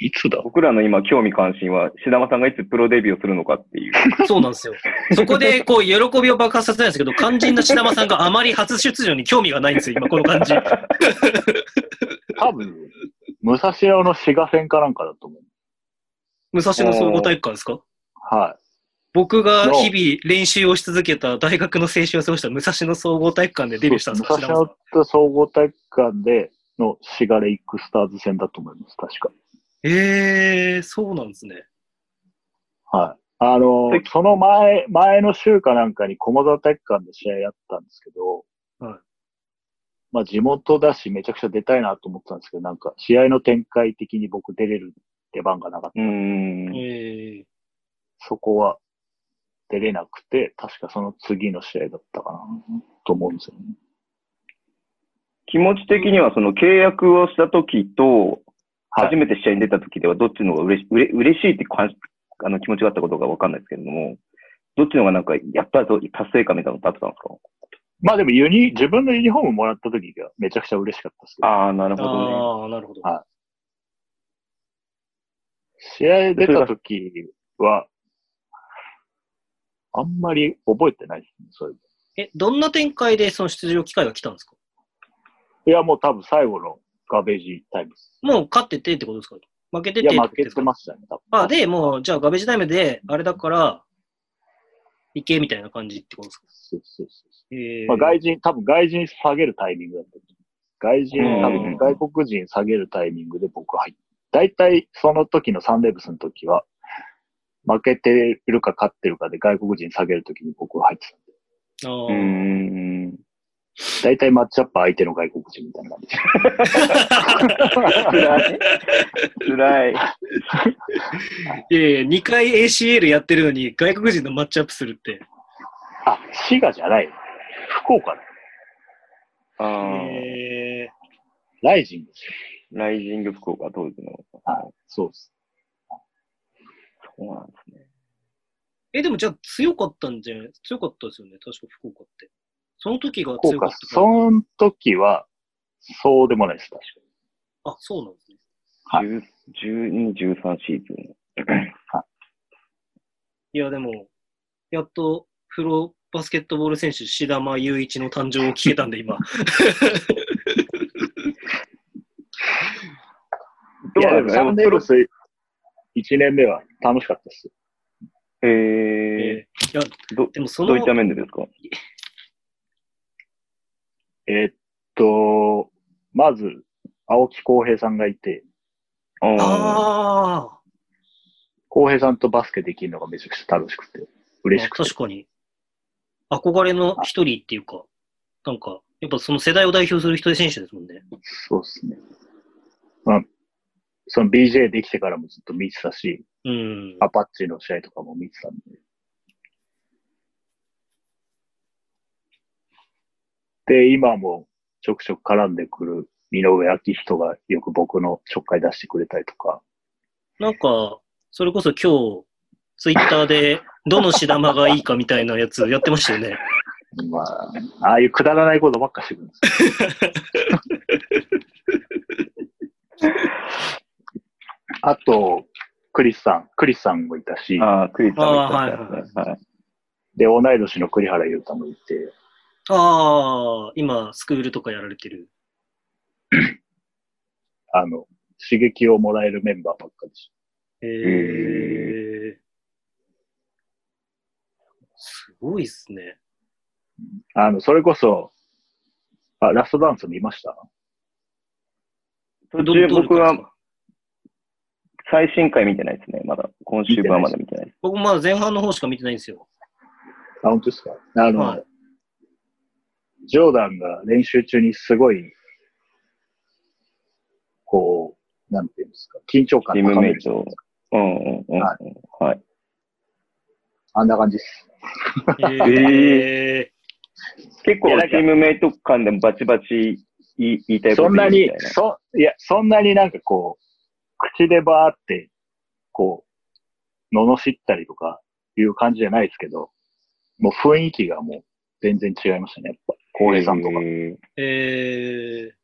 Speaker 4: いつだ
Speaker 2: 僕らの今、興味関心は、志田さんがいつプロデビューをするのかっていう。
Speaker 3: そうなんですよ。そこで、こう、喜びを爆発させたいんですけど、肝心な品間さんがあまり初出場に興味がないんですよ、今、この感じ。
Speaker 4: 多分、武蔵野の滋賀戦かなんかだと思う。
Speaker 3: 武蔵野総合体育館ですか
Speaker 4: は
Speaker 3: 僕が日々練習をし続けた大学の青春を過ごした武蔵野総合体育館で
Speaker 4: い。
Speaker 3: デビューしたんです
Speaker 4: 武
Speaker 3: か、品
Speaker 4: 蔵
Speaker 3: 間さん
Speaker 4: 野と総合体育館での滋賀レイクスターズ戦だと思います、確か。
Speaker 3: ええー、そうなんですね。
Speaker 4: はい。あの
Speaker 2: はい、
Speaker 4: その前、前の週かなんかに駒沢体育館で試合やったんですけど、
Speaker 3: はい
Speaker 4: まあ地元だしめちゃくちゃ出たいなと思ってたんですけど、なんか試合の展開的に僕出れる出番がなかった。
Speaker 2: うーん。
Speaker 3: ええ
Speaker 4: そこは出れなくて、確かその次の試合だったかなと思うんですよね。
Speaker 2: 気持ち的には、その契約をした時と、
Speaker 4: はい
Speaker 2: 初めて試合に出た時では、どっちの方が嬉しうれ嬉しいって感じあの気持ちがあったことがわかんないですけれども、どっちの方がなんか、やったぞ、達成感みたいなのってあったんです
Speaker 4: まあでもユニ、自分のユニフォームもらった時がめちゃくちゃ嬉しかったですけ
Speaker 2: か
Speaker 4: ど、
Speaker 2: ああ、なるほどね。
Speaker 3: ああ、なるほど。
Speaker 4: はい試合出た時は、あんまり覚えてないですね、それ。
Speaker 3: え、どんな展開でその出場機会が来たんですか
Speaker 4: いや、もう多分最後のガベージタイムです。
Speaker 3: もう勝っててってことですか負けて
Speaker 4: い
Speaker 3: てっ
Speaker 4: や、
Speaker 3: てこ
Speaker 4: 負
Speaker 3: と
Speaker 4: け
Speaker 3: です
Speaker 4: て
Speaker 3: か
Speaker 4: ましたね、多分。
Speaker 3: あ、で、もう、じゃあガベージタイムで、あれだから、いけみたいな感じってことですか
Speaker 4: そうそうそう。
Speaker 3: ええ
Speaker 4: まあ、外人、多分外人下げるタイミングだったと思う。外人、
Speaker 2: うん
Speaker 4: 多分外国人下げるタイミングで僕入った。大体その時のサンレブスの時は、負けてるか勝ってるかで外国人下げるときに僕は入ってたんで。
Speaker 3: あ
Speaker 2: うー
Speaker 3: ー
Speaker 2: ん。
Speaker 4: 大体マッチアップは相手の外国人みたいな感じ。
Speaker 2: 辛い。辛 い。
Speaker 3: いやいや、2回 ACL やってるのに外国人のマッチアップするって。
Speaker 4: あ、滋賀じゃない。福岡だ。
Speaker 2: あー
Speaker 3: えー
Speaker 4: ライジンですよ。
Speaker 2: ライジング福岡当時の。
Speaker 4: はい。そうです。
Speaker 2: そうなんですね。
Speaker 3: え、でもじゃあ強かったんじゃない強かったですよね。確か福岡って。その時が
Speaker 4: 福
Speaker 3: 強かった、
Speaker 4: 岡
Speaker 3: から。
Speaker 4: その時は、そうでもないです、確かに。
Speaker 3: あ、そうなんですね。
Speaker 4: はい
Speaker 2: 12、13シーズン。
Speaker 3: いや、でも、やっとプロバスケットボール選手、志田間雄一の誕生を聞けたんで、今。
Speaker 4: い
Speaker 2: ど
Speaker 4: や、でも
Speaker 2: うな
Speaker 4: サ
Speaker 2: ん
Speaker 4: ン
Speaker 2: です
Speaker 4: デー
Speaker 2: か
Speaker 4: ブス1年目は楽しかったです。
Speaker 2: え
Speaker 3: え
Speaker 2: ー、
Speaker 3: いや、
Speaker 2: ど、
Speaker 3: でもそ
Speaker 2: ど
Speaker 3: の
Speaker 2: ういっ、た面でですか
Speaker 4: えーっと、まず、青木浩平さんがいて、
Speaker 2: あ
Speaker 3: ああ、
Speaker 4: 浩平さんとバスケできるのがめちゃくちゃ楽しくて、嬉しくて。
Speaker 3: 確かに。憧れの一人っていうか、なんか、やっぱその世代を代表する人選手ですもんね。
Speaker 4: そうですね。まあ、その BJ できてからもずっと見てたし、
Speaker 3: うん。
Speaker 4: アパッチの試合とかも見てたんで。で、今もちょくちょく絡んでくる井上明人がよく僕のちょっかい出してくれたりとか、
Speaker 3: なんか、それこそ今日、ツイッターで、どの志田間がいいかみたいなやつやってましたよね。
Speaker 4: まあ、ああいうくだらないことばっかしてくるんですよ。 あと、クリスさん、クリスさんもいたし
Speaker 2: ー、あー、クイズさん
Speaker 3: あー
Speaker 2: がいたはい。
Speaker 4: で、同い年の栗原優太もいて、
Speaker 3: ああ、今、スクールとかやられてる。
Speaker 4: あの、刺激をもらえるメンバーばっかりでし
Speaker 3: ええすごいっすね。
Speaker 4: た。あの、それこそ、あ、ラストダンス見ました
Speaker 2: 途中僕
Speaker 3: どう
Speaker 2: は
Speaker 3: ですか
Speaker 2: 最新回見てないですね。まだ、今週分はまだ見てないです。
Speaker 3: 僕まだ前半の方しか見てない んですよ。
Speaker 4: あ、本当ですかあの、
Speaker 3: はい
Speaker 4: ジョーダンが練習中にすごい、こう、なんていうんですか、緊張感
Speaker 2: チーム
Speaker 4: 高め
Speaker 2: メ
Speaker 4: る
Speaker 2: イ。ト。うんうんうんうん。
Speaker 4: は
Speaker 2: はい。
Speaker 4: あんな感じです。
Speaker 3: ええ
Speaker 2: 結構
Speaker 4: いやなんか
Speaker 2: チームメイト間でもバチバチ言い言いたいこ
Speaker 4: そ
Speaker 2: と
Speaker 4: ん
Speaker 2: 言
Speaker 4: な
Speaker 2: うみ
Speaker 4: に
Speaker 2: たい、な。
Speaker 4: そ、いや、そんなになんかこう、口でばーって、こう、罵ったりとかいう感じじゃないですけど、もう雰囲気がもう全然違いましたね、やっぱ。浩平さんとか。
Speaker 2: えー
Speaker 3: ええ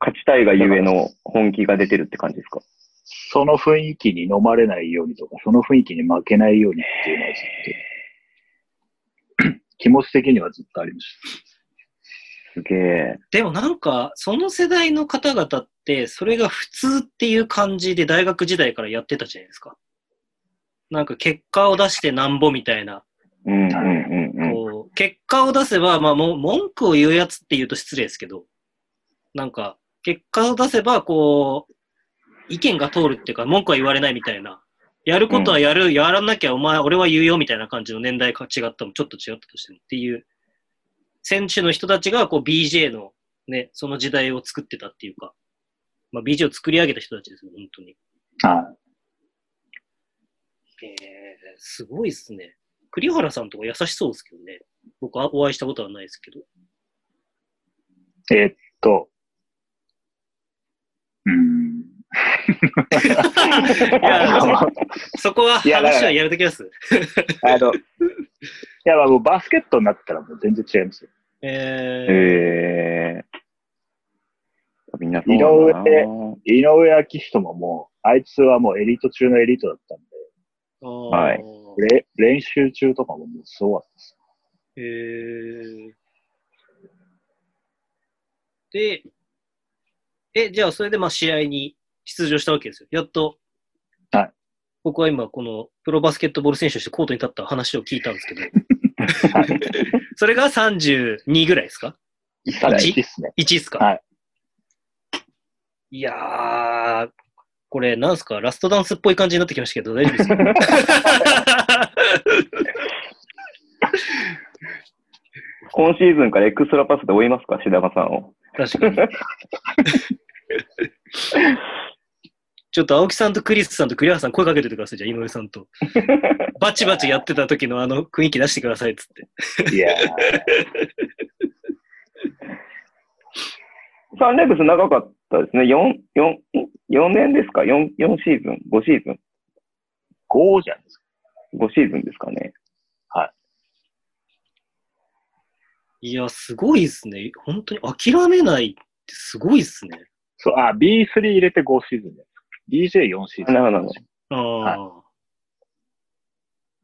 Speaker 2: 勝ちたいがゆえの本気が出てるって感じですか
Speaker 4: その雰囲気に飲まれないようにとか、その雰囲気に負けないようにっていうのはずっと、 気持ち的にはずっとありまし
Speaker 2: すげえ。
Speaker 3: でもなんか、その世代の方々って、それが普通っていう感じで大学時代からやってたじゃないですか。なんか結果を出してなんぼみたいな。
Speaker 2: うんうんうんうん。
Speaker 3: こう、結果を出せば、まあもう文句を言うやつって言うと失礼ですけど、なんか、結果を出せば、こう、意見が通るっていうか、文句は言われないみたいな。やることはやる、やらなきゃお前、俺は言うよみたいな感じの年代が違ったも、ちょっと違ったとしてもっていう、選手の人たちが、こう、BJ のね、その時代を作ってたっていうか、まあ BJ を作り上げた人たちですよ、本当に。
Speaker 4: た。はい。
Speaker 3: えー、すごいっすね。栗原さんとか優しそうですけどね。僕はお会いしたことはないですけど。
Speaker 4: えーっと、うーん。
Speaker 3: いや、そこは話はやるときです。
Speaker 4: あの、いや、まあもうバスケットになったらもう全然違いますよ。
Speaker 2: え
Speaker 3: え
Speaker 2: ー。みんなそうなんだ
Speaker 4: 井
Speaker 2: な。
Speaker 4: 井上明人ももう、あいつはもうエリート中のエリートだったん
Speaker 3: ー、は
Speaker 2: はいい。
Speaker 4: で、れ練習中とかももうすごかったです。
Speaker 3: えー、で、え、じゃあそれでまあ試合に出場したわけですよ。やっと。
Speaker 4: はい。
Speaker 3: 僕は今、このプロバスケットボール選手としてコートに立った話を聞いたんですけ ど、 それが32ぐらいですか
Speaker 4: 一切ないですね。
Speaker 3: ?1 ですか
Speaker 4: はい
Speaker 3: いやー、これ、なんすか、ラストダンスっぽい感じになってきましたけど、大丈夫ですか
Speaker 2: 今シーズンからエクストラパスで追いますか、シダマさんを。
Speaker 3: 確かに。ちょっと青木さんとクリスさんと栗原さん声かけててください、じゃあ井上さんと。バチバチやってた時のあの雰囲気出してくださいっつって。
Speaker 4: いやー、
Speaker 2: サンレックス長かったですね。4、四四年ですか ?4、四シーズン ?5 シーズン
Speaker 4: ゴーじゃないですか。
Speaker 2: ?5 シーズンですかね。
Speaker 3: いや、すごいですね。本当に諦めないってすごいですね。
Speaker 4: そう、あ、B3 入れて5シーズンじゃないですか。DJ4 シーズン。
Speaker 2: なるほど。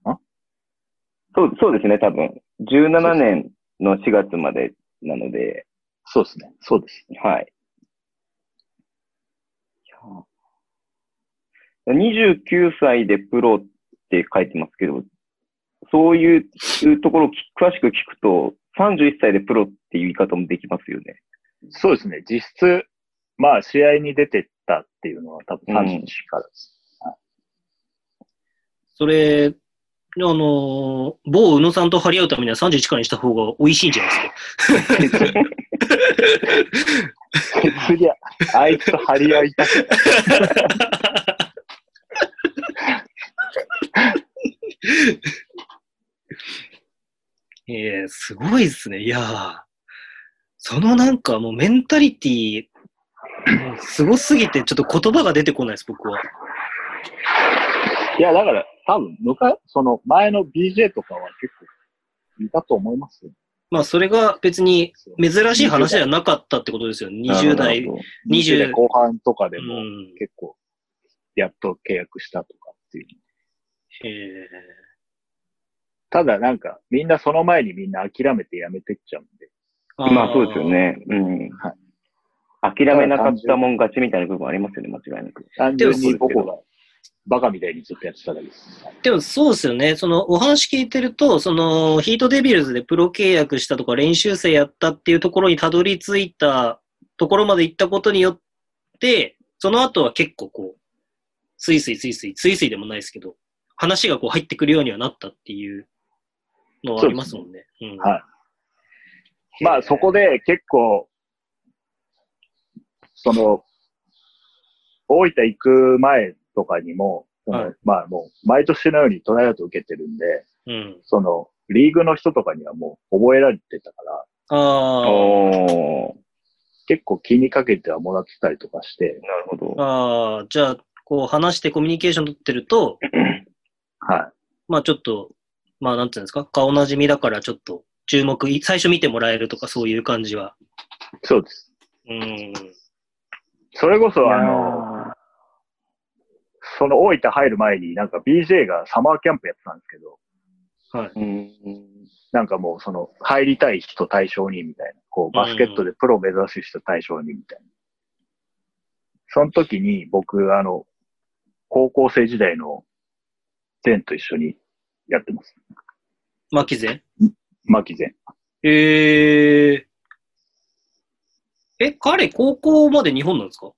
Speaker 3: ああ、
Speaker 2: そう、そうですね、多分。17年の4月までなので、
Speaker 4: そうですね。そうです。
Speaker 2: はい。29歳でプロって書いてますけど、そういうところをき詳しく聞くと、31歳でプロっていう言い方もできますよね。
Speaker 4: そうですね。実質、まあ、試合に出てったっていうのは多分31からです。
Speaker 3: それ、あのー某宇野さんと張り合うためには31からにした方が美味しいんじゃないですか。
Speaker 4: 別に、あいつと張り合いたくない。
Speaker 3: ええすごいですね。いやーそのなんかもうメンタリティ ー、もうすごすぎて、ちょっと言葉が出てこないです、僕は。
Speaker 4: いや、だから、多分、昔、その前の BJ とかは結構、いたと思いますよ。
Speaker 3: まあ、それが別に珍しい話ではなかったってことですよね。20代。
Speaker 2: なる
Speaker 3: 20
Speaker 4: 20代後半とかで
Speaker 3: う
Speaker 4: も、
Speaker 3: ん。
Speaker 4: 結構、やっと契約したとかっていう。
Speaker 3: ええ
Speaker 4: ただなんか、みんなその前にみんな諦めてやめてっちゃうんで。
Speaker 2: ほどまあそうですよ。ね。うん。
Speaker 4: は
Speaker 2: 諦めなかったもん勝ちみたいな部分ありますよね、間違いなく。
Speaker 4: 単
Speaker 3: でも
Speaker 4: 純に僕が、バカみたいにずっとやってただけです。
Speaker 3: でもそうですよね。そのお話聞いてると、そのヒートデビルズでプロ契約したとか練習生やったっていうところにたどり着いたところまで行ったことによって、その後は結構こう、スイスイスイスイ、スイスイでもないですけど、話がこう入ってくるようにはなったっていうのはありますもんね。うん
Speaker 4: はいまあそこで結構、その、大分行く前とかにも、その
Speaker 3: はい
Speaker 4: まあもう、毎年のようにトライアウト受けてるんで、
Speaker 3: うん。
Speaker 4: その、リーグの人とかにはもう覚えられてたから、
Speaker 3: あ
Speaker 2: おー
Speaker 4: 結構気にかけてはもらってたりとかして、
Speaker 2: なるほど
Speaker 3: あ、。ああ、じゃあ、こう話してコミュニケーション取ってると、
Speaker 4: は
Speaker 3: まあちょっと、まあなんていうんですか、顔なじみだからちょっと注目、い最初見てもらえるとかそういう感じは。
Speaker 4: い。そうです。
Speaker 3: うん。
Speaker 4: それこそ、あの、
Speaker 2: の、
Speaker 4: その大分入る前に、なんか BJ がサマーキャンプやってたんですけど、
Speaker 3: はい。
Speaker 2: うん。
Speaker 4: なんかもうその、入りたい人対象にみたいな、こう、バスケットでプロ目指す人対象にみたいな。その時に僕、あの、高校生時代のゼンと一緒にやってます。
Speaker 3: 巻き勢
Speaker 4: 牧ゼン。
Speaker 3: えええ、彼、高校まで日本なんですか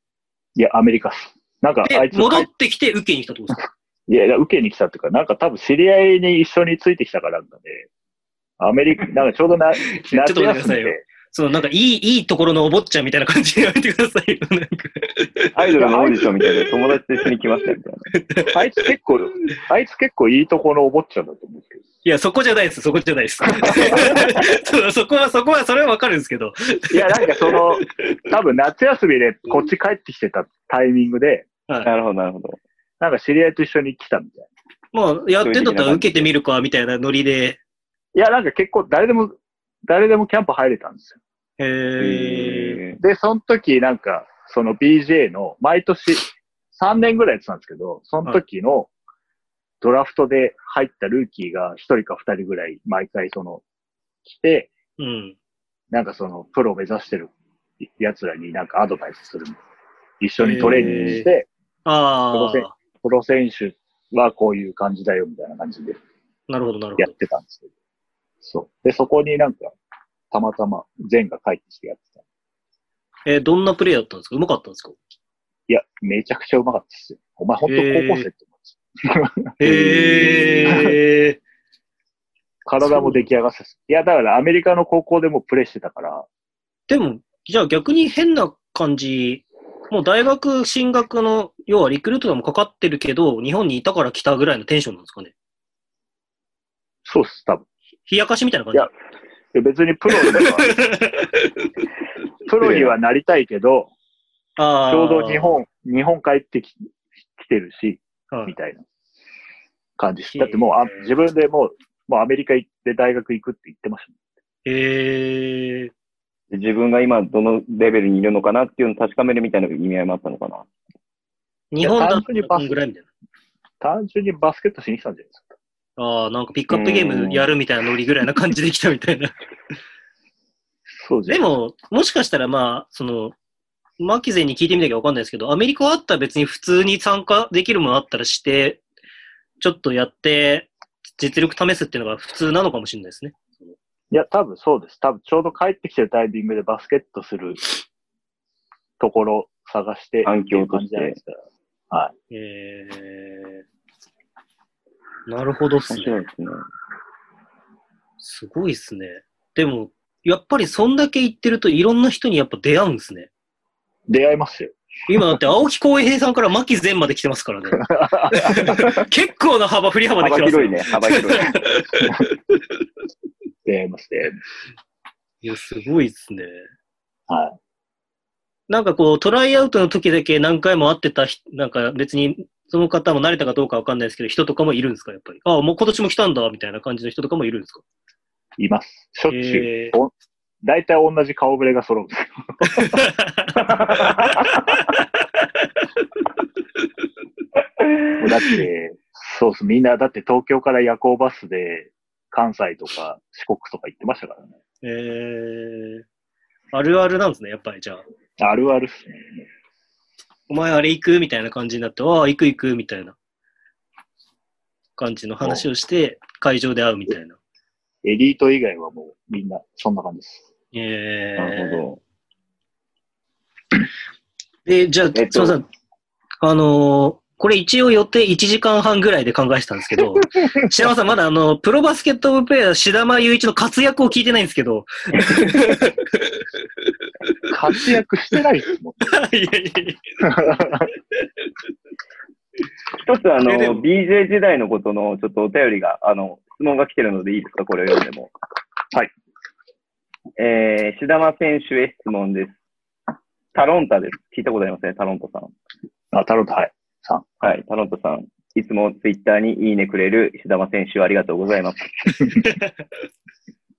Speaker 4: いや、アメリカっす。なんか、あ
Speaker 3: で
Speaker 4: い、つ、
Speaker 3: 戻ってきて受けに来たってことですか
Speaker 4: いや、受けに来たっていうか、なんか多分知り合いに一緒についてきたからなんかね、ア メリカ、なんかちょうどな、
Speaker 3: ょっと
Speaker 4: 夏
Speaker 3: 待ってくだ
Speaker 4: 休
Speaker 3: さい
Speaker 4: み
Speaker 3: よ
Speaker 4: で、
Speaker 3: そのなんかいい、いいところのお坊ちゃんみたいな感じでやめてくださいよ。なんか
Speaker 2: アイドルのオーディションみたいで友達と一緒に来ましたみたいな。
Speaker 4: あいつ結構、あいつ結構いいとこのお坊ちゃんだと思うんですけど。
Speaker 3: いや、そこじゃないです、そこじゃないです。そうそこは、そこは、それはわかるんですけど。
Speaker 4: いや、なんかその、多分夏休みでこっち帰ってきてたタイミングで、
Speaker 3: はい。
Speaker 2: なるほど、なるほど。
Speaker 4: なんか知り合いと一緒に来たみたいな。
Speaker 3: まあ、やってんだったら受けてみるか、みたいなノリで。
Speaker 4: いや、なんか結構誰でも、誰でもキャンプ入れたんですよ。
Speaker 3: へえ。
Speaker 2: へー
Speaker 4: で、その時なんか、その BJ の毎年3年ぐらいやってたんですけど、その時のドラフトで入ったルーキーが1人か2人ぐらい毎回その来て、
Speaker 3: うん。
Speaker 4: なんかそのプロを目指してる奴らになんかアドバイスする。一緒にトレーニングして、
Speaker 3: あ
Speaker 4: すいま
Speaker 3: あ、
Speaker 4: プロ選手はこういう感じだよみたいな感じで
Speaker 3: なるほど、なるほ
Speaker 4: や
Speaker 3: ど
Speaker 4: っ。てたんですけど。そう。で、そこになんか、たまたま、ゼンが帰ってきてやってた。
Speaker 3: えーどんなプレイだったんですかうまかったんですか
Speaker 4: いや、めちゃくちゃうまかったですよ。お前本当高校生って思うんですよ。
Speaker 3: へえ。
Speaker 4: 体も出来上がってたしいや、だからアメリカの高校でもうプレーしてたから、
Speaker 3: でも、 じゃあ逆に変な感じ、もう大学進学の、要はリクルートでもかかってるけど、日本にいたから来たぐらいのテンションなんですかね。
Speaker 4: そうっす、多分。
Speaker 3: 冷やかしみたいな感
Speaker 4: いや別にプロには、
Speaker 3: じ。
Speaker 4: プロにはなりたいけど、
Speaker 3: ああ。
Speaker 4: ちょうど日本、日本帰ってき来てるし、
Speaker 3: はい
Speaker 4: みたいな感じですだってもうあ、自分でもう、もうアメリカ行って大学行くって言ってました、
Speaker 3: へえ。
Speaker 2: 自分が今どのレベルにいるのかなっていうのを確かめるみたいな意味合いもあったのかな。
Speaker 3: 日本だ
Speaker 4: 単
Speaker 3: と
Speaker 4: 純に
Speaker 3: こ
Speaker 4: バス
Speaker 3: んぐらいみたいな。
Speaker 4: 単純にバスケットしに来たんじゃないですか。
Speaker 3: ああ、なんかピックアップゲームやるみたいなノリぐらいな感じで来たみたいな。
Speaker 4: そうじゃ
Speaker 3: で
Speaker 4: ん
Speaker 3: も、もしかしたらまあ、その、マキゼに聞いてみなきゃわかんないですけど、アメリカあったら別に普通に参加できるものあったらして、ちょっとやって、実力試すっていうのが普通なのかもしれないですね。
Speaker 4: いや、多分そうです。多分ちょうど帰ってきてるタイミングでバスケットするところ探して、
Speaker 2: 環境と
Speaker 4: っていう感
Speaker 2: し
Speaker 4: じじゃない
Speaker 2: て
Speaker 4: で。すか。
Speaker 3: えー、なるほどっす
Speaker 2: 面
Speaker 3: ね。
Speaker 2: 白いですね。
Speaker 3: すごいっすね。でも、やっぱりそんだけ行ってるといろんな人にやっぱ出会うんですね。
Speaker 4: 出会いますよ。
Speaker 3: 今だって青木浩平さんから牧前まで来てますか らね。結構な幅、振り幅で来
Speaker 2: 幅
Speaker 3: てますよ
Speaker 2: 広いね、幅広い。
Speaker 4: 出会いますね。
Speaker 3: いや、すごいっすね。
Speaker 4: はい。
Speaker 3: なんかこう、トライアウトの時だけ何回も会ってた人、なんか別に、その方も慣れたかどうかわかんないですけど、人とかもいるんですか、やっぱり。ああ、もう今年も来たんだ、みたいな感じの人とかもいるんですか。
Speaker 4: います。しょっちゅう。
Speaker 3: え
Speaker 4: 大体同じ顔ぶれが揃うんですよ。もうだって、そうです。みんな、だって東京から夜行バスで関西とか四国とか行ってましたからね。
Speaker 3: ー、えー、あるあるなんですね、やっぱりじゃあ。
Speaker 4: あるあるっすね。
Speaker 3: お前あれ行くみたいな感じになって、ああ、行く行くみたいな感じの話をして、会場で会うみたいな。
Speaker 4: エリート以外はもうみんなそんな感じです。
Speaker 3: え
Speaker 2: なる
Speaker 3: ー、
Speaker 2: ほ
Speaker 3: で、じゃあ、
Speaker 2: えっと
Speaker 3: すみません。あのーこれ一応予定1時間半ぐらいで考えてたんです けど、白山さん、まだあの、プロバスケットオブプレイヤー、志田間雄一の活躍を聞いてないんですけ ど、
Speaker 4: 活躍してないっすも
Speaker 3: い
Speaker 4: ん。
Speaker 3: やいやい
Speaker 2: ど。一つ、あの
Speaker 3: えでも、
Speaker 2: BJ 時代のことの、ちょっとお便りが、あの、質問が来てるのでいいですか、これを読んでも。
Speaker 4: はい。
Speaker 2: えー、志田間選手へ質問です。タロンタです。聞いたことありますね、タロンタさん。
Speaker 4: あ、タロット、はい。
Speaker 2: はい、タロントさん。いつもツイッターにいいねくれる石玉選手ありがとうござい ます。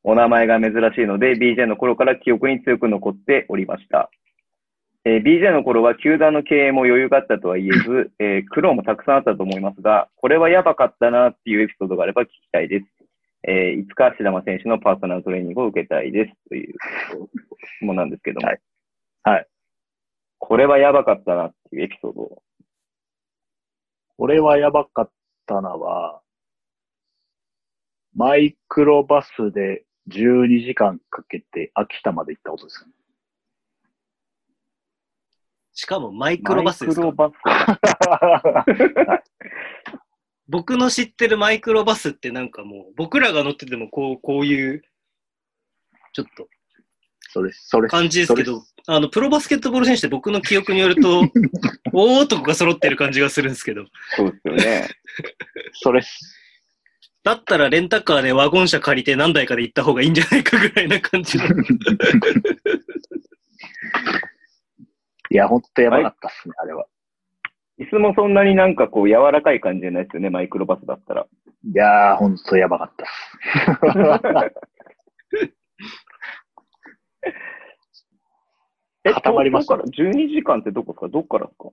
Speaker 2: お名前が珍しいので、BJ の頃から記憶に強く残っておりました。えー BJ の頃は球団の経営も余裕があったとは言えず、えー苦労もたくさんあったと思いますが、これはやばかったなっていうエピソードがあれば聞きたいです。えーいつか石玉選手のパーソナルトレーニングを受けたいですという質問なんですけども。
Speaker 4: はいはい
Speaker 2: これはやばかったなっていうエピソードを
Speaker 4: 俺はやばかったのは、マイクロバスで12時間かけて秋田まで行ったことですよね。
Speaker 3: しかもマイクロバスです
Speaker 2: マ
Speaker 3: か
Speaker 2: イクロバス。
Speaker 3: 僕の知ってるマイクロバスってなんかもう、僕らが乗っててもこう、こういう、ちょっと
Speaker 4: それ、それ、
Speaker 3: 感じですけど、あの、プロバスケットボール選手って僕の記憶による と、大男が揃ってる感じがするんですけど、
Speaker 2: そうですよね。
Speaker 4: それっす、
Speaker 3: だったらレンタカーでワゴン車借りて何台かで行った方がいいんじゃないかぐらいな感じの。
Speaker 4: いや、ほんとやばかったっすね、あれは。
Speaker 2: 椅子もそんなになんかこう柔らかい感じじゃないですよね、マイクロバスだったら。
Speaker 4: いやー、ほんとやばかったっす。
Speaker 2: え
Speaker 4: 固まりました
Speaker 2: 東京から12時間ってどこですかどっからですか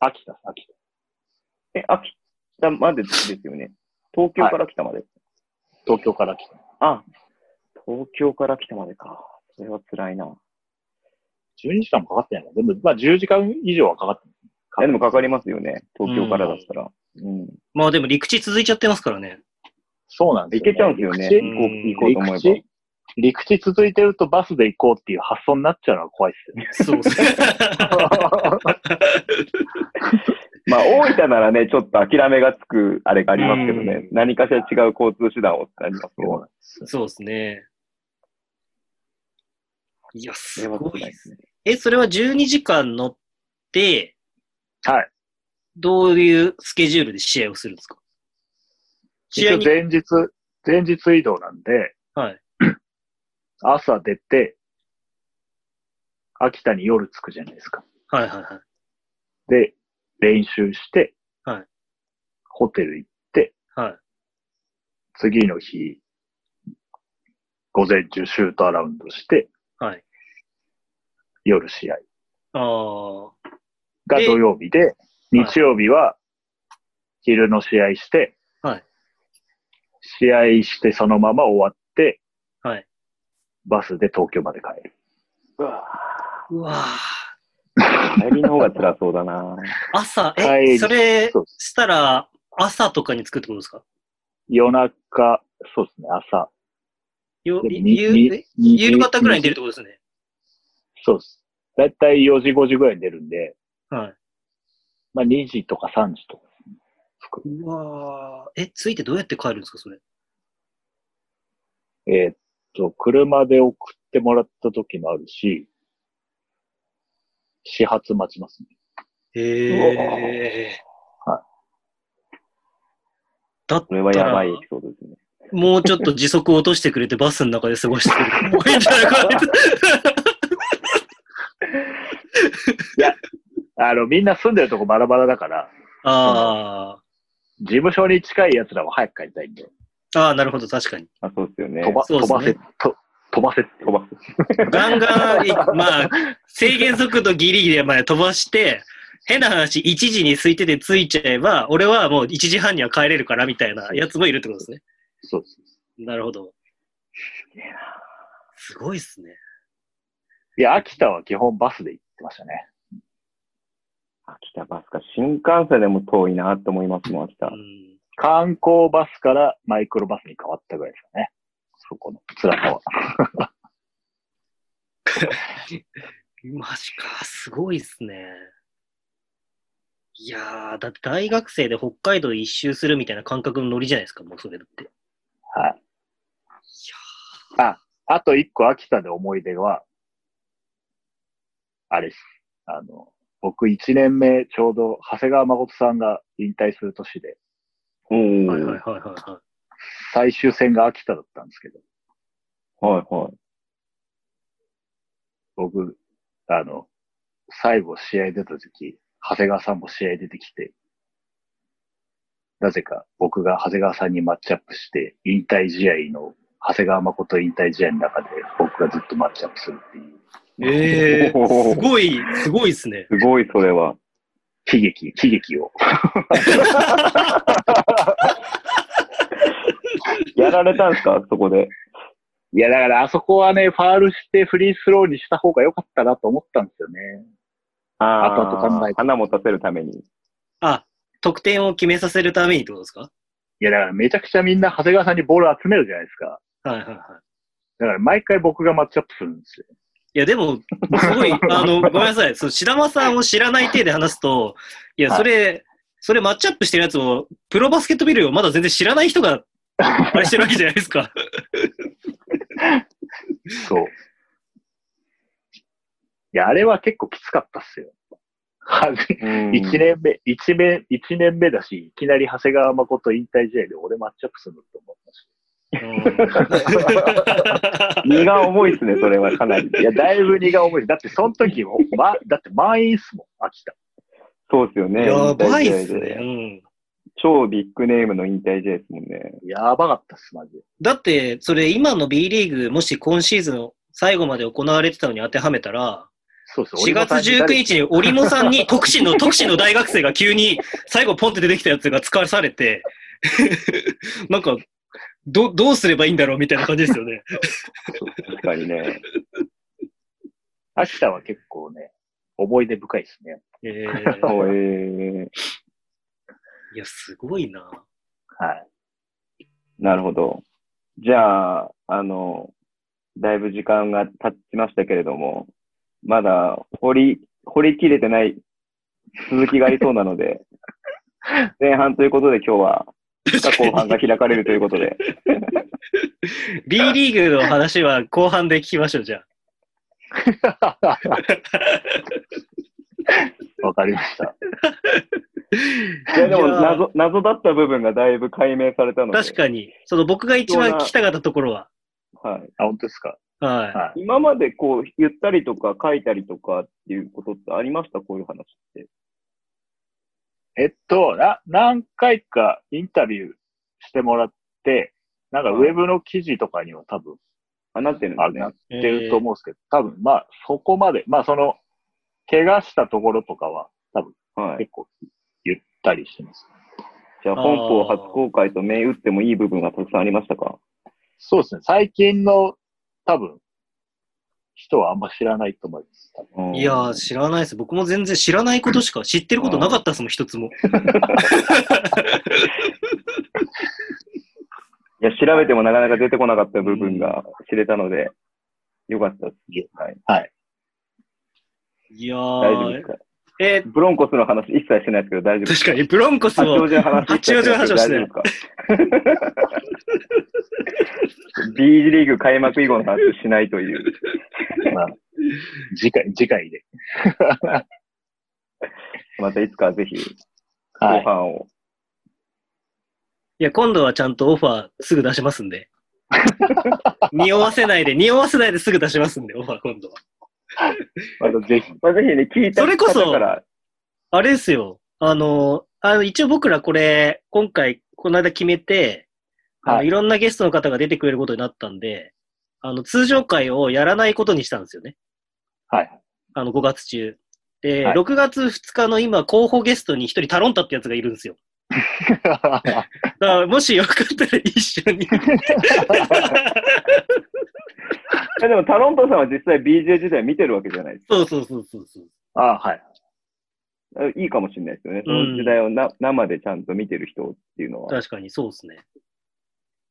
Speaker 4: 秋田、秋田。
Speaker 2: え、秋田までですよね。東京から来たまで。
Speaker 4: 東京から来た。
Speaker 2: あ、東京から来たまでか。それは辛いな。い
Speaker 4: 12時間もかかってないな。でも、まあ10時間以上はかかって
Speaker 2: や、でもかかりますよね。東京からだったら。うん。
Speaker 3: まあでも陸地続いちゃってますからね。
Speaker 4: そうなんです
Speaker 2: 行けちゃうんですよね。
Speaker 3: 陸地
Speaker 2: 行こう行こうと思
Speaker 4: 陸
Speaker 2: え
Speaker 4: 地陸地続いてるとバスで行こうっていう発想になっちゃうのは怖いっす よ
Speaker 3: そ
Speaker 4: ね。
Speaker 3: うですね。
Speaker 2: まあ、大分ならね、ち ょっと諦めがつくあれがありますけどね、
Speaker 4: うん
Speaker 2: 何かしら違う交通手段をってなりますけ
Speaker 4: そう
Speaker 2: ど
Speaker 4: なんですよ
Speaker 3: そうですね。いや、す
Speaker 2: それは
Speaker 3: ごい
Speaker 2: 辛い
Speaker 3: で
Speaker 2: ですす
Speaker 3: ね
Speaker 2: ね。
Speaker 3: え、それは12時間乗って、
Speaker 4: はい。
Speaker 3: どういうスケジュールで試合をするんですか試合
Speaker 4: 一応
Speaker 3: に。
Speaker 4: 前日、前日移動なんで、
Speaker 3: はい。
Speaker 4: 朝出て、秋田に夜着くじゃないですか。
Speaker 3: はいはいはい。
Speaker 4: で、練習して、
Speaker 3: はい
Speaker 4: ホテル行って、
Speaker 3: はい。
Speaker 4: 次の日、午前中シュートアラウンドして、
Speaker 3: はい。
Speaker 4: 夜試合
Speaker 3: ああ。
Speaker 4: が
Speaker 3: で
Speaker 4: 土曜日で、日曜日は昼の試合して、
Speaker 3: はい
Speaker 4: 試合してそのまま終わって、
Speaker 3: はい
Speaker 4: バスで東京まで帰る。
Speaker 2: うわ
Speaker 3: うわあ。
Speaker 2: ぁ帰りの方が辛そうだな
Speaker 3: 朝、え、
Speaker 4: 帰り
Speaker 3: それ
Speaker 4: そうです
Speaker 3: したら、朝とかに着くってことですか
Speaker 4: 夜中、そうですね、朝。
Speaker 3: よ
Speaker 4: でに
Speaker 3: ゆ
Speaker 4: に
Speaker 3: え
Speaker 4: に
Speaker 3: 夕方ぐらいに出るってことですね。
Speaker 4: そうです。だいたい4時、5時ぐらいに出るんで、
Speaker 3: はい。
Speaker 4: まあ2時とか3時とか。
Speaker 3: うわあ。え、着いてどうやって帰るんですか、それ。
Speaker 4: えーっと、車で送ってもらった時もあるし、始発待ちますね。
Speaker 3: へえ。
Speaker 4: は
Speaker 3: だっ
Speaker 2: これはやばいエ
Speaker 3: た
Speaker 2: ピソードですね。
Speaker 3: らもうちょっと時速を落としてくれてバスの中で過ごしてくれてもいいんじゃ ないかな
Speaker 4: あの、みんな住んでるとこバラバラだから、
Speaker 3: あ
Speaker 4: 事務所に近い奴らは早く帰りたいんで、
Speaker 3: あ。ああ、なるほど、確かに。
Speaker 2: あ、そうですよね。
Speaker 4: 飛ば、
Speaker 3: そうで
Speaker 4: 飛
Speaker 3: すね
Speaker 4: ばせ、と飛ばせって。
Speaker 2: 飛ばす。
Speaker 3: ガンガン、いまあ、制限速度ギリギリまで飛ばして、変な話、1時に空いてて着いちゃえば、俺はもう1時半には帰れるからみたいなやつもいるってことですね。
Speaker 4: そうです。
Speaker 3: なるほど。すごいっすね。
Speaker 4: いや、秋田は基本バスで行ってましたね。
Speaker 2: 秋田バスか。新幹線でも遠いなと思いますもん、秋
Speaker 3: う
Speaker 2: 田。
Speaker 3: ん、
Speaker 4: 観光バスからマイクロバスに変わったぐらいですかね。そこの辛さは。
Speaker 3: マジか、すごいっすね。いやー、だって大学生で北海道一周するみたいな感覚のノリじゃないですか、もうそれだって。
Speaker 4: はい。あ、あと一個秋田で思い出は、あれです。あの、僕一年目ちょうど長谷川誠さんが引退する年で、
Speaker 2: おー
Speaker 3: はいはいはいはいはい。
Speaker 4: 最終戦が秋田だったんですけど、
Speaker 2: はいはい。
Speaker 4: 僕、あの、最後試合出た時、長谷川さんも試合出てきて、なぜか僕が長谷川さんにマッチアップして、引退試合の、長谷川誠引退試合の中で僕がずっとマッチアップするっていう、
Speaker 3: え
Speaker 2: お
Speaker 3: ー、
Speaker 2: ー
Speaker 3: すごい、すごいっすね。
Speaker 2: すごい、それは。
Speaker 4: 悲劇、悲劇を。
Speaker 2: やられたんですか、そこで。
Speaker 4: いや、だからあそこはね、ファールしてフリースローにした方が良かったなと思ったんですよね。
Speaker 2: あ
Speaker 4: 後々考えて
Speaker 2: 花持たせるために。
Speaker 3: あ、得点を決めさせるためにってことですか
Speaker 4: いや、だからめちゃくちゃみんな長谷川さんにボール集めるじゃないですか。
Speaker 3: はいはいはい。
Speaker 4: だから毎回僕がマッチアップするんですよ。
Speaker 3: いや、でも、すごい、あの、ごめんなさい。そう、白間さんを知らない体で話すと、いや、
Speaker 4: はい
Speaker 3: それ、それマッチアップしてるやつを、プロバスケットビルをまだ全然知らない人が、あれしてるわけじゃないですか。
Speaker 4: そう。いや、あれは結構きつかったっすよ。はじ、
Speaker 2: うん
Speaker 4: 一年目、一年、一年目だし、いきなり長谷川誠引退試合で俺マッチアップするのと思ったし。
Speaker 3: うん
Speaker 2: 荷が重いですね、それはかなり。
Speaker 4: いや、だいぶ荷が重い。だってその時も、ま、だって満員っすもん、秋田。
Speaker 2: そうですよね。
Speaker 3: やばいっす
Speaker 2: 引退試。合
Speaker 3: ねう
Speaker 2: で
Speaker 3: ん。
Speaker 2: 超ビッグネームの引退試合ですもんね。
Speaker 4: やばかったっす、マジで。
Speaker 3: だって、それ今の B リーグ、もし今シーズン最後まで行われてたのに当てはめたら、
Speaker 4: そうそう。
Speaker 3: 4月
Speaker 4: 折茂さ
Speaker 3: 19
Speaker 4: んに誰
Speaker 3: 日に折茂さんに、徳島の、徳島の大学生が急に、最後ポンって出てきたやつが使わされて、 なんか、ど、どうすればいいんだろうみたいな感じですよね。
Speaker 2: 確かに ね。
Speaker 4: 秋田は結構ね、思い出深いっすね。
Speaker 3: え
Speaker 2: そ
Speaker 3: ー、
Speaker 2: うえー
Speaker 3: いや、すごいな。
Speaker 4: はい。
Speaker 2: なるほど。じゃあ、あの、だいぶ時間が経ちましたけれども、まだ掘り、掘り切れてない続きがありそうなの で、前半ということで今日は、後半が開かれるということで、
Speaker 3: B リーグの話は後半で聞きましょう、じゃあ。
Speaker 4: わかりました。
Speaker 2: いやでも
Speaker 3: いやー
Speaker 2: 謎、謎だった部分がだいぶ解明されたので、
Speaker 3: 確かに、その僕が一番聞きたかったところは、
Speaker 2: はい。
Speaker 4: あ、本当ですか。
Speaker 3: は
Speaker 4: はい。
Speaker 2: 今までこう、言ったりとか書いたりとかっていうことってありましたこういう話って。
Speaker 4: えっと、な、何回かインタビューしてもらって、なんかウェブの記事とかには多分
Speaker 2: あ、なってるんで
Speaker 4: あ
Speaker 2: すね。
Speaker 4: れなっ
Speaker 3: い。
Speaker 4: てると思うんですけど、多分まあそこまで、まあその、怪我したところとかは多分
Speaker 2: はい。
Speaker 4: 結構ゆったりしてます。
Speaker 2: じゃあ、
Speaker 3: あー
Speaker 2: 本邦初公開と銘打ってもいい部分がたくさんありましたか
Speaker 4: そうですね。最近の多分、人はあんま知らないと思います。多分
Speaker 2: うん
Speaker 3: いやー、知らないです。僕も全然知らないことしか知ってることなかったですもん、一つも。
Speaker 2: いや、調べてもなかなか出てこなかった部分が知れたので、よかったです。はい。
Speaker 3: いや
Speaker 2: 大丈夫で
Speaker 3: ー
Speaker 2: す、か
Speaker 3: えー
Speaker 2: ブロンコスの話一切してないですけど大丈夫です
Speaker 3: 確かに、ブロンコス
Speaker 2: 八王
Speaker 3: も
Speaker 2: 子の話一切ないですけど大丈夫 ですか ?B リーグ開幕以後の話しないという。
Speaker 4: まあ、次回、次回で。
Speaker 2: またいつかぜひ、
Speaker 4: は
Speaker 2: 後
Speaker 4: い。
Speaker 2: 半を。
Speaker 3: いや、今度はちゃんとオファーすぐ出します んで。匂わせないで、匂わせないですぐ出しますんで、オファー今度は。
Speaker 4: またぜひ。
Speaker 2: まあ、ぜひね、聞いた
Speaker 3: それこそ
Speaker 2: 方から、
Speaker 3: あれですよ。あの、あの一応僕らこれ、今回、この間決めて、あの
Speaker 4: はい
Speaker 3: いろんなゲストの方が出てくれることになったんで、あの、通常会をやらないことにしたんですよね。
Speaker 4: はい。
Speaker 3: あの、5月中。で、
Speaker 4: はい
Speaker 3: 6月2日の今、候補ゲストに一人タロンタってやつがいるんですよ。だから、もしよかったら一緒 に。
Speaker 2: いやでもタロントさんは実際 BJ 時代見てるわけじゃないで
Speaker 3: そうそうそうそうそう。
Speaker 4: あはい。
Speaker 2: すか。いいかもしれないですよね。そ
Speaker 3: うん
Speaker 2: の時代をな、生でちゃんと見てる人っていうのは、
Speaker 3: 確かに、そうですね。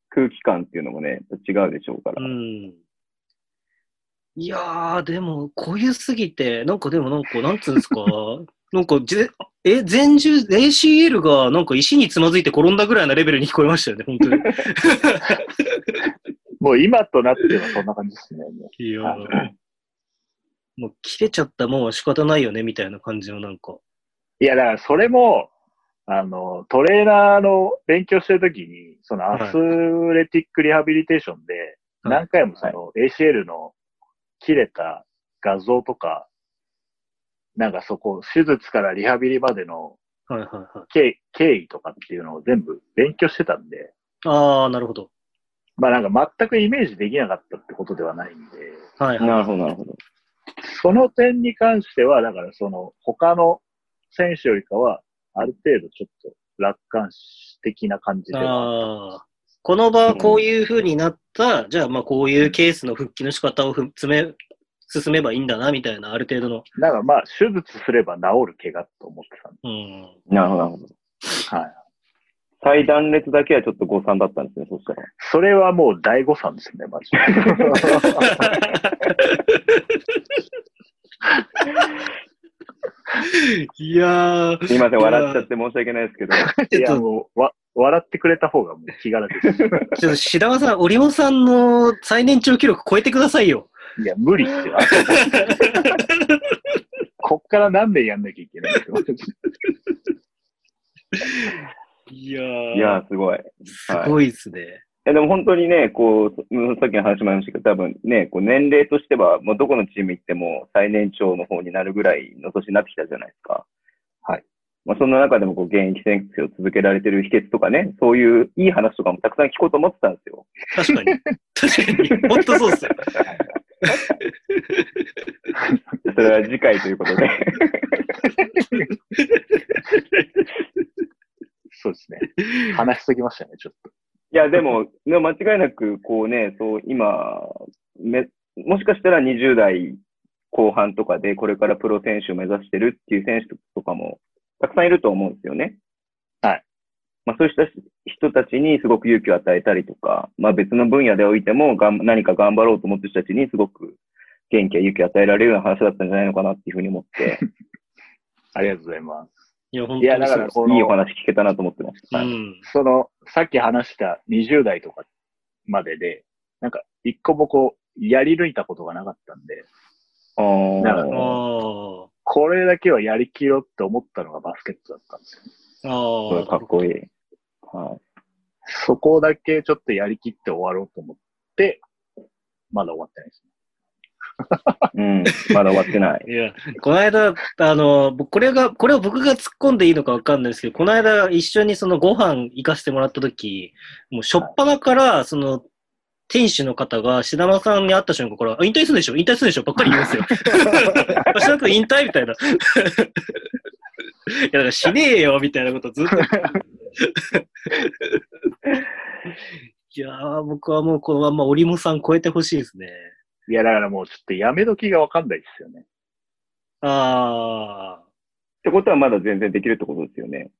Speaker 2: 空気感っていうのもね、違うでしょうから。
Speaker 3: うん。いやー、でも、濃ゆすぎて、なんかでもなんか、なんつうん ですか、なんかぜ、え、前中、ACL がなんか石につまずいて転んだぐらいなレベルに聞こえましたよね、本当に。
Speaker 4: もう今となってはそんな感じですね。も
Speaker 3: いやー もう切れちゃったもんは仕方ないよね、みたいな感じのなんか。
Speaker 4: ういや、だからそれも、あの、トレーナーの勉強してるときに、そのアスレティックリハビリテーションで、
Speaker 3: はい
Speaker 4: 何回もその ACL の切れた画像とか、なんかそこ、手術からリハビリまでの
Speaker 3: はいはいはい。
Speaker 4: 経経緯とかっていうのを全部勉強してたんで、
Speaker 3: あー、なるほど。
Speaker 4: まあなんか全くイメージできなかったってことではないんで、
Speaker 3: はいはい。
Speaker 2: なるほど、なるほど。
Speaker 4: その点に関しては、だからその他の選手よりかは、ある程度ちょっと楽観視的な感じでは。
Speaker 3: あーこの場はこういう風になった、じゃあまあこういうケースの復帰の仕方をふ詰め、進めばいいんだな、みたいな、ある程度の。
Speaker 4: だからまあ手術すれば治る怪我と思ってたんで
Speaker 3: うん。
Speaker 2: なるほど、なるほど。
Speaker 4: す。はい。
Speaker 2: 最断列だけはちょっと誤算だったんですね、そしたら。
Speaker 4: それはもう第誤算ですね、マジで。
Speaker 3: いやー、
Speaker 2: すいません、笑っちゃって申し訳ないですけど。
Speaker 4: い
Speaker 3: ち
Speaker 4: や
Speaker 3: ょっと、
Speaker 4: もうわ、笑ってくれた方がもう気が楽です。
Speaker 3: ちょっと志田さん、オリオンさんの最年長記録超えてくださいよ。
Speaker 4: いや、無理って な。こっから何年やんなきゃいけないん ですよ。
Speaker 3: いやー
Speaker 2: いやー、すごい。
Speaker 3: すごいですね。
Speaker 2: いやでも本当にね、こう、うんさっきの話もありましたけど、多分ね、こう年齢としては、もうどこのチーム行っても最年長の方になるぐらいの年になってきたじゃないですか。
Speaker 4: はい。
Speaker 2: まあ、その中でもこう現役選手を続けられてる秘訣とかね、そういういい話とかもたくさん聞こうと思ってたんですよ。
Speaker 3: 確かに。確かに。ほんとそうっすよ。
Speaker 2: それは次回ということ で。
Speaker 4: そうですね。話しすぎましたね、ちょっと。
Speaker 2: いや、でも、ね間違いなく、こうね、そう、今、め、もしかしたら20代後半とかで、これからプロ選手を目指してるっていう選手とかも、たくさんいると思うんですよね。
Speaker 4: はい。
Speaker 2: まあ、そうした人たちにすごく勇気を与えたりとか、まあ、別の分野でおいてもがん何か頑張ろうと思ってる人たちにすごく元気や勇気を与えられるような話だったんじゃないのかなっていうふうに思って、
Speaker 4: ありがとうございます。
Speaker 3: いや、本当に
Speaker 4: いや、だから
Speaker 3: そう
Speaker 4: こ
Speaker 2: いいお
Speaker 4: の、
Speaker 2: 話聞けたなと思ってます。
Speaker 3: う
Speaker 2: はい
Speaker 3: ん。
Speaker 4: その、さっき話した20代とかまでで、なんか、一個もこう、やり抜いたことがなかったんで、
Speaker 2: あー
Speaker 4: なるほ
Speaker 3: ああ。
Speaker 4: これだけはやりきろうって思ったのがバスケットだったんですよ。
Speaker 2: すご
Speaker 3: あ
Speaker 2: い
Speaker 3: あ。
Speaker 2: かっこい
Speaker 3: い。
Speaker 2: い。はい。
Speaker 4: そこだけちょっとやりきって終わろうと思って、まだ終わってないですね。
Speaker 2: うん。まだ終わ ってない。
Speaker 3: いや、この間、あの、僕これが、これを僕が突っ込んでいいのかわかんないですけど、この間一緒にそのご飯行かせてもらった時、もうしょっぱなから、その、店主の方が、志田さんに会った瞬間から、あ引退するでしょ引退するでしょばっかり言うんですよ。私だと引退みたいな。いや、だからしねえよみたいなことずっと言ってる。いやー、僕はもうこのまんま織茂さん超えてほしいですね。
Speaker 4: いや、だからもうちょっとやめ時がわかんないですよね。
Speaker 3: ああ。
Speaker 2: ってことはまだ全然できるってことですよね。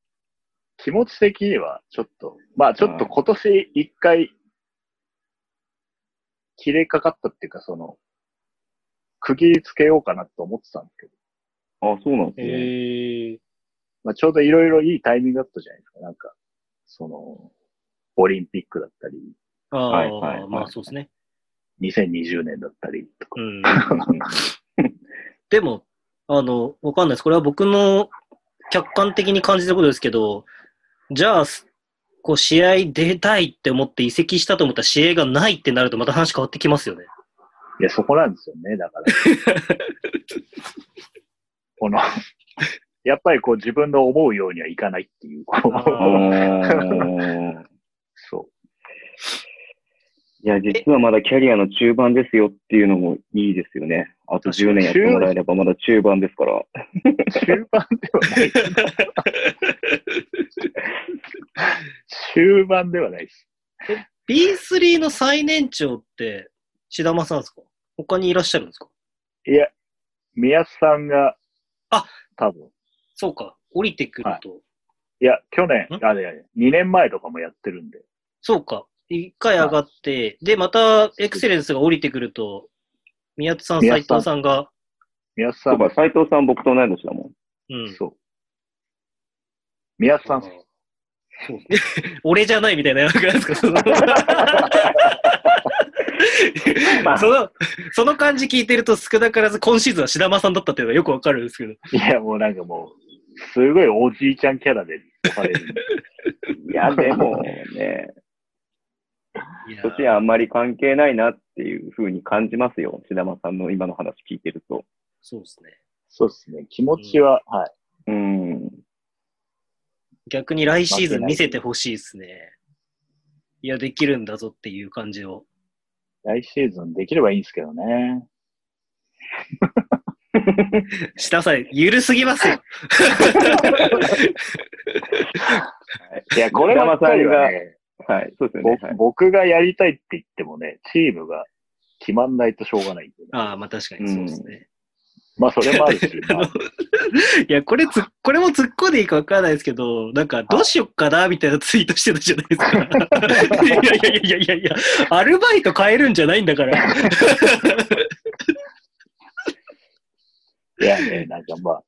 Speaker 4: 気持ち的にはちょっと、まあちょっと今年一回、切れかかったっていうか、その、区切りつけようかなと思ってたんですけど、
Speaker 2: あそうなんですね。
Speaker 3: ええ
Speaker 4: まあちょうどいろいろいいタイミングだったじゃないですか。なんか、その、オリンピックだったり、
Speaker 3: ああ、
Speaker 2: はいはいはい
Speaker 3: まあそうですね。
Speaker 4: 2020年だったりとか
Speaker 3: う。ん。でも、あの、わかんないです。これは僕の客観的に感じたことですけど、じゃあ、すこう、試合出たいって思って移籍したと思ったら試合がないってなるとまた話変わってきますよね。
Speaker 4: いや、そこなんですよね、だから。この、やっぱりこう自分の思うようにはいかないっていう、こ
Speaker 2: あ
Speaker 3: あ
Speaker 4: う、
Speaker 2: ー
Speaker 4: そ
Speaker 2: いや、実はまだキャリアの中盤ですよっていうのもいいですよね。あと10年やってもらえればまだ中盤ですから。
Speaker 4: う、中盤ではない、中盤ではないです。
Speaker 3: B3 の最年長って、志田さんですか他にいらっしゃるんですか
Speaker 4: いや、宮津さんが、
Speaker 3: あ
Speaker 4: 多分、
Speaker 3: そうか。降りてくると。
Speaker 4: いや、去年、
Speaker 3: ん
Speaker 4: あれや、2年前とかもやってるんで、
Speaker 3: そうか。一回上がって、で、またエクセレンスが降りてくると、宮津さん、
Speaker 4: 宮
Speaker 3: 斎
Speaker 4: 津さん
Speaker 3: 藤さんが、
Speaker 4: 宮津さ、
Speaker 2: そうんか、斎藤さん僕と同い年だもん。
Speaker 3: うん。
Speaker 4: そう。宮津さん、
Speaker 3: そう 俺じゃないみたいな、なんかなんですか、 その
Speaker 2: まあ
Speaker 3: その、その感じ聞いてると少なからず今シーズンは志田間さんだったっていうのがよくわかるんですけど。
Speaker 4: いや、もうなんかもう、すごいおじいちゃんキャラで押されるんで。
Speaker 2: い や、でもね、
Speaker 3: いや
Speaker 2: 年はあんまり関係ないなっていうふうに感じますよ。志田間さんの今の話聞いてると。
Speaker 3: そうですね。
Speaker 4: そうですね、気持ちは、はい。
Speaker 2: うん。
Speaker 3: 逆に来シーズン見せてほしいですね。いや、できるんだぞっていう感じを。
Speaker 4: 来シーズンできればいいんですけどね。
Speaker 3: 志田さん、ゆるすぎます よ。
Speaker 4: いや、こればっかりは、ね、
Speaker 2: はい、そうですよね。
Speaker 4: ぼ
Speaker 2: はい
Speaker 4: 僕がやりたいって言ってもね、チームが決まんないとしょうがないんでね、
Speaker 3: ああ、まあ確かにそうですね。
Speaker 4: まあ、それもあるし、
Speaker 3: あ
Speaker 4: ま
Speaker 3: の
Speaker 4: あ
Speaker 3: いや、これつ、これも突っ込んでいいかわからないですけど、なんか、どうしよっかな、みたいなツイートしてたじゃないです か。いやいやいやいやいや、アルバイト変えるんじゃないんだから。
Speaker 4: いやね、なんかまあ、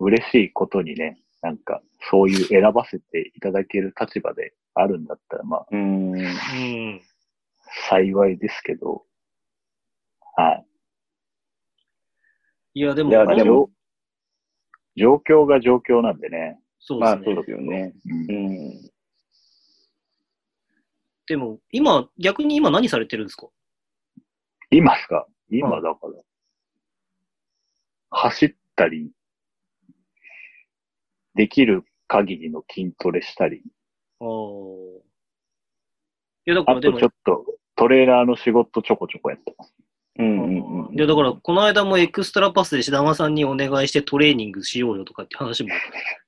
Speaker 4: 嬉しいことにね、なんか、そういう選ばせていただける立場であるんだったら、まあ、
Speaker 2: うん。
Speaker 3: うん。
Speaker 4: 幸いですけど、はい。
Speaker 3: いや、でも、
Speaker 2: いや
Speaker 4: まあ
Speaker 2: でも
Speaker 4: 状況が状況なんでね。
Speaker 3: そうで
Speaker 2: ますあ、そ
Speaker 3: ね。
Speaker 2: うですよね。
Speaker 4: うん
Speaker 2: うん。
Speaker 3: でも、今、逆に今何されてるんですか
Speaker 4: 今っすか今だから、走ったり、できる限りの筋トレしたり、
Speaker 3: ああ。いや、だか
Speaker 4: あ
Speaker 3: ら、で
Speaker 4: と
Speaker 3: も
Speaker 4: ちょ、っとトレーラーの仕事ちょこちょこやってます。
Speaker 2: うんうんうん
Speaker 3: い。や、だから、この間もエクストラパスで志田さんにお願いしてトレーニングしようよとかって話も、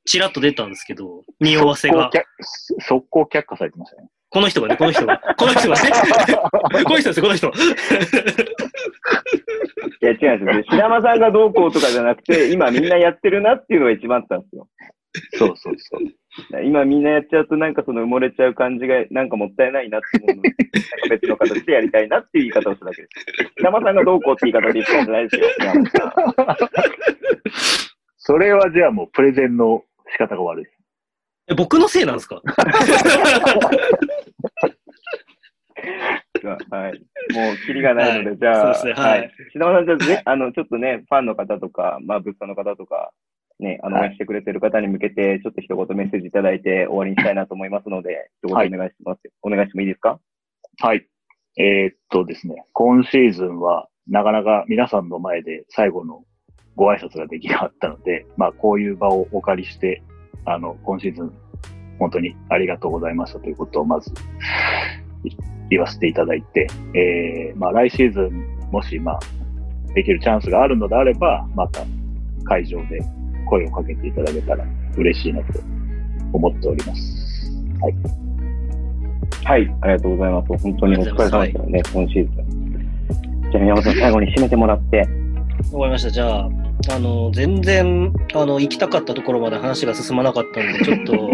Speaker 3: ちらっと出たんです けど、匂わせ
Speaker 4: 速攻
Speaker 3: が。
Speaker 4: 却速攻却下されてましたね。
Speaker 3: この人がね、この人が。この人がね。 この人ですよ、この人。
Speaker 2: いや、違うんですよ。白間さんがどうこうとかじゃなくて、今みんなやってるなっていうのが一番あったんですよ。
Speaker 4: そうそうそう。
Speaker 2: 今みんなやっちゃうとなんかその埋もれちゃう感じがなんかもったいないなって思うので、なんか別の形でやりたいなっていう言い方をしただけです。生さんがどうこうって言い方で言ったんじゃないですよ。山さん
Speaker 4: それはじゃあもうプレゼンの仕方が悪い。
Speaker 3: え僕のせいなんですか
Speaker 2: はい。もう、キリがないので、じゃあ、
Speaker 3: そうですねはい。
Speaker 2: 志田さん、じゃあぜ、あの、ちょっとね、ファンの方とか、まあ、ブッサの方とか、ね、あの、応
Speaker 4: はい
Speaker 2: 援してくれてる方に向けて、ちょっと一言メッセージいただいて終わりにしたいなと思いますので、一言お
Speaker 4: はい
Speaker 2: 願いします。お願いしてもいいですか
Speaker 4: はい。えーっとですね、今シーズンはなかなか皆さんの前で最後のご挨拶ができなかったので、 まあこういう場をお借りして、あの、今シーズン本当にありがとうございましたということをまずい言わせていただいて、えーまあ来シーズンもしまあできるチャンスがあるのであれば、また会場で声をかけていただけたら嬉しいなと思っております。はい。
Speaker 2: はい、ありがとうございます。本当にお疲れ様でしたね、今シーズン。じゃあ、宮本さん、最後に締めてもらって。
Speaker 3: わかりました。じゃあ、あの、全然、あの、行きたかったところまで話が進まなかったんで、ちょっと、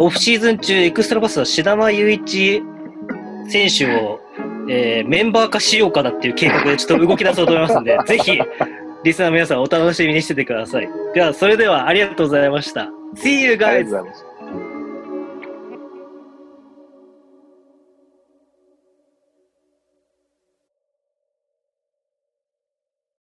Speaker 3: オフシーズン中、エクストラパスは志田間雄一選手を、えーメンバー化しようかなっていう計画でちょっと動き出そうと思いますんで、ぜひ、リスナーの皆さんお楽しみにしててください。では、それではありがとうございました。See you
Speaker 4: あり
Speaker 3: guys!
Speaker 4: がとうございました。